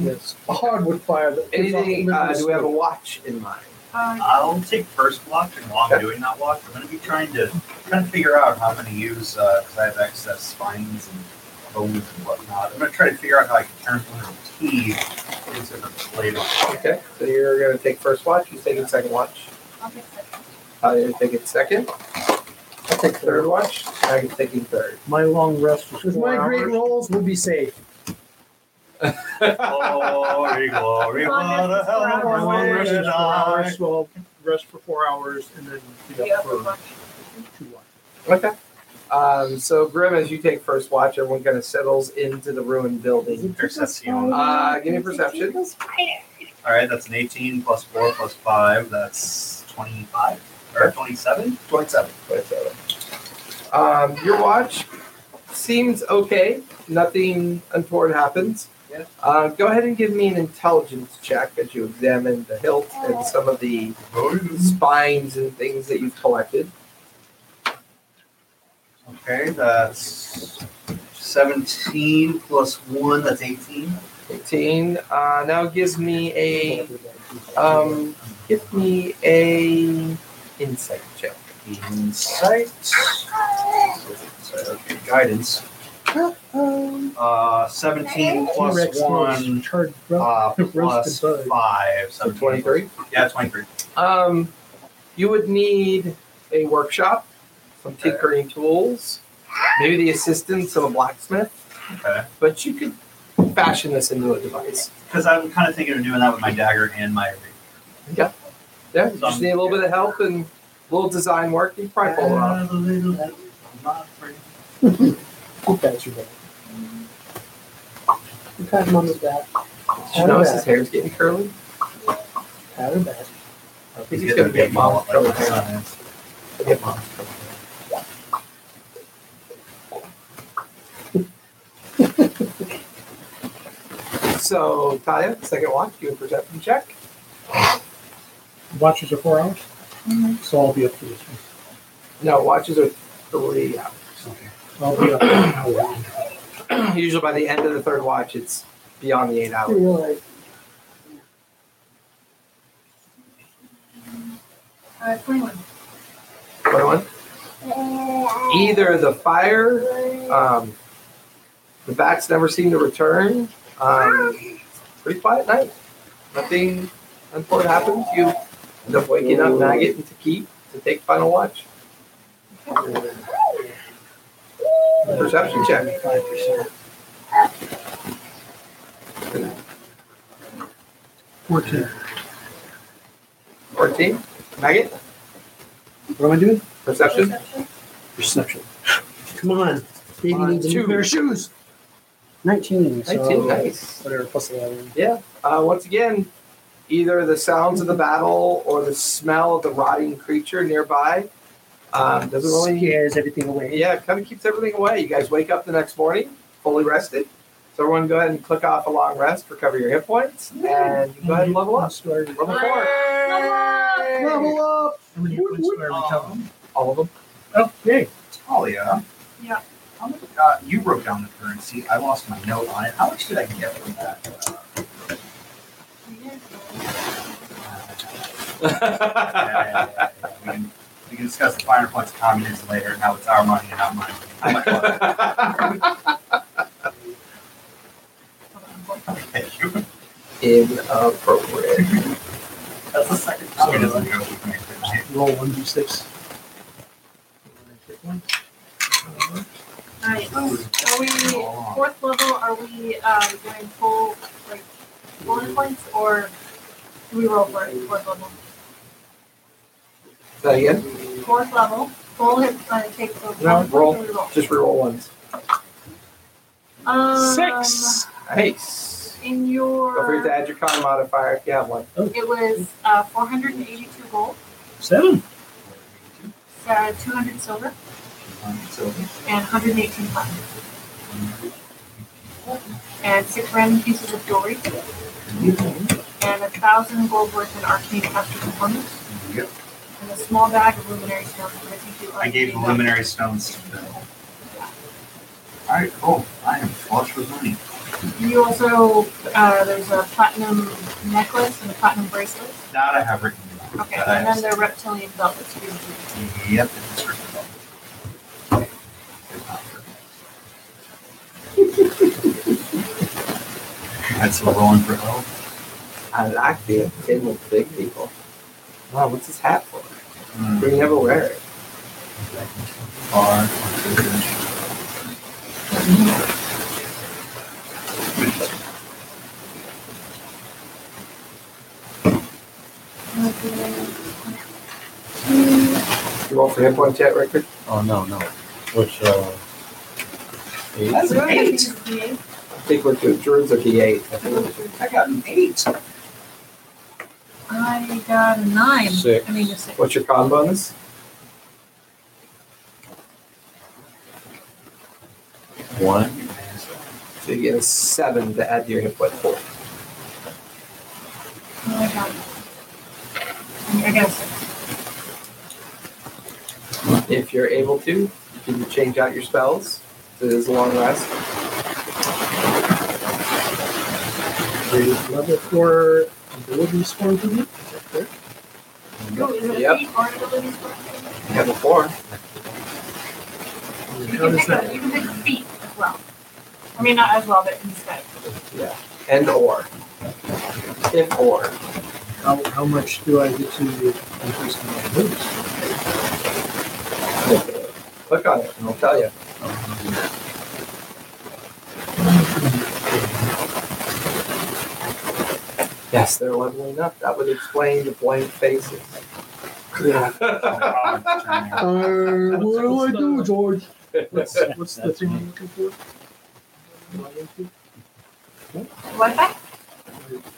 Yes. A hardwood fire. That anything? Uh, do we have a watch in mind? Uh, I'll take first watch, and while I'm Okay. doing that watch, I'm going to be trying to kind of figure out how I'm going to use because I have excess spines and bones and whatnot. I'm going to try to figure out how I can turn some of the teeth into the plate. <laughs> Okay, so you're gonna take first watch. You're taking second watch. I'll fix it. Uh, you're taking second. I'll take third watch. I'm taking <laughs> third. My long rest was With four my great hours. rolls, we'll be safe. Oh, Glory, glory, what a hell of My a long way rest to was four die. hours, so I'll rest for four hours and then The get up upper for bunch. two hours. Okay. Um, so Grim, as you take first watch, everyone kind of settles into the ruined building. Perception. Uh, give me a perception. All right, that's an 18 plus 4 plus 5. That's 25 or 27. 27. 27. Um, your watch seems okay. Nothing untoward happens. Yeah. Uh, go ahead and give me an intelligence check as you examine the hilt and some of the spines and things that you've collected. Okay, that's 17 plus 1. That's 18. 18. Uh, now gives me a um, give me a insight check. Insight. Sorry, okay, guidance. Uh, 17 plus T-Rex 1 roast, charred bro- uh, <laughs> roasted plus bug. 5. 17 23? plus- Yeah, 23. Um, you would need a workshop, some Okay. tinkering tools, maybe the assistance of a blacksmith. Okay. But you could fashion this into a device. Because I'm kind of thinking of doing that with my dagger and my rapier. Yeah, you just Some- need a little bit of help and a little design work. You probably pull it off. Have a little help, I'm not afraid. Who pats your back? You pat him on the back. Uh, Did you notice his hair's getting curly? Pat him back. He's gonna be a model. Like my son is. So, Taya, second watch, do a perception check. Watches are four hours, so I'll be up for this one. No, watches are three hours. I'll be up for an hour. <clears throat> Usually by the end of the third watch, it's beyond the eight hours. Uh, twenty-one. 21. Either the fire, um, the bats never seem to return. Um, pretty quiet night. Nothing untoward happens. You end up waking up, Maggot and Taki to take final watch. Perception check. Fourteen. 14. Maggot, What am I doing? perception. Perception. Come on. Baby Come on, needs a new two. pair of shoes. 19. so- 19. Nice. Whatever, plus eleven. Uh, once again, either the sounds of the battle or the smell of the rotting creature nearby um, doesn't really. Scares everything away. Yeah, kind of keeps everything away. You guys wake up the next morning fully rested. So everyone, go ahead and click off a long rest, recover your hit points, and you go ahead and level up. Level four, Level up. How many points do I recover? all of them. Okay. Talia. Yeah. How much uh, you wrote down the currency? I lost my note on it. How much did I get from that? Yeah, yeah, yeah, yeah. <laughs> We, can, uh, we can discuss the finer points of communism later and how it's our money and not mine. How much was <laughs> it? Thank you. <laughs> Inappropriate. That's the second communism joke we've made tonight. Roll one d six. Nice. Are we fourth level? Are we um, doing full like bullet points or do we roll for it? Fourth level. That again? Fourth level. Full hit uh, take the No, roll. We roll. Just reroll ones. Um, Six. Nice. In Don't forget to your add your con modifier if you have one. it was uh, 482 gold, Seven. uh, 200 silver, So, and 118 platinum, and six random pieces of jewelry, and a thousand gold worth in arcane master components, yep. and a small bag of luminary stones. which I think you I gave the already luminary stones to Bill. Alright, cool. I am flush with money. You also, uh, there's a platinum necklace and a platinum bracelet. That I have written down. Okay, That I and have then the reptilian belt. That's really good. Yep. it's written down. That's a rolling for Oh, help. I like the thing with big people. Wow, what's this hat for? We never wear it. mm, Bar. You roll for hit point yet, Rickard? Oh no, no. Which, uh, eight. That's an eight. I think we're good. Jordan's a D8. I think. I got an eight. I got a nine. Six. I mean, a six. What's your con bonus? One. So you get a seven to add to your hit point four. Oh my God. I got a six. If you're able to, you can change out your spells. It is a long rest. Level four ability score for me. Go, is it a Yep. three or an ability score? You You have a four. How can does pick a- that? You can pick a feat as well. I mean, not as well, but instead. And or. If or. How, how much do I get to increase my boost? Click on it and I'll tell you. Yes, they're leveling up. That would explain the blank faces. Uh, what do I do, George? What's, what's the thing I'm looking for? Am I into? What that?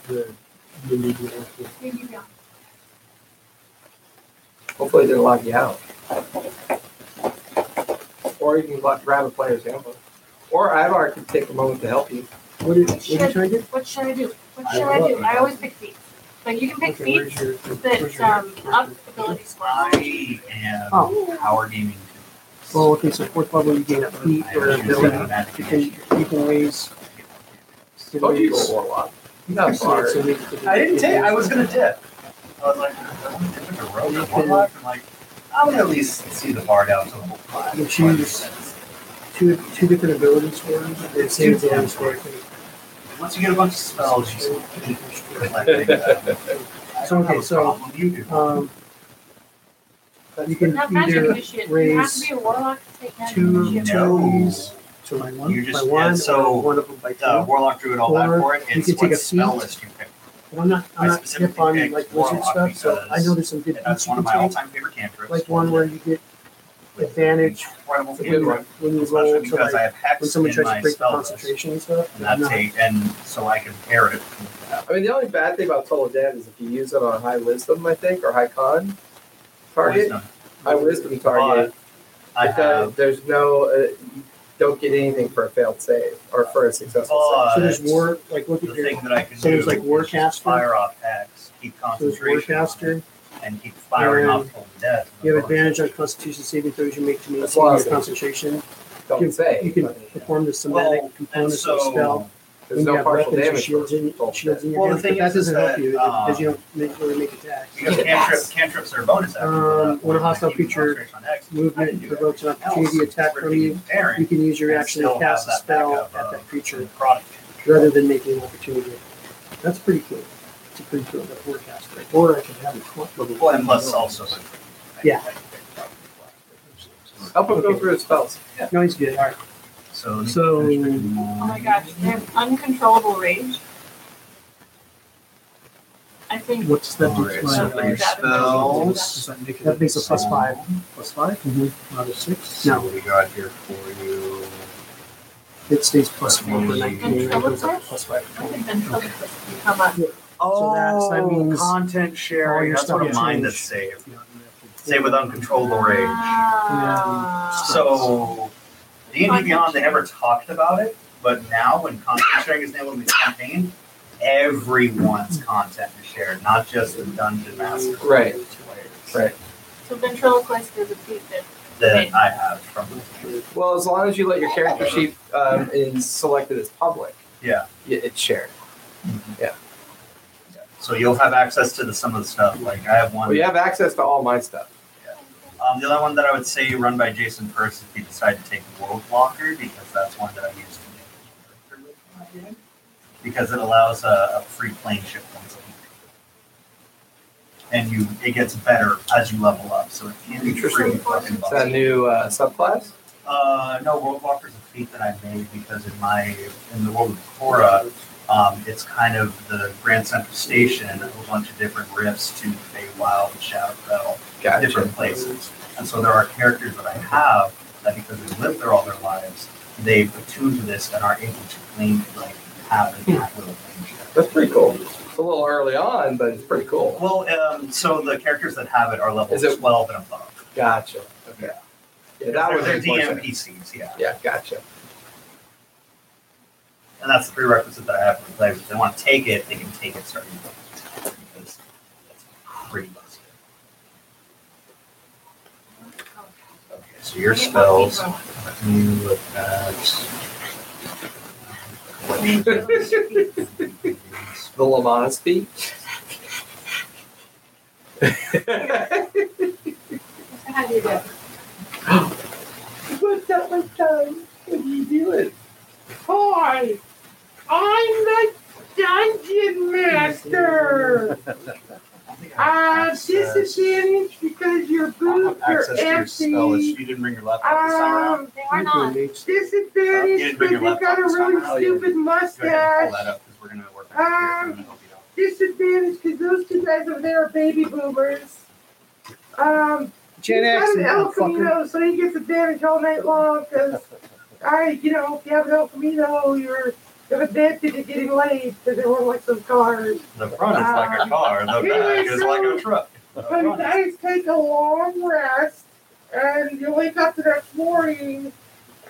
The, the media outfit. Maybe not. Hopefully they'll lock you out. Or you can go grab a player's handbook. Or Ivar can take a moment to help you. What did, what did you try to do? What should I do? What should I do? I always pick feats. But you can pick Okay, where's feats your- where's that your- um up ability score. I am Oh. power gaming. Well, Oh, okay, so fourth level you gain a feat I or actually ability. said that You can, you can raise. you can Told you you were a raise- warlock. Not so- hard. so you can- I didn't take. I was gonna dip. I was like, I'm gonna dip in a row. You One can- lock. I'm like, I'm gonna at least see the bard out to level five. You choose. Two, two different ability scores. It saves the ability score. Once you get a bunch of Um, spells, you just keep <laughs> collecting them. I So, don't okay, have a so, problem. You do. Um, you can Not magic either initiate. You have to be a warlock to take magic two- initiate. two- No. to my one, You by just- one, and so or one of them by two. The warlock drew it all back Or for it. you It's can take what a spell feat. list you pick. Well, I'm not, I I'm not specifically hip on picked like wizard Warlock stuff, so I because- know there's some good And that's beats you one can of my take. all-time favorite cantrips. Like one where you get advantage Incredible when you, cantrip. when you Especially roll to because I like, have when hex in someone tries my to break spell list. concentration and stuff. And that's No. eight, and so I can pair it. with uh, that. I mean, the only bad thing about Total Dead is if you use it on a high wisdom, I think, or high con target, Wisdom. high wisdom target, I it does- have. there's no, uh, you don't get anything for a failed save or for a successful But So there's war, like look the at your, thing that I can so do there's like is war just caster. fire off hex, keep so there's war concentration, on caster. it, and keep firing and off till death. You have advantage on constitution saving throws you make to That's maintain why I your was- concentration. save. Don't You- save. You can but perform the Well, somatic and components of the spell. so there's When you no have partial weapons or damage. Shields in, for Total shields Death. in your Well, the hand, but thing that is, is doesn't help that, you because you um, don't make, really make attacks. because cantrip, cantrips are bonus actions. Um, when a hostile Keep creature concentration on hex, I can movement do provokes an everything opportunity else. attack from you, Pairing you can use your And action to still cast a have that spell backup uh, at of- that to the creature product. rather than making an opportunity. That's pretty cool. It's a pretty cool that forecast. right? Or I could have a clump of Well, and plus also. Yeah. Help him go through his spells. No, he's good. All right. So. So- Oh my gosh, they have uncontrollable rage. I think What's that? do to Alright, my- so Right. your spells. Does that make it That makes a plus five. plus five? Not a six? So what we got here for you? It stays plus four for And nineteen. trouble It goes up touch? Plus five. I think then trouble has become a So that's- that means Content sharing, your that's stuff what is mine changed. is saved. Save with uncontrollable rage. Ah. So, D and D Beyond, they never talked about it, but now when content sharing is enabled in the campaign, everyone's content is shared, not just the dungeon master. Right. Right. So ventriloquist is a feat that That I have from. Well, as long as you let your character sheet um, is selected as public, Yeah. y- it's shared. So you'll have access to the, some of the stuff. Like I have one. Well, you have access to all my stuff. Um, the other one that I would say run by Jason first if you decide to take World Walker, because that's one that I used to make a character with when I did. Because it allows a, a free plane ship once a week. And you it gets better as you level up, so it can be free Interesting. fucking Is that a bucks. new uh, subclass? Uh no, World Walker's a feat that I made because in my in the world of Korra, um, it's kind of the Grand Central Station and a whole bunch of different rifts to Feywild and Shadow Fell different places. And so there are characters that I have that because they've lived there all their lives, they've attuned to this and are able to clean like have an act little clean shit. That's pretty cool. It's a little early on, but it's pretty cool. Well, um, so the characters that have it are level Is it- twelve and above. Gotcha. Okay. Yeah, that was they're DM unfortunate. PCs, yeah. Yeah, gotcha. And that's the prerequisite that I have for the players. If they want to take it, they can take it starting level 12, because that's pretty much it. Okay, so your spells. Let me look at. the Lamont speech. How do you do it? What's up, my son? What are you doing? Hi, I'm the dungeon master. Uh, I have access- disadvantage because your I have access to your spell list. You didn't bring your laptop this time around. They are not. You didn't bring your laptop this time around. Go stupid ahead and pull that up because we're gonna work on it. We're gonna help you out. disadvantage because those two guys over there are baby boomers. Um, Gen he's X, got you an El little fucker. Camino, so he gets advantage all night long because, I, you know, if you have an El Camino, you're you have advantage at getting laid because everyone likes those cars. The front is like a car. The back is like a truck. The But you front is- guys take a long rest, and you wake up the next morning,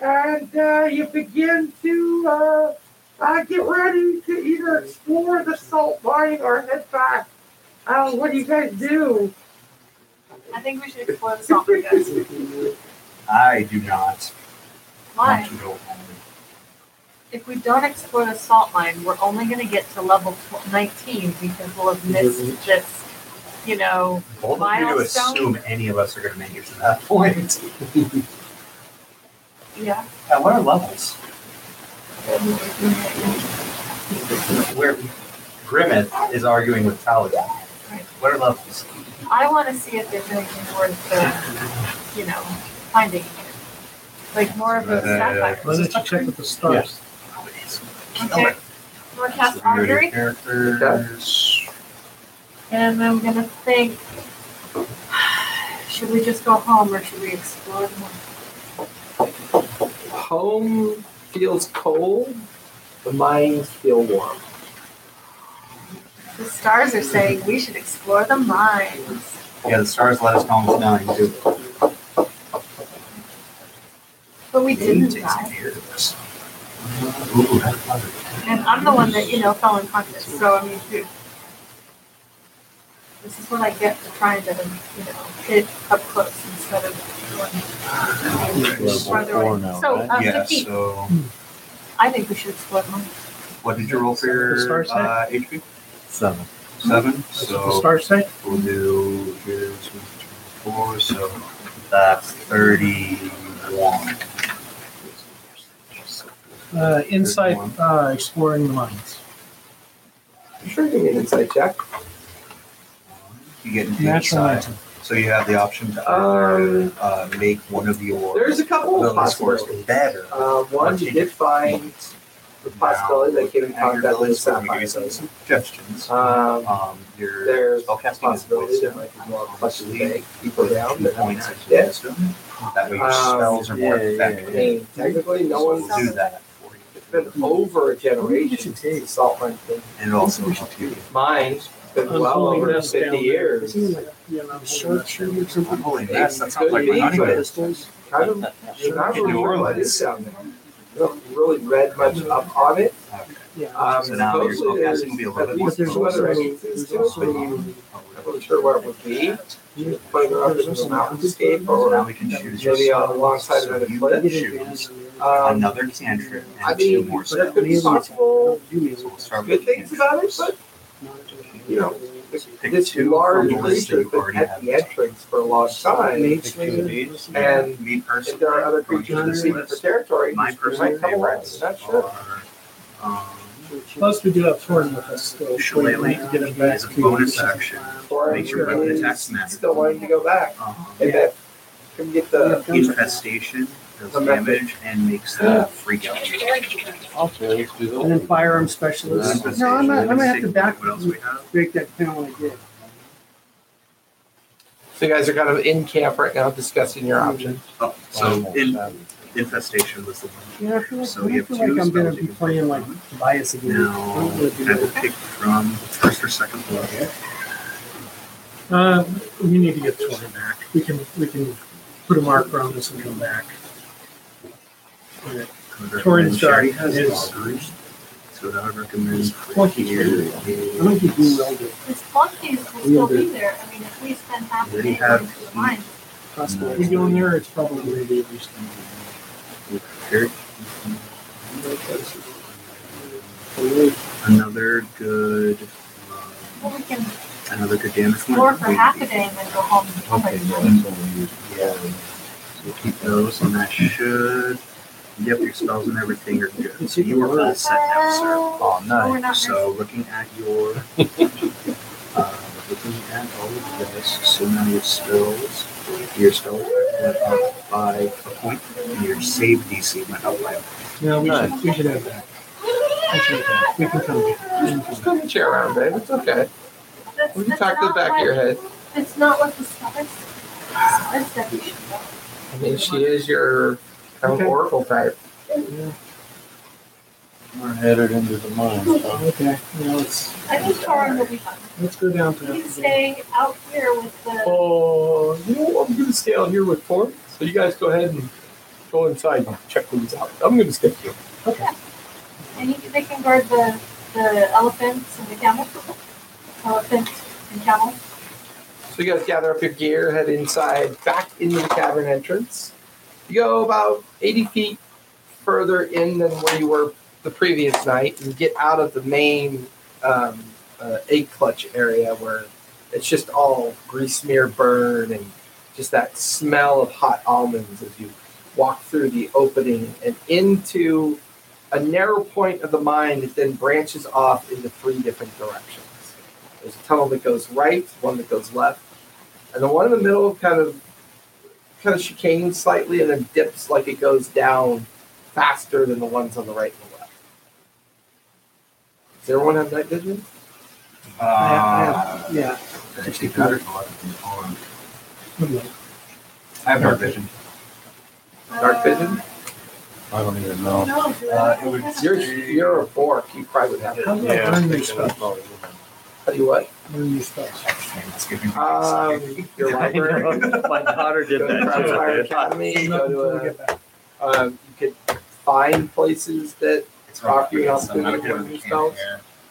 and uh, you begin to uh, uh, get ready to either explore the salt mine or head back. Uh, what do you guys do? I think we should explore this all guys. I do not want Why? to go home. If we don't explore the salt mine, we're only going to get to level tw- 19 because we'll have missed this, you know, Bold of you to Milestone? assume any of us are gonna make it to that point. yeah. <laughs> At what are levels? Where Grimmett is arguing with Talia. What are levels? I want to see if there's anything worth, uh, you know, finding here. Like more of those sapphires. Why don't you check with the stars? Okay. We're cast archery, Characters. and I'm gonna think. Should we just go home or should we explore more? Home feels cold, the mines feel warm. The stars are saying we should explore the mines. Yeah, the stars let us calm us down and do it. But we It didn't takes some die. fear to this. Ooh, that's clever. And I'm the one that, you know, fell unconscious. So, I mean, dude. This is what I get for trying to, you know, hit up close instead of going farther away. So, um, Yeah, defeat. so I think we should explore the mines. what did you roll for your The stars say? uh, HP? Seven. Seven. That's what the So stars say. We'll do here's one, two, three, four, so that's thirty-one. Uh, insight, uh, exploring the mines. I'm sure you can get an insight check. You get an Natural insight, 19. so you have the option to either Um, uh, make one of your There's a couple of ability scores possibilities. better. Uh, one, you did find the possibility that came in Now, contact with the your ability score, we give you sapphire. some suggestions. Um, Um, your there's spellcasting is possibility wisdom. that might be more questions they deeper down Two than points that. of Yeah. wisdom. That way your Um, spells are more yeah, yeah, I effective. mean, technically, no So one's we'll do that for you. it's been over a generation since the salt mine. thing. And it also helps you. Mine been I'm well holding over this down fifty there. years. Isn't he like, you know, sharpshooter or something? Holy It mess, that sounds like could my be, honeymoon. but <laughs> It it's Kind of, I'm not <laughs> In really New sure what Orleans. is down there. I don't really read much up on it. Um, So now your supposedly there's- spellcasting will be a little bit more. But there's other entrances to it, but you- I'm not really sure where it would be. You put it up in the mountainscape So now or we can choose your maybe spell. on alongside So another you cliff. choose uh, Um, another cantrip I and two mean, more there spells. could be possible So we'll start good with things about it, but you know, Pick this two large from the list that creature you has been already at have. the entrance for a long time, Pick two of these. and Me if personally, there are other going to creatures this seeking for list, territory, my you might personal come around. favorites Not sure. are, um, Plus, we do have Thorn with us still. Shillelagh Get him back as a bonus to- action. Or Make your weapon is attacks matter. Still wanting to go back, Um, and that can get the infestation does damage and makes them freak out. Okay, let's do And then those. firearm specialist. No, I'm not, I'm gonna have to back, What else we have? break that down when I did. So you guys are kind of in camp right now discussing your options. Oh, so in, infestation was the one. Yeah, I feel like, So I you feel have like two I'm gonna spells you be can playing like bias again. I Now don't wanna do I that. will pick from first or second level. Uh, we need to get this one back. We can, we can put a marker on this and come back. Torrance Sherry Dark has is- augers, so that I would recommend. Lucky you. I don't think you will do it. This flunkies will still be there. I mean, if we spend half the They day have- going through the mine, Possible. If we go in there, it's probably maybe at least. Here. Another good, um, well, we can another good damage one. explore for half a day and then go home and come Okay, back. well, that's what we use. So we'll keep those, and that should. Yep, your spells and everything are good. So you are all set now, sir. Oh, Oh, nice. we're not So looking at <laughs> your, uh, looking at all of this, so now your spells, your spell effect went up by a point, and your save DC went up by a point. No, we should, we should have that. We should have that. We can come back. Just move the chair around, babe. It's okay. That's- We can that's talk to the not back of what- your head. It's not what the stars. That's definitely. I mean, she is your kind of Okay. oracle type. We're headed into the mines. huh? Okay, now let's, I think Torrin will be fine. let's go down We can to. stay out here with the. Oh, you know what? I'm going to stay out here with Tor. So you guys go ahead and go inside and check things out. I'm going to skip you. And you, they can guard the, the elephants and the camel. Elephant and camel. So you guys gather up your gear, head inside, back into the cavern entrance. You go about 80 feet further in than where you were the previous night and get out of the main um, uh, egg clutch area where it's just all grease smear burn and just that smell of hot almonds as you walk through the opening and into a narrow point of the mine that then branches off into three different directions. There's a tunnel that goes right, one that goes left, and the one in the middle kind of kind of chicanes slightly and then dips like it goes down faster than the ones on the right and the left. Does everyone have night vision? Ah. I Uh, Yeah, actually, better to let it be on. I have dark vision. Dark vision? I don't even know. Um, No, do Uh, I- it would- You're you're a bork. You probably would have it. How do I Yeah. learn these spells? Tell you what. learn these spells? It's giving me a second. Um, your <laughs> I library. know. My daughter did Go to Crossfire that too. Academy. Nothing Go till we to get back. a, um, you could find places that It's Rock, you're not rough. I'm not good with spinning mechanic spells?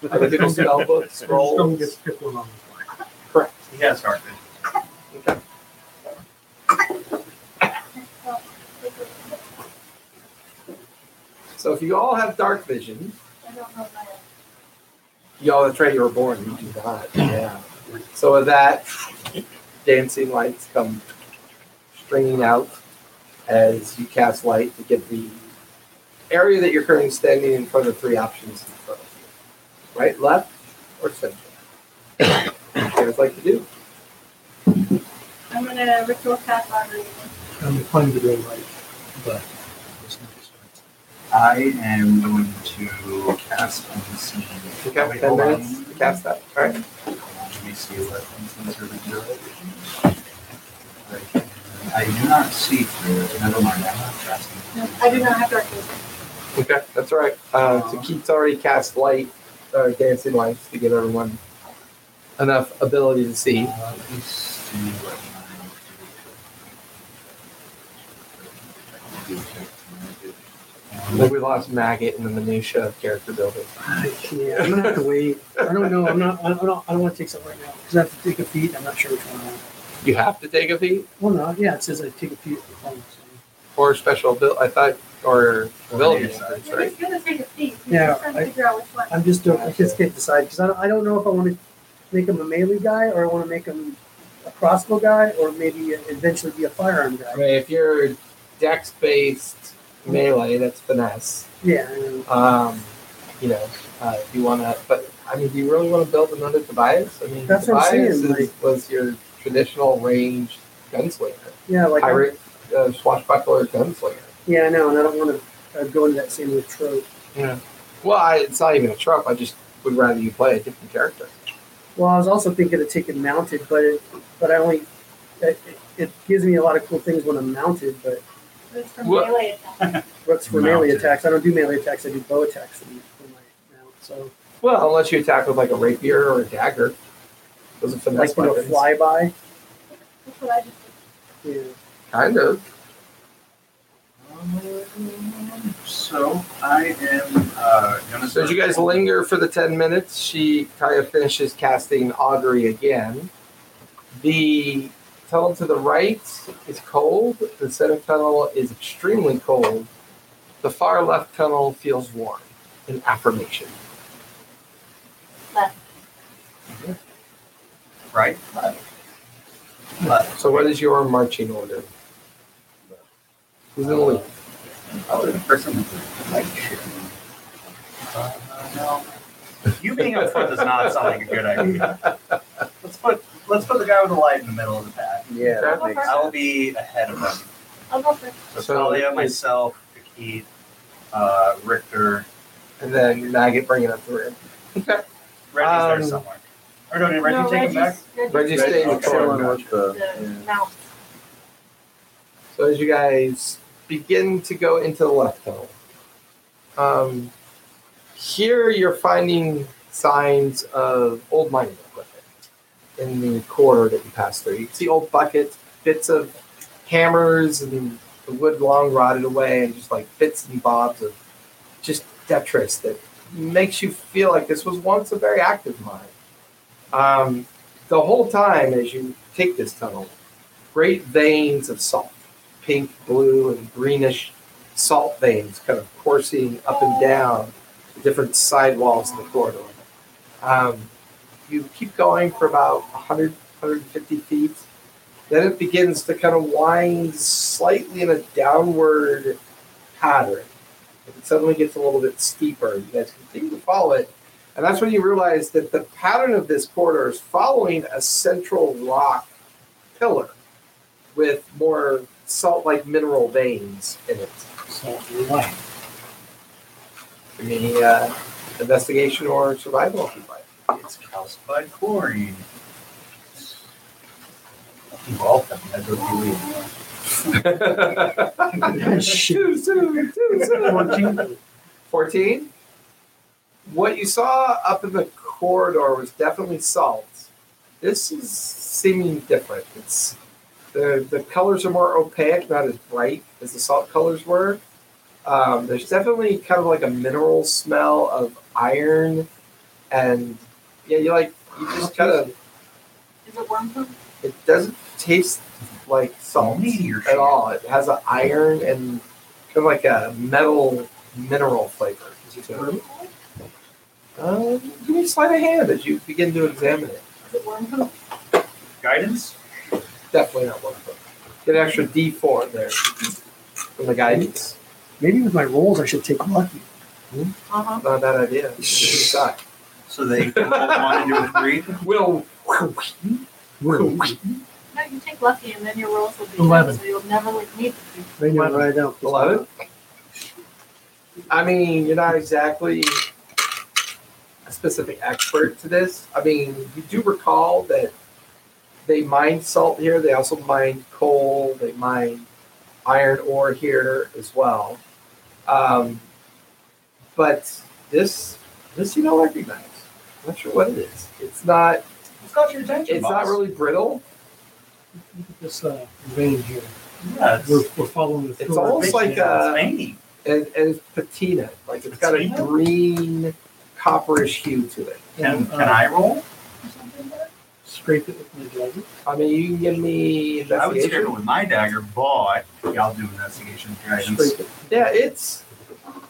here. other people's spell books, <laughs> Just don't scrolls. get pick one on the fly. Correct. He has dark vision. Okay. So if you all have dark vision, I don't know if I- y'all that's right, you were born, you do not. Yeah. So with that, dancing lights come stringing out as you cast light to give the area that you're currently standing in front of three options in front of you. Right, left, or center. <coughs> What do you guys like to do? I'm gonna ritual cast on this. I'm inclined to go right, but. I am going to cast unseen. You have ten minutes to cast that. All right. Let me see what unseen servant does. I do not see through. Never mind. I'm not casting. No, I do not have dark vision. Okay, that's all right. Uh, so Keith's already cast light, uh, dancing lights to give everyone enough ability to see. Uh, let me see what mine would do. Um, Like we lost maggot in the minutia of character <laughs> building. Yeah, I'm gonna have to wait. I don't know. I'm not. I don't. I don't want to take something right now because I have to take a feat. I'm not sure which one. I want. You have to take a feat Well, no. Yeah, it says I take a feat. at the phone, so- or special ability. I thought or ability. That's You're right. just gonna take a seat. Yeah, You're just trying I- to figure out which one. I'm just. Don't, I just can't decide because I don't. I don't know if I want to make him a melee guy or I want to make him a crossbow guy or maybe eventually be a firearm I guy. mean, if you're dex based melee, that's finesse. Yeah. I know. Um, you know, uh, if you want to, but I mean, do you really want to build another Tobias? I mean, That's what I'm Tobias saying, is, was your traditional ranged gunslinger. Yeah. Like. pirate uh, swashbuckler gunslinger. Yeah, I know, and I don't want to uh, go into that same with trope. Well, I, it's not even a trope. I just would rather you play a different character. Well, I was also thinking of taking mounted, but it, but I only it, it gives me a lot of cool things when I'm mounted, but It's from What? melee attack. what's for melee Mounted. attacks? I don't do melee attacks. I do bow attacks in, in my mount. So Well, unless you attack with like a rapier or a dagger. Those are finesse like you know, weapons. flyby. That's what I just did. Yeah. Kind of. So I am uh, gonna. So as you guys linger for the 10 minutes, she Kaya finishes casting Augury again. The tunnel to the right is cold. The center tunnel is extremely cold. The far left tunnel feels warm. An affirmation. Left. right. So what is your marching order? Who's in the lead? I was Oh, the person with the light shit. Uh, no. You being up front does not sound like a good idea. Let's put let's put the guy with the light in the middle of the pack. Yeah, that Okay. makes sense. I'll be ahead of him. I'll go first. So, So Talia, it's- myself, Keith, uh, Richter. And then Maggot bringing up the rear. Okay. Reggie's Um, there somewhere. Or don't Reggie no, take him back? Reggie's, Reggie's Reggie stays Okay. forward. with the, the mount. So as you guys begin to go into the left tunnel, um, here you're finding signs of old mining equipment in the corridor that you pass through. You can see old buckets, bits of hammers, and the wood long rotted away, and just like bits and bobs of just detritus that makes you feel like this was once a very active mine. Um, the whole time as you take this tunnel, great veins of salt, pink, blue, and greenish salt veins kind of coursing up and down the different sidewalls in the corridor. Um, you keep going for about 100, 150 feet. Then it begins to kind of wind slightly in a downward pattern. It suddenly gets a little bit steeper. You guys continue to follow it. And that's when you realize that the pattern of this corridor is following a central rock pillar with more salt like mineral veins in it. Give me uh, investigation or survival if you'd like. It's calcified chlorine. You're welcome. That's what you leave. Too soon, too soon. 14. What you saw up in the corridor was definitely salt. This is seeming different. It's the the colors are more opaque, not as bright as the salt colors were. Um, there's definitely kind of like a mineral smell of iron, and yeah, you like you just kind of Is it worm poop? it doesn't taste like salt Meteor at all. It has an iron and kind of like a metal mineral flavor. to it. Uh, give me a sleight of hand as you begin to examine it. Is it worm poop? Guidance? Definitely not one of them. Get an extra D4 there from the guidance. Maybe with my rolls, I should take lucky. Uh-huh. Not a bad idea. Shot. So they roll one into a three. Will. No, you take lucky and then your rolls will be Eleven. good, so you'll never like, need to. do- They know what I don't. 11? I mean, you're not exactly a specific expert to this. I mean, you do recall that they mine salt here. They also mine coal. They mine iron ore here as well. Um, but this, this you don't recognize. I'm not sure what it is. It's not. It's got your attention. It's boss. not really brittle. This uh, vein here. Yeah, it's, We're, we're following the. It's flow. almost like it's uh, veiny. and, and it's patina. Like it's got a Patina? green copperish hue to it. Can, And, can uh, I roll? Scrape it with my dagger. I mean, you can give me I would scrape it investigation. with my dagger, but yeah, I'll do investigation guidance. Scrape it. Yeah, it's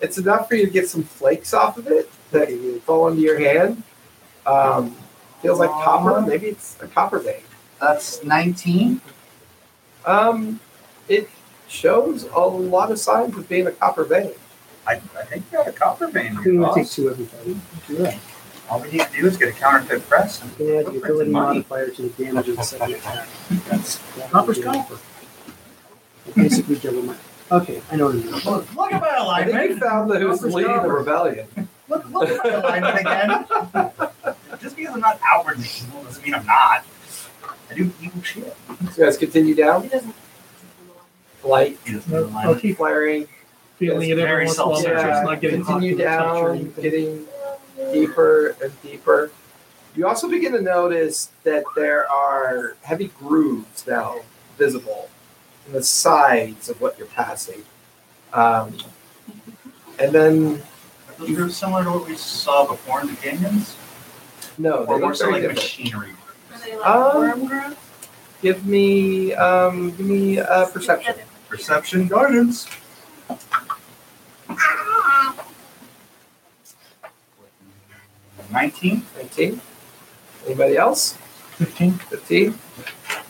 it's enough for you to get some flakes off of it that fall into your hand. Um, feels like copper. Maybe it's a copper vein. Um, That's 19. Um, it shows a lot of signs of being a copper vein. I, I think you got a copper vein. I'm Here, gonna take boss. two everybody. Yeah. All we need to do is get a counterfeit press. And They add the footprints ability and money. modifier to the damage of the second attack. That's Copper's copper. <laughs> Basically double my. Okay, I know what it is. Look, look at my I think you alignment. found that who's Copper's leading the copper. rebellion. Look, look at my alignment <laughs> again. Just because I'm not outward doesn't mean I'm not. I do evil shit. So you guys continue down. It doesn't. Light, I'll keep flaring. feeling it every Very once in a while, make sure it's not getting hot to continue the touch or down, anything. getting deeper and deeper. You also begin to notice that there are heavy grooves now visible in the sides of what you're passing. Um, and then, Are those groups similar to what we saw before in the canyons? no, Oh, they Or more look so very like different. machinery? Are groups? they like Um, worm growth? Give me, um, give me uh, perception. Perception gardens. Ah! Nineteen? 19. Anybody else? Fifteen. 15.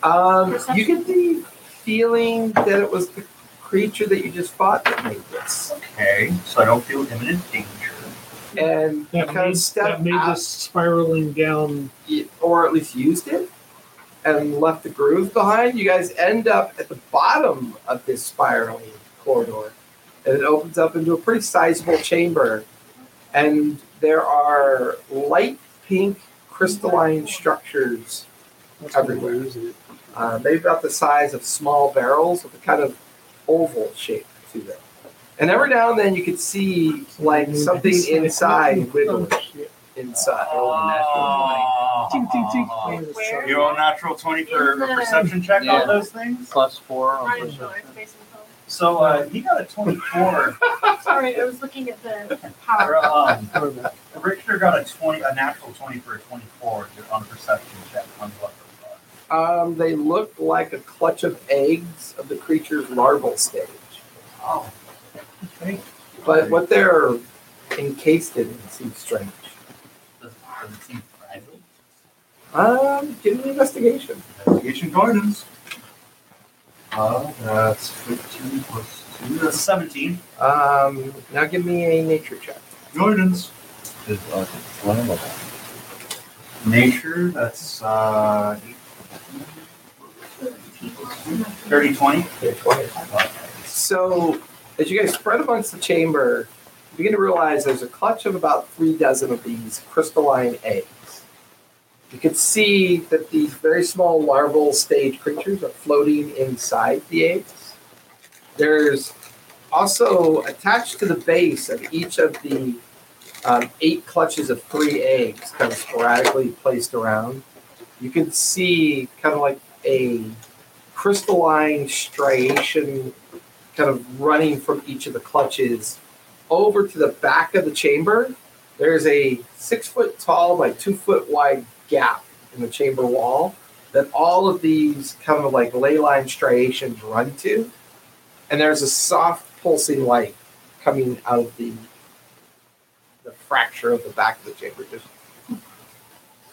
Um, you Perception. get the feeling that it was the creature that you just fought that made this. Okay, so I don't feel imminent danger. And you That kind made, of that stepped made out, us spiraling down. y- or at least used it, and left the groove behind. You guys end up at the bottom of this spiraling corridor. And it opens up into a pretty sizable chamber. And there are light pink crystalline structures everywhere. Uh, they've got the size of small barrels with a kind of oval shape to them. And every now and then you could see like something inside wiggling inside. Oh. Ting, ting, ting. Like where? You roll natural twenty for a perception check Yeah. on those things? Plus four Right on in the door, perception. facing home. So, uh, he got a twenty-four. <laughs> Sorry, I was looking at the power. Or, um, <laughs> Richter got a twenty, a natural twenty for a twenty-four on a perception check on what. they are. Um, they look like a clutch of eggs of the creature's larval stage. Oh, okay. But what they're encased in seems strange. Does does it seem fragile? Um, give me an investigation. Investigation gardens. Uh, that's fifteen plus two. That's seventeen. Um, now give me a nature check. Gardens. Is uh, flammable. Nature, that's uh, 30 20. Okay, 20. So, as you guys spread amongst the chamber, you begin to realize there's a clutch of about three dozen of these crystalline eggs. You can see that these very small larval stage creatures are floating inside the eggs. There's also attached to the base of each of the um, eight clutches of three eggs, kind of sporadically placed around. You can see kind of like a crystalline striation kind of running from each of the clutches over to the back of the chamber. There's a six foot tall by two foot wide gap in the chamber wall that all of these kind of like ley line striations run to. And there's a soft pulsing light coming out of the the fracture of the back of the chamber. <laughs> Just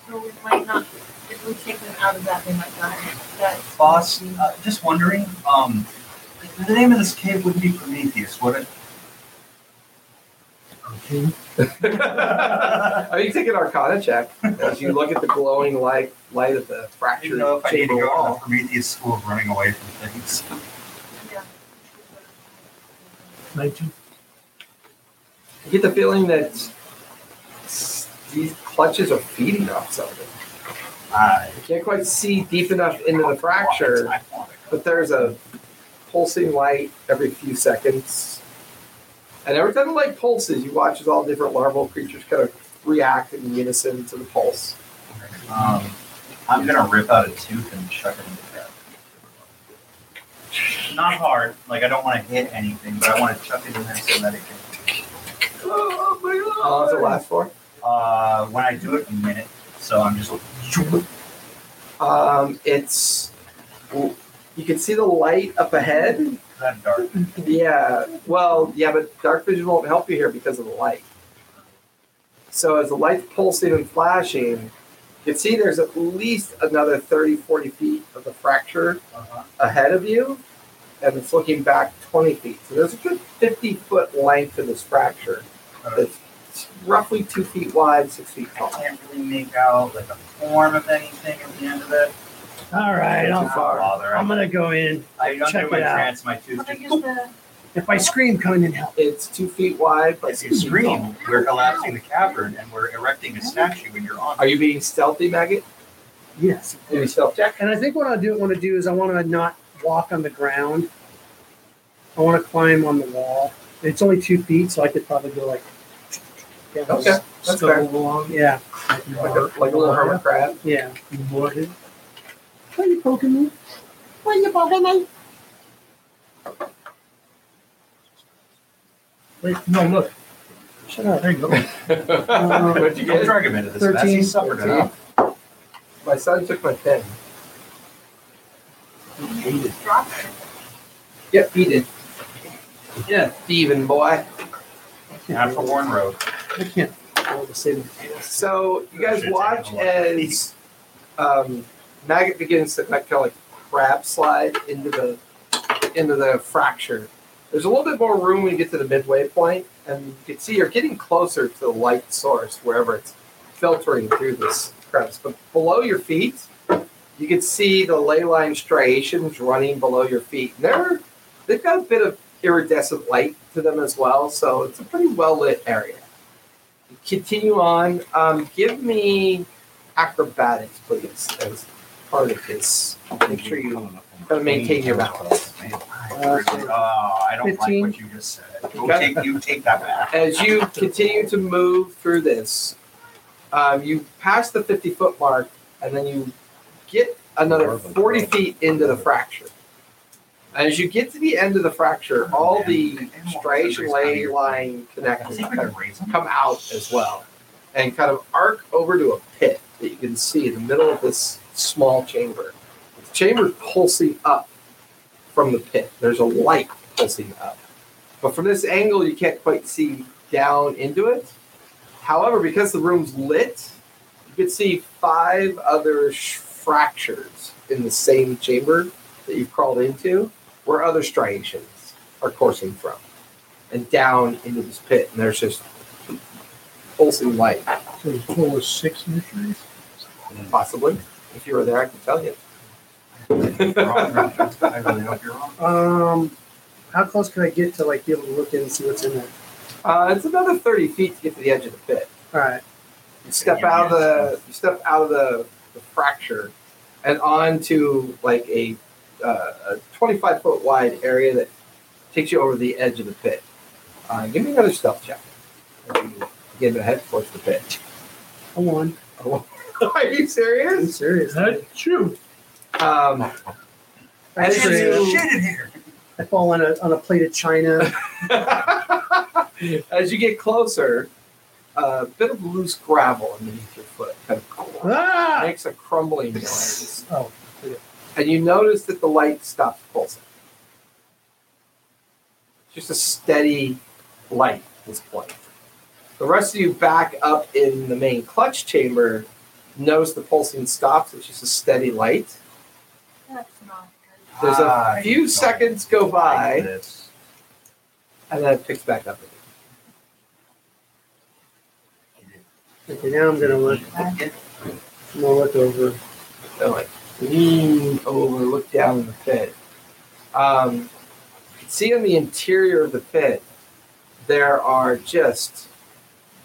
So we might not, if we take them out of that, they might die. That, Boss, uh, just wondering, um, the- the name of this cave would be Prometheus, would it? <laughs> I I mean, you take an Arcana check as you look at the glowing light light of the didn't fractured know if I need to chamber go to wall. the Prometheus school of running away from things. yeah. Nineteen. You get the feeling that s- these clutches are feeding off something. I, You can't quite see deep enough into the fracture, I want it. but there's a pulsing light every few seconds. And every time the light pulses, you watch as all different larval creatures kind of react in unison to the pulse. Um, I'm gonna rip out a tooth and chuck it in the crowd. Not hard, like I don't want to hit anything, but I want to chuck it in there so that it can. How long does it last for? Uh, when I do it, a minute. So I'm just like, Um, it's you can see the light up ahead. that dark. Yeah. Well, yeah, but dark vision won't help you here because of the light. So as the light's pulsing and flashing, you can see there's at least another 30, 40 feet of the fracture Uh-huh. ahead of you, and it's looking back 20 feet. So there's a good 50 foot length to this fracture. It's it's roughly two feet wide, six feet I tall. can't really make out like a form of anything at the end of it. All right, Too I'll- far. Bother. I'm gonna go in. I don't check do my it out. trance. My tooth. How big Just, is the, If I scream, come in and help. It's two feet wide, but if you scream, we're collapsing the cavern and we're erecting a statue, and you're on. Are you being stealthy, Maggot? Yes. Maybe self check. And I think what I do want to do is I want to not walk on the ground. I want to climb on the wall. It's only two feet, so I could probably go like. Yeah, Okay. That's Stumble fair. along. <laughs> Yeah, Like a, like a little hermit crab. yeah. Blooded. Why are you poking me? Why are you poking me? Wait, no, look. Shut up. There you go. Um, What'd you get? drag him into this mess. He 13, suffered 13. enough. My son took my pen. Drop Yep, he did. Yeah, thieving boy. Natural born rogue. I can't roll the saving throws. So you guys Shit's watch animal. as um, maggot begins to kind of like crab slide into the into the fracture. There's a little bit more room when you get to the midway point, and you can see you're getting closer to the light source wherever it's filtering through this crevice. But below your feet, you can see the ley line striations running below your feet. And They're they've got a bit of iridescent light to them as well, so it's a pretty well lit area continue on. Um, give me acrobatics, please, as part of this. Make sure you Coming up on gotta maintain your 15. balance. Man, Uh, so Oh, I don't like 15. what you just said. Go Okay. take, you take that back. As you continue to move through this, um, you pass the 50 foot mark and then you get another 40 feet into the fracture. As you get to the end of the fracture, all the striation ley line I connectors think we kind of can raise him. come out as well and kind of arc over to a pit that you can see in the middle of this small chamber. The chamber's pulsing up from the pit. There's a light pulsing up. But from this angle, you can't quite see down into it. However, because the room's lit, you can see five other sh- fractures in the same chamber that you've crawled into where other striations are coursing from and down into this pit. And there's just pulsing light, So the total is six mysteries. possibly. If you were there, I could tell you. You're wrong, Roger. I really hope you're wrong. Um, how close can I get to like be able to look in and see what's in there? Uh, it's another 30 feet to get to the edge of the pit. All right. You step out of the you step out of the, the fracture and onto like a, uh, a 25 foot wide area that takes you over the edge of the pit. Uh, give me another stealth check. If you Get ahead towards the pit. I won. <laughs> Are you I'm serious? serious. true? Um, <laughs> I, That's true. trip. Shit in here. I fall on a, on a plate of china. As you get closer, a bit of loose gravel underneath your foot kind of ah! makes a crumbling noise. Oh, And you notice that the light stops pulsing. Just a steady light at this point. The rest of you back up in the main clutch chamber notice the pulsing stops. It's just a steady light. That's not good. There's a I few don't seconds go like by. this. and then it picks back up again. Okay, now I'm gonna look. I'm gonna look over. They're like lean over, look down in the pit. Um, you can see in the interior of the pit, there are just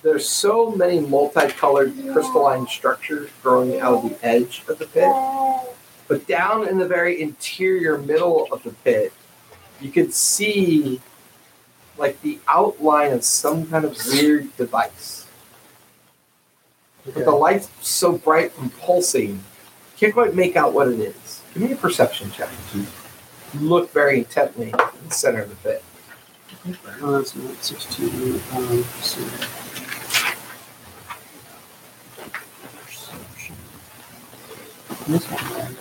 there's so many multicolored crystalline structures growing out of the edge of the pit. But down in the very interior middle of the pit, you could see like the outline of some kind of weird device. Okay. But the light's so bright from pulsing, can't quite make out what it is. Give me a perception check. Look very intently at the center of the pit. Oh, that's not 16. Um, so. This one, right?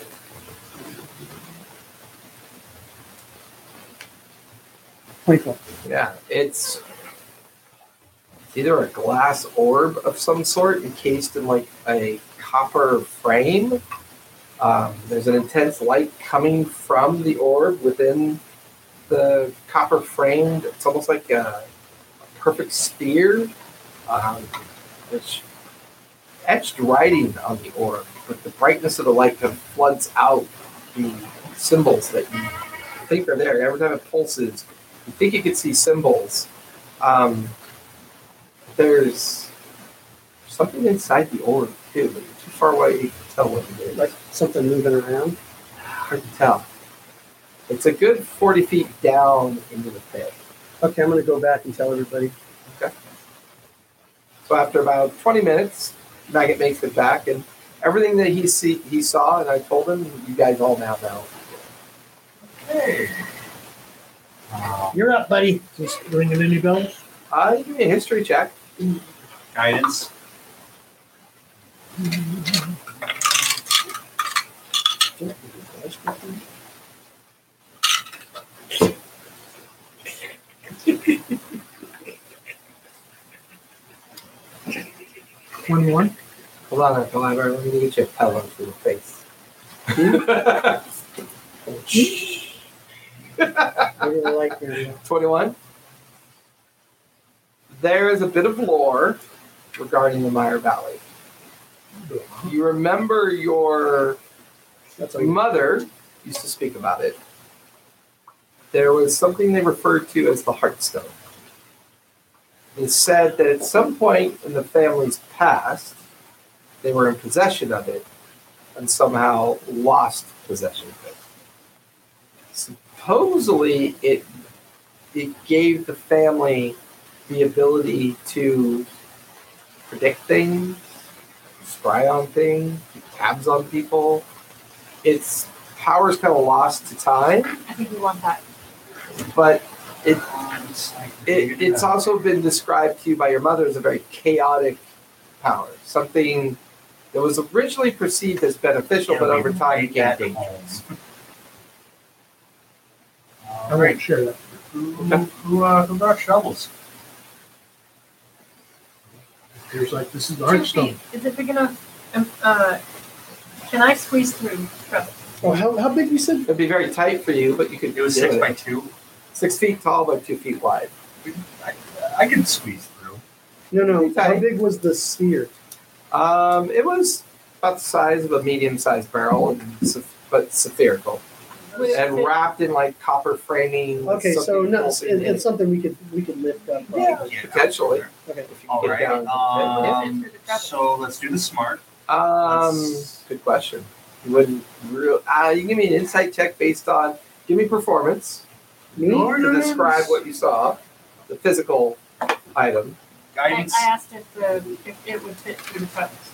Twenty-four. Yeah, it's either a glass orb of some sort encased in like a copper frame. Um, there's an intense light coming from the orb within the copper frame. It's almost like a, a perfect sphere, um, which etched writing on the orb, but the brightness of the light kind of floods out the symbols that you think are there. Every time it pulses, you think you could see symbols. Um, there's something inside the orb too, but you're too far away to tell what it is. Like something moving around. Hard to tell. It's a good 40 feet down into the pit. Okay, I'm going to go back and tell everybody. So after about 20 minutes, Maggot makes it back, and everything that he see he saw, and I told him, you guys all now know. You're up, buddy. Just ringing any bells? Uh, give me a history check. Guidance. Twenty-one. Hold on, Uncle Ivor. Let me get you a pillow for your <laughs> face. <laughs> I really like that. 21. There is a bit of lore regarding the Meyer Valley. You remember your That's a mother used to speak about it. There was something they referred to as the Heartstone. It said that at some point in the family's past, they were in possession of it and somehow lost possession of it. Supposedly, it it gave the family the ability to predict things, spy on things, keep tabs on people. Its power is kind of lost to time, I think we want that. but it, it it's also been described to you by your mother as a very chaotic power, something that was originally perceived as beneficial, but over time became dangerous. All right, share that. Who, who, uh, who brought shovels? Here's like, this is the Two Hearthstone. feet. Is it big enough? Um, uh, can I squeeze through? Trust. Oh, how, how big you said? It'd be very tight for you, but you could It was do six it. by two. six feet tall by two feet wide. I, I can squeeze through. No, no. Okay. How big was the sphere? Um, it was about the size of a medium-sized barrel, and, sup- but spherical, Would it and fit- wrapped in like copper framing. Okay, so something no, else it's, in it, it's something we could we could lift up. Yeah. potentially. Okay. If you All can get right. down. Um, so let's do the smart. Um, good question. You wouldn't real. Uh, you can give me an insight check based on give me performance Me? to describe what you saw, the physical item. I, Guidance. I asked if the if it would fit through the trellis.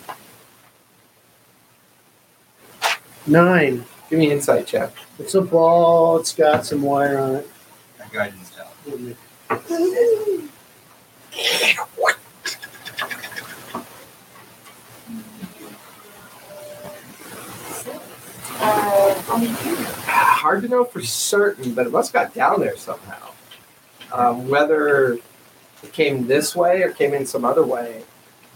Nine. Give me an insight check. It's a ball. It's got some wire on it. Guidance down. Uh, only two. hard to know for certain, but it must got down there somehow. Um, whether it came this way or came in some other way,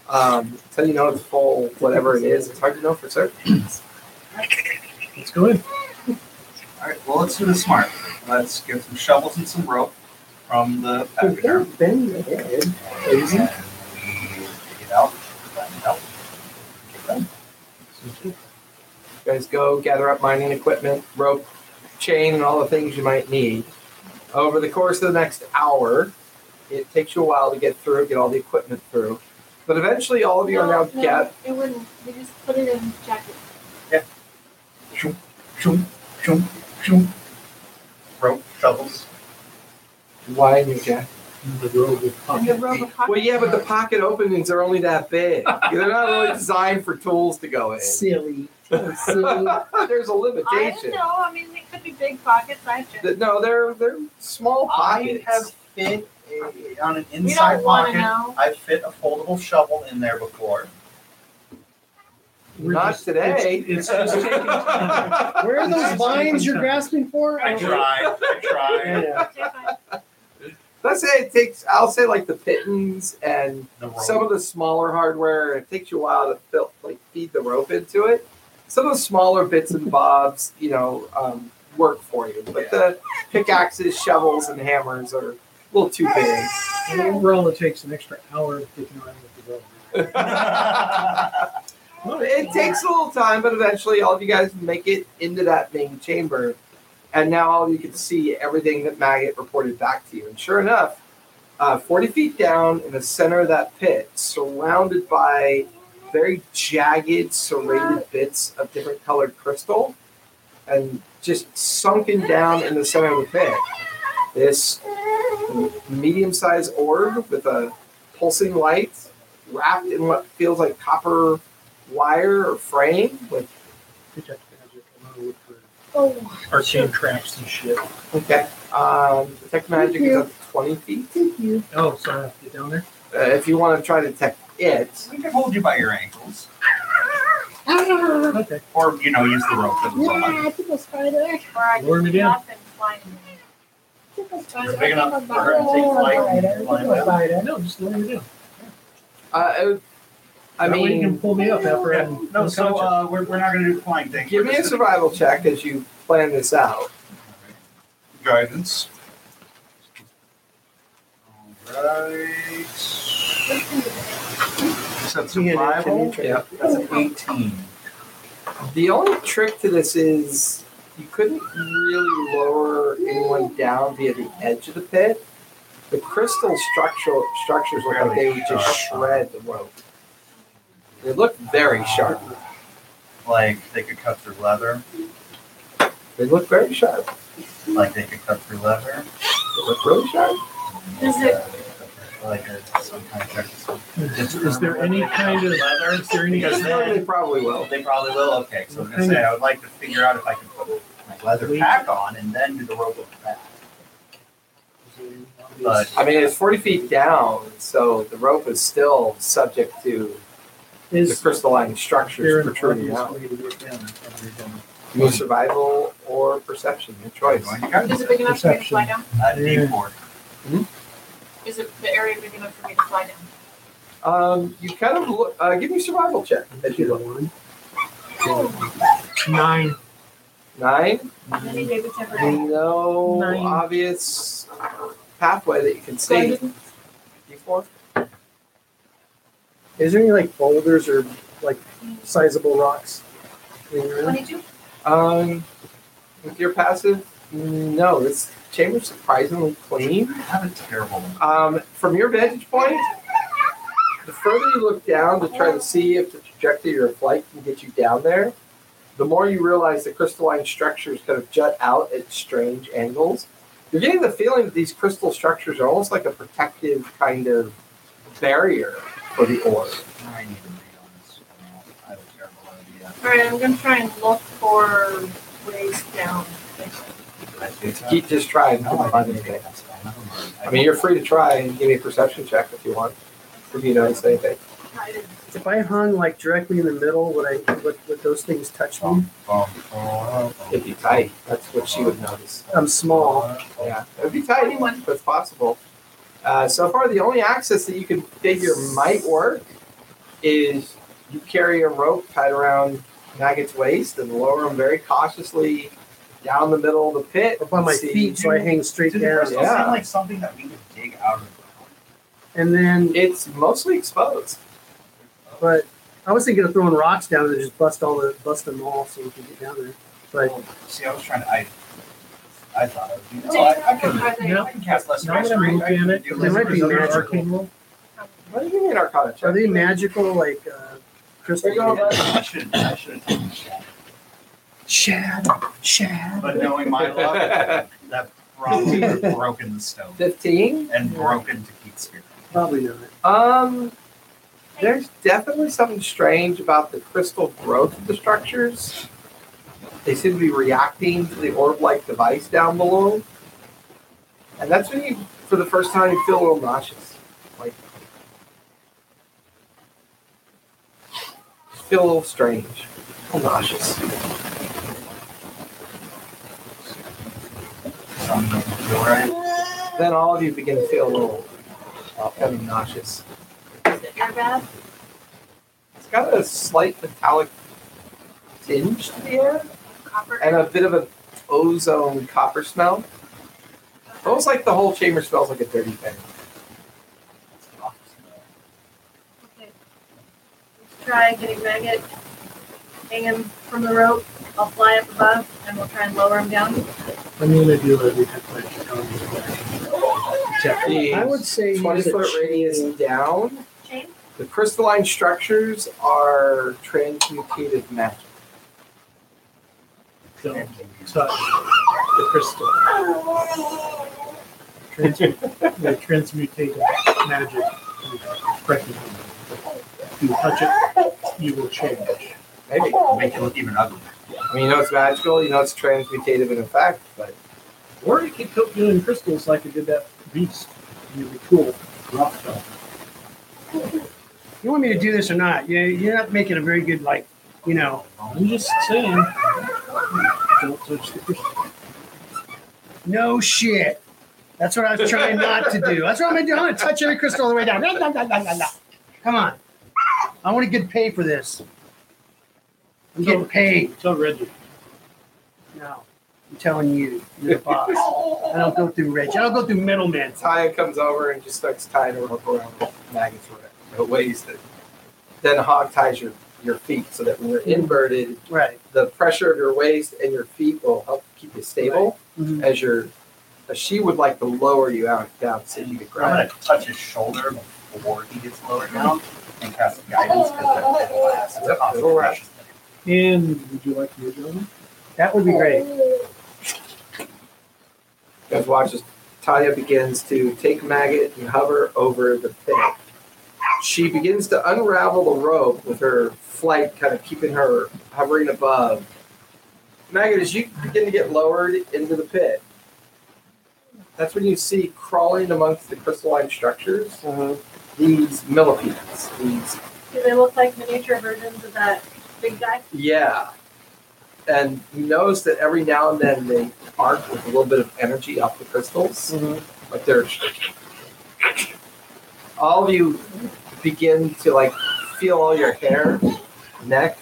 um, until you know it's full, whatever it is, it's hard to know for certain. Let's go in. All right. Well, let's do the smart. Let's get some shovels and some rope from the Have there factory. been a- And we get out. and out. Get them. You guys go gather up mining equipment, rope, chain, and all the things you might need. Over the course of the next hour, it takes you a while to get through, get all the equipment through. But eventually, all of you are now no, get. It wouldn't. We just put it in jacket. Shoom, shoom, shoom. Rope, shovels. Why in your jacket? The road with And the robe of Well, yeah, but the pocket- pocket openings are only that big. They're not really designed for tools to go in. Silly. Silly. There's a I don't limitation. know. I mean, it could be big pockets. I just. That- No, they're they're small I pockets. have fit a, on an we don't inside want pocket. to know. I fit a foldable shovel in there <laughs> before. We're Not just- today. It's, it's just <laughs> taking time. Where are those vines you're grasping for? I tried. I <laughs> tried. Yeah. Okay, fine. Let's say it takes. I'll say like the pittons and The rope. some of the smaller hardware. It takes you a while to fill, like feed the rope into it. Some of the smaller bits and bobs, you know, um, work for you. But the pickaxes, shovels, and hammers are a little too big. And overall, it takes an extra hour to get around with the road. <laughs> It takes a little time, but eventually all of you guys make it into that main chamber. And now all you can see everything that Maggot reported back to you. And sure enough, uh, 40 feet down in the center of that pit, surrounded by very jagged, serrated bits of different colored crystal and just sunken down in the center of the pit. This medium sized orb with a pulsing light wrapped in what feels like copper wire or frame with Detect magic. I'm gonna look for Oh, arcane traps and shit. okay. Um, detect magic is up to 20 feet. thank you. Oh, so I have to get down there. Uh, if you want to try to detect it, We can hold you by your ankles, Okay. or you know, use the rope. that was on my- Yeah, people spider. Or I Lure me could down. drop and fly me. People spider. It's big enough for her to take flight and climb up. No, just let me down. uh, it would- I That way you mean, can pull me up after Yeah, I'm No, so unconscious. uh, we're, we're not going to do flying things. give me a survival check as you plan this out. Guidance. Alright. So survival. Yeah. That's an 18. The only trick to this is you couldn't really lower anyone down via the edge of the pit. The crystal structural structures look like they would just shred the rope. They look very sharp. Like they could cut through leather. They look very sharp. Like they could cut through leather. uh, They look really sharp. Does it- Like a, some kind of technical- Is- is there any kind of- leather? Is there any Because kind of- They probably will. They probably will. Okay, so I'm gonna say I would like to figure out if I can put my leather pack on and then do the rope over that. But I mean, it's 40 feet down, so the rope is still subject to the Is crystalline structures there an protruding obvious out. way to get down? after you're done? You need survival or perception, your choice. Going to guidance. Is it big enough for me to fly down? I need four. Is it the area big enough for me to fly down? Um, you kind of look, uh, give me a survival check as you look. Nine. Nine? Maybe David Temple. No Nine. obvious pathway that you can see. D4? Is there any like boulders or like sizable rocks? laying around? Twenty-two. Um, with your passive, no, this chamber's surprisingly clean. I have a terrible one. Um, from your vantage point, the further you look down to try to see if the trajectory of your flight can get you down there, the more you realize the crystalline structures kind of jut out at strange angles. You're getting the feeling that these crystal structures are almost like a protective kind of barrier for the orb. I need to read on this. I have a terrible idea. All right, I'm gonna try and look for ways down. I think so. Keep just trying. No, I find didn't anything. think that's fine. Never mind. I mean, you're free to try and give me a perception check if you want. If you notice anything. If I hung like directly in the middle, would I would, would those things touch me? Bum, bum, bum, bum. It'd be tight. That's what she would notice. I'm small. Yeah, it'd be tight. Anyone. That's possible. Uh, so far, the only access that you can figure might work is you carry a rope tied around Maggot's waist and lower him very cautiously down the middle of the pit. Up on my See, feet, so I hang straight Did the down. crystal Yeah. seem like something that we could dig out of the ground? And then, It's mostly exposed. but I was thinking of throwing rocks down and just bust all the bust them all so we can get down there. But See, I was trying to. I, I thought I would do Did no, I, I you- can. are they- No. I can cast less Now I'm gonna move in it. They might be magical. Roll. What do you mean, Arcana check? are they magical, like uh, crystal? There you go. I should. I should. Shad, Shad. But knowing my luck, that probably would have broken the stone 15? and broken to keep spirit. Probably not. Um, there's definitely something strange about the crystal growth of the structures. They seem to be reacting to the orb-like device down below, and that's when you, for the first time, you feel a little nauseous. Like, feel a little strange, a little nauseous. Some don't feel right. Then all of you begin to feel a little uh, kind of nauseous. Is it that bad? It's got a slight metallic tinge to the air. Copper. and uh, a bit of an ozone copper smell. Almost like the whole chamber smells like a dirty thing. Okay. Let's try getting maggot. Hang him from the rope. I'll fly up above, and we'll try and lower him down. I'm gonna do a detect magic on this one. The I would say use twenty a foot chain. radius down. Chain. The crystalline structures are transmutative magic. Don't touch the crystal. Transmute, yeah, transmutative magic. Recognize. If you touch it, you will change. Maybe. Make it look even uglier. I mean, you know it's magical, you know it's transmutative in effect, but Or it could coat you in crystals like it did that beast. And you'd be cool. Rock fell. You want me to do this or not? You you're not making a very good like, you know. I'm just saying. Don't touch the crystal. No shit. That's what I was trying not to do. That's what I'm gonna do. I'm gonna touch every crystal all the way down. Nah, nah, nah, nah, nah, nah. Come on. I want to get paid for this. I'm getting paid. Tell Reggie. No, I'm telling you, you're the boss. I don't go through Rich. I don't go through middlemen. Taya comes over and just starts tying a rope around Maggie for it. But ways that then hog ties your, your feet so that when you're inverted, Right. the pressure of your waist and your feet will help keep you stable Mhm. as you're as she would like to lower you out down so you can I'm grab gonna it. touch his shoulder before he gets lowered down and cast Oh, guidance because that will last. It's a possible action. And would you like to be a gentleman? That would be great. You guys watch as Taya begins to take Maggot and hover over the pit. She begins to unravel the rope with her flight kind of keeping her hovering above. Maggot, as you begin to get lowered into the pit, that's when you see crawling amongst the crystalline structures these millipedes. These, Do they look like miniature versions of that big guy? yeah. And you notice that every now and then they arc with a little bit of energy off the crystals. like they're all of you begin to like feel all your hair neck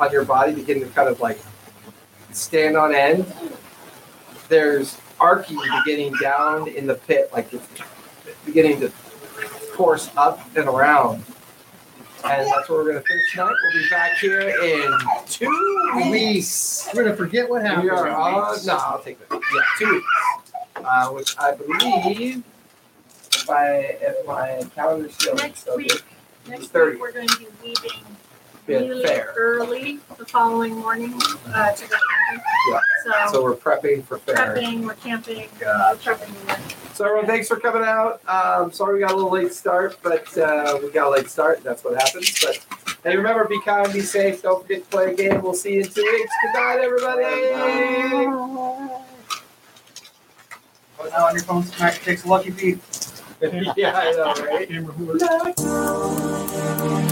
on your body begin to kind of like stand on end there's arcing beginning down in the pit like it's beginning to course up and around and that's where we're going to finish tonight we'll be back here in two weeks We're gonna forget what happened. we are on. No, I'll take that. Yeah, two weeks. Uh, which I believe, if, I, if my calendar still Next week, next Thirty. week, we're going to be leaving been really fair. early the following morning uh, to go camping. Yeah. So, So we're prepping for fair. prepping, we're camping, Gotcha. we're prepping. we're- So everyone, thanks for coming out. Um, sorry we got a little late start, but uh, we got a late start. That's what happens. But hey, remember, be kind, be safe. Don't forget to play a game. We'll see you in two weeks. Good night, everybody. Oh, Put out on your phone, smack, takes a lucky beat. yeah, I know, right? Camera who No,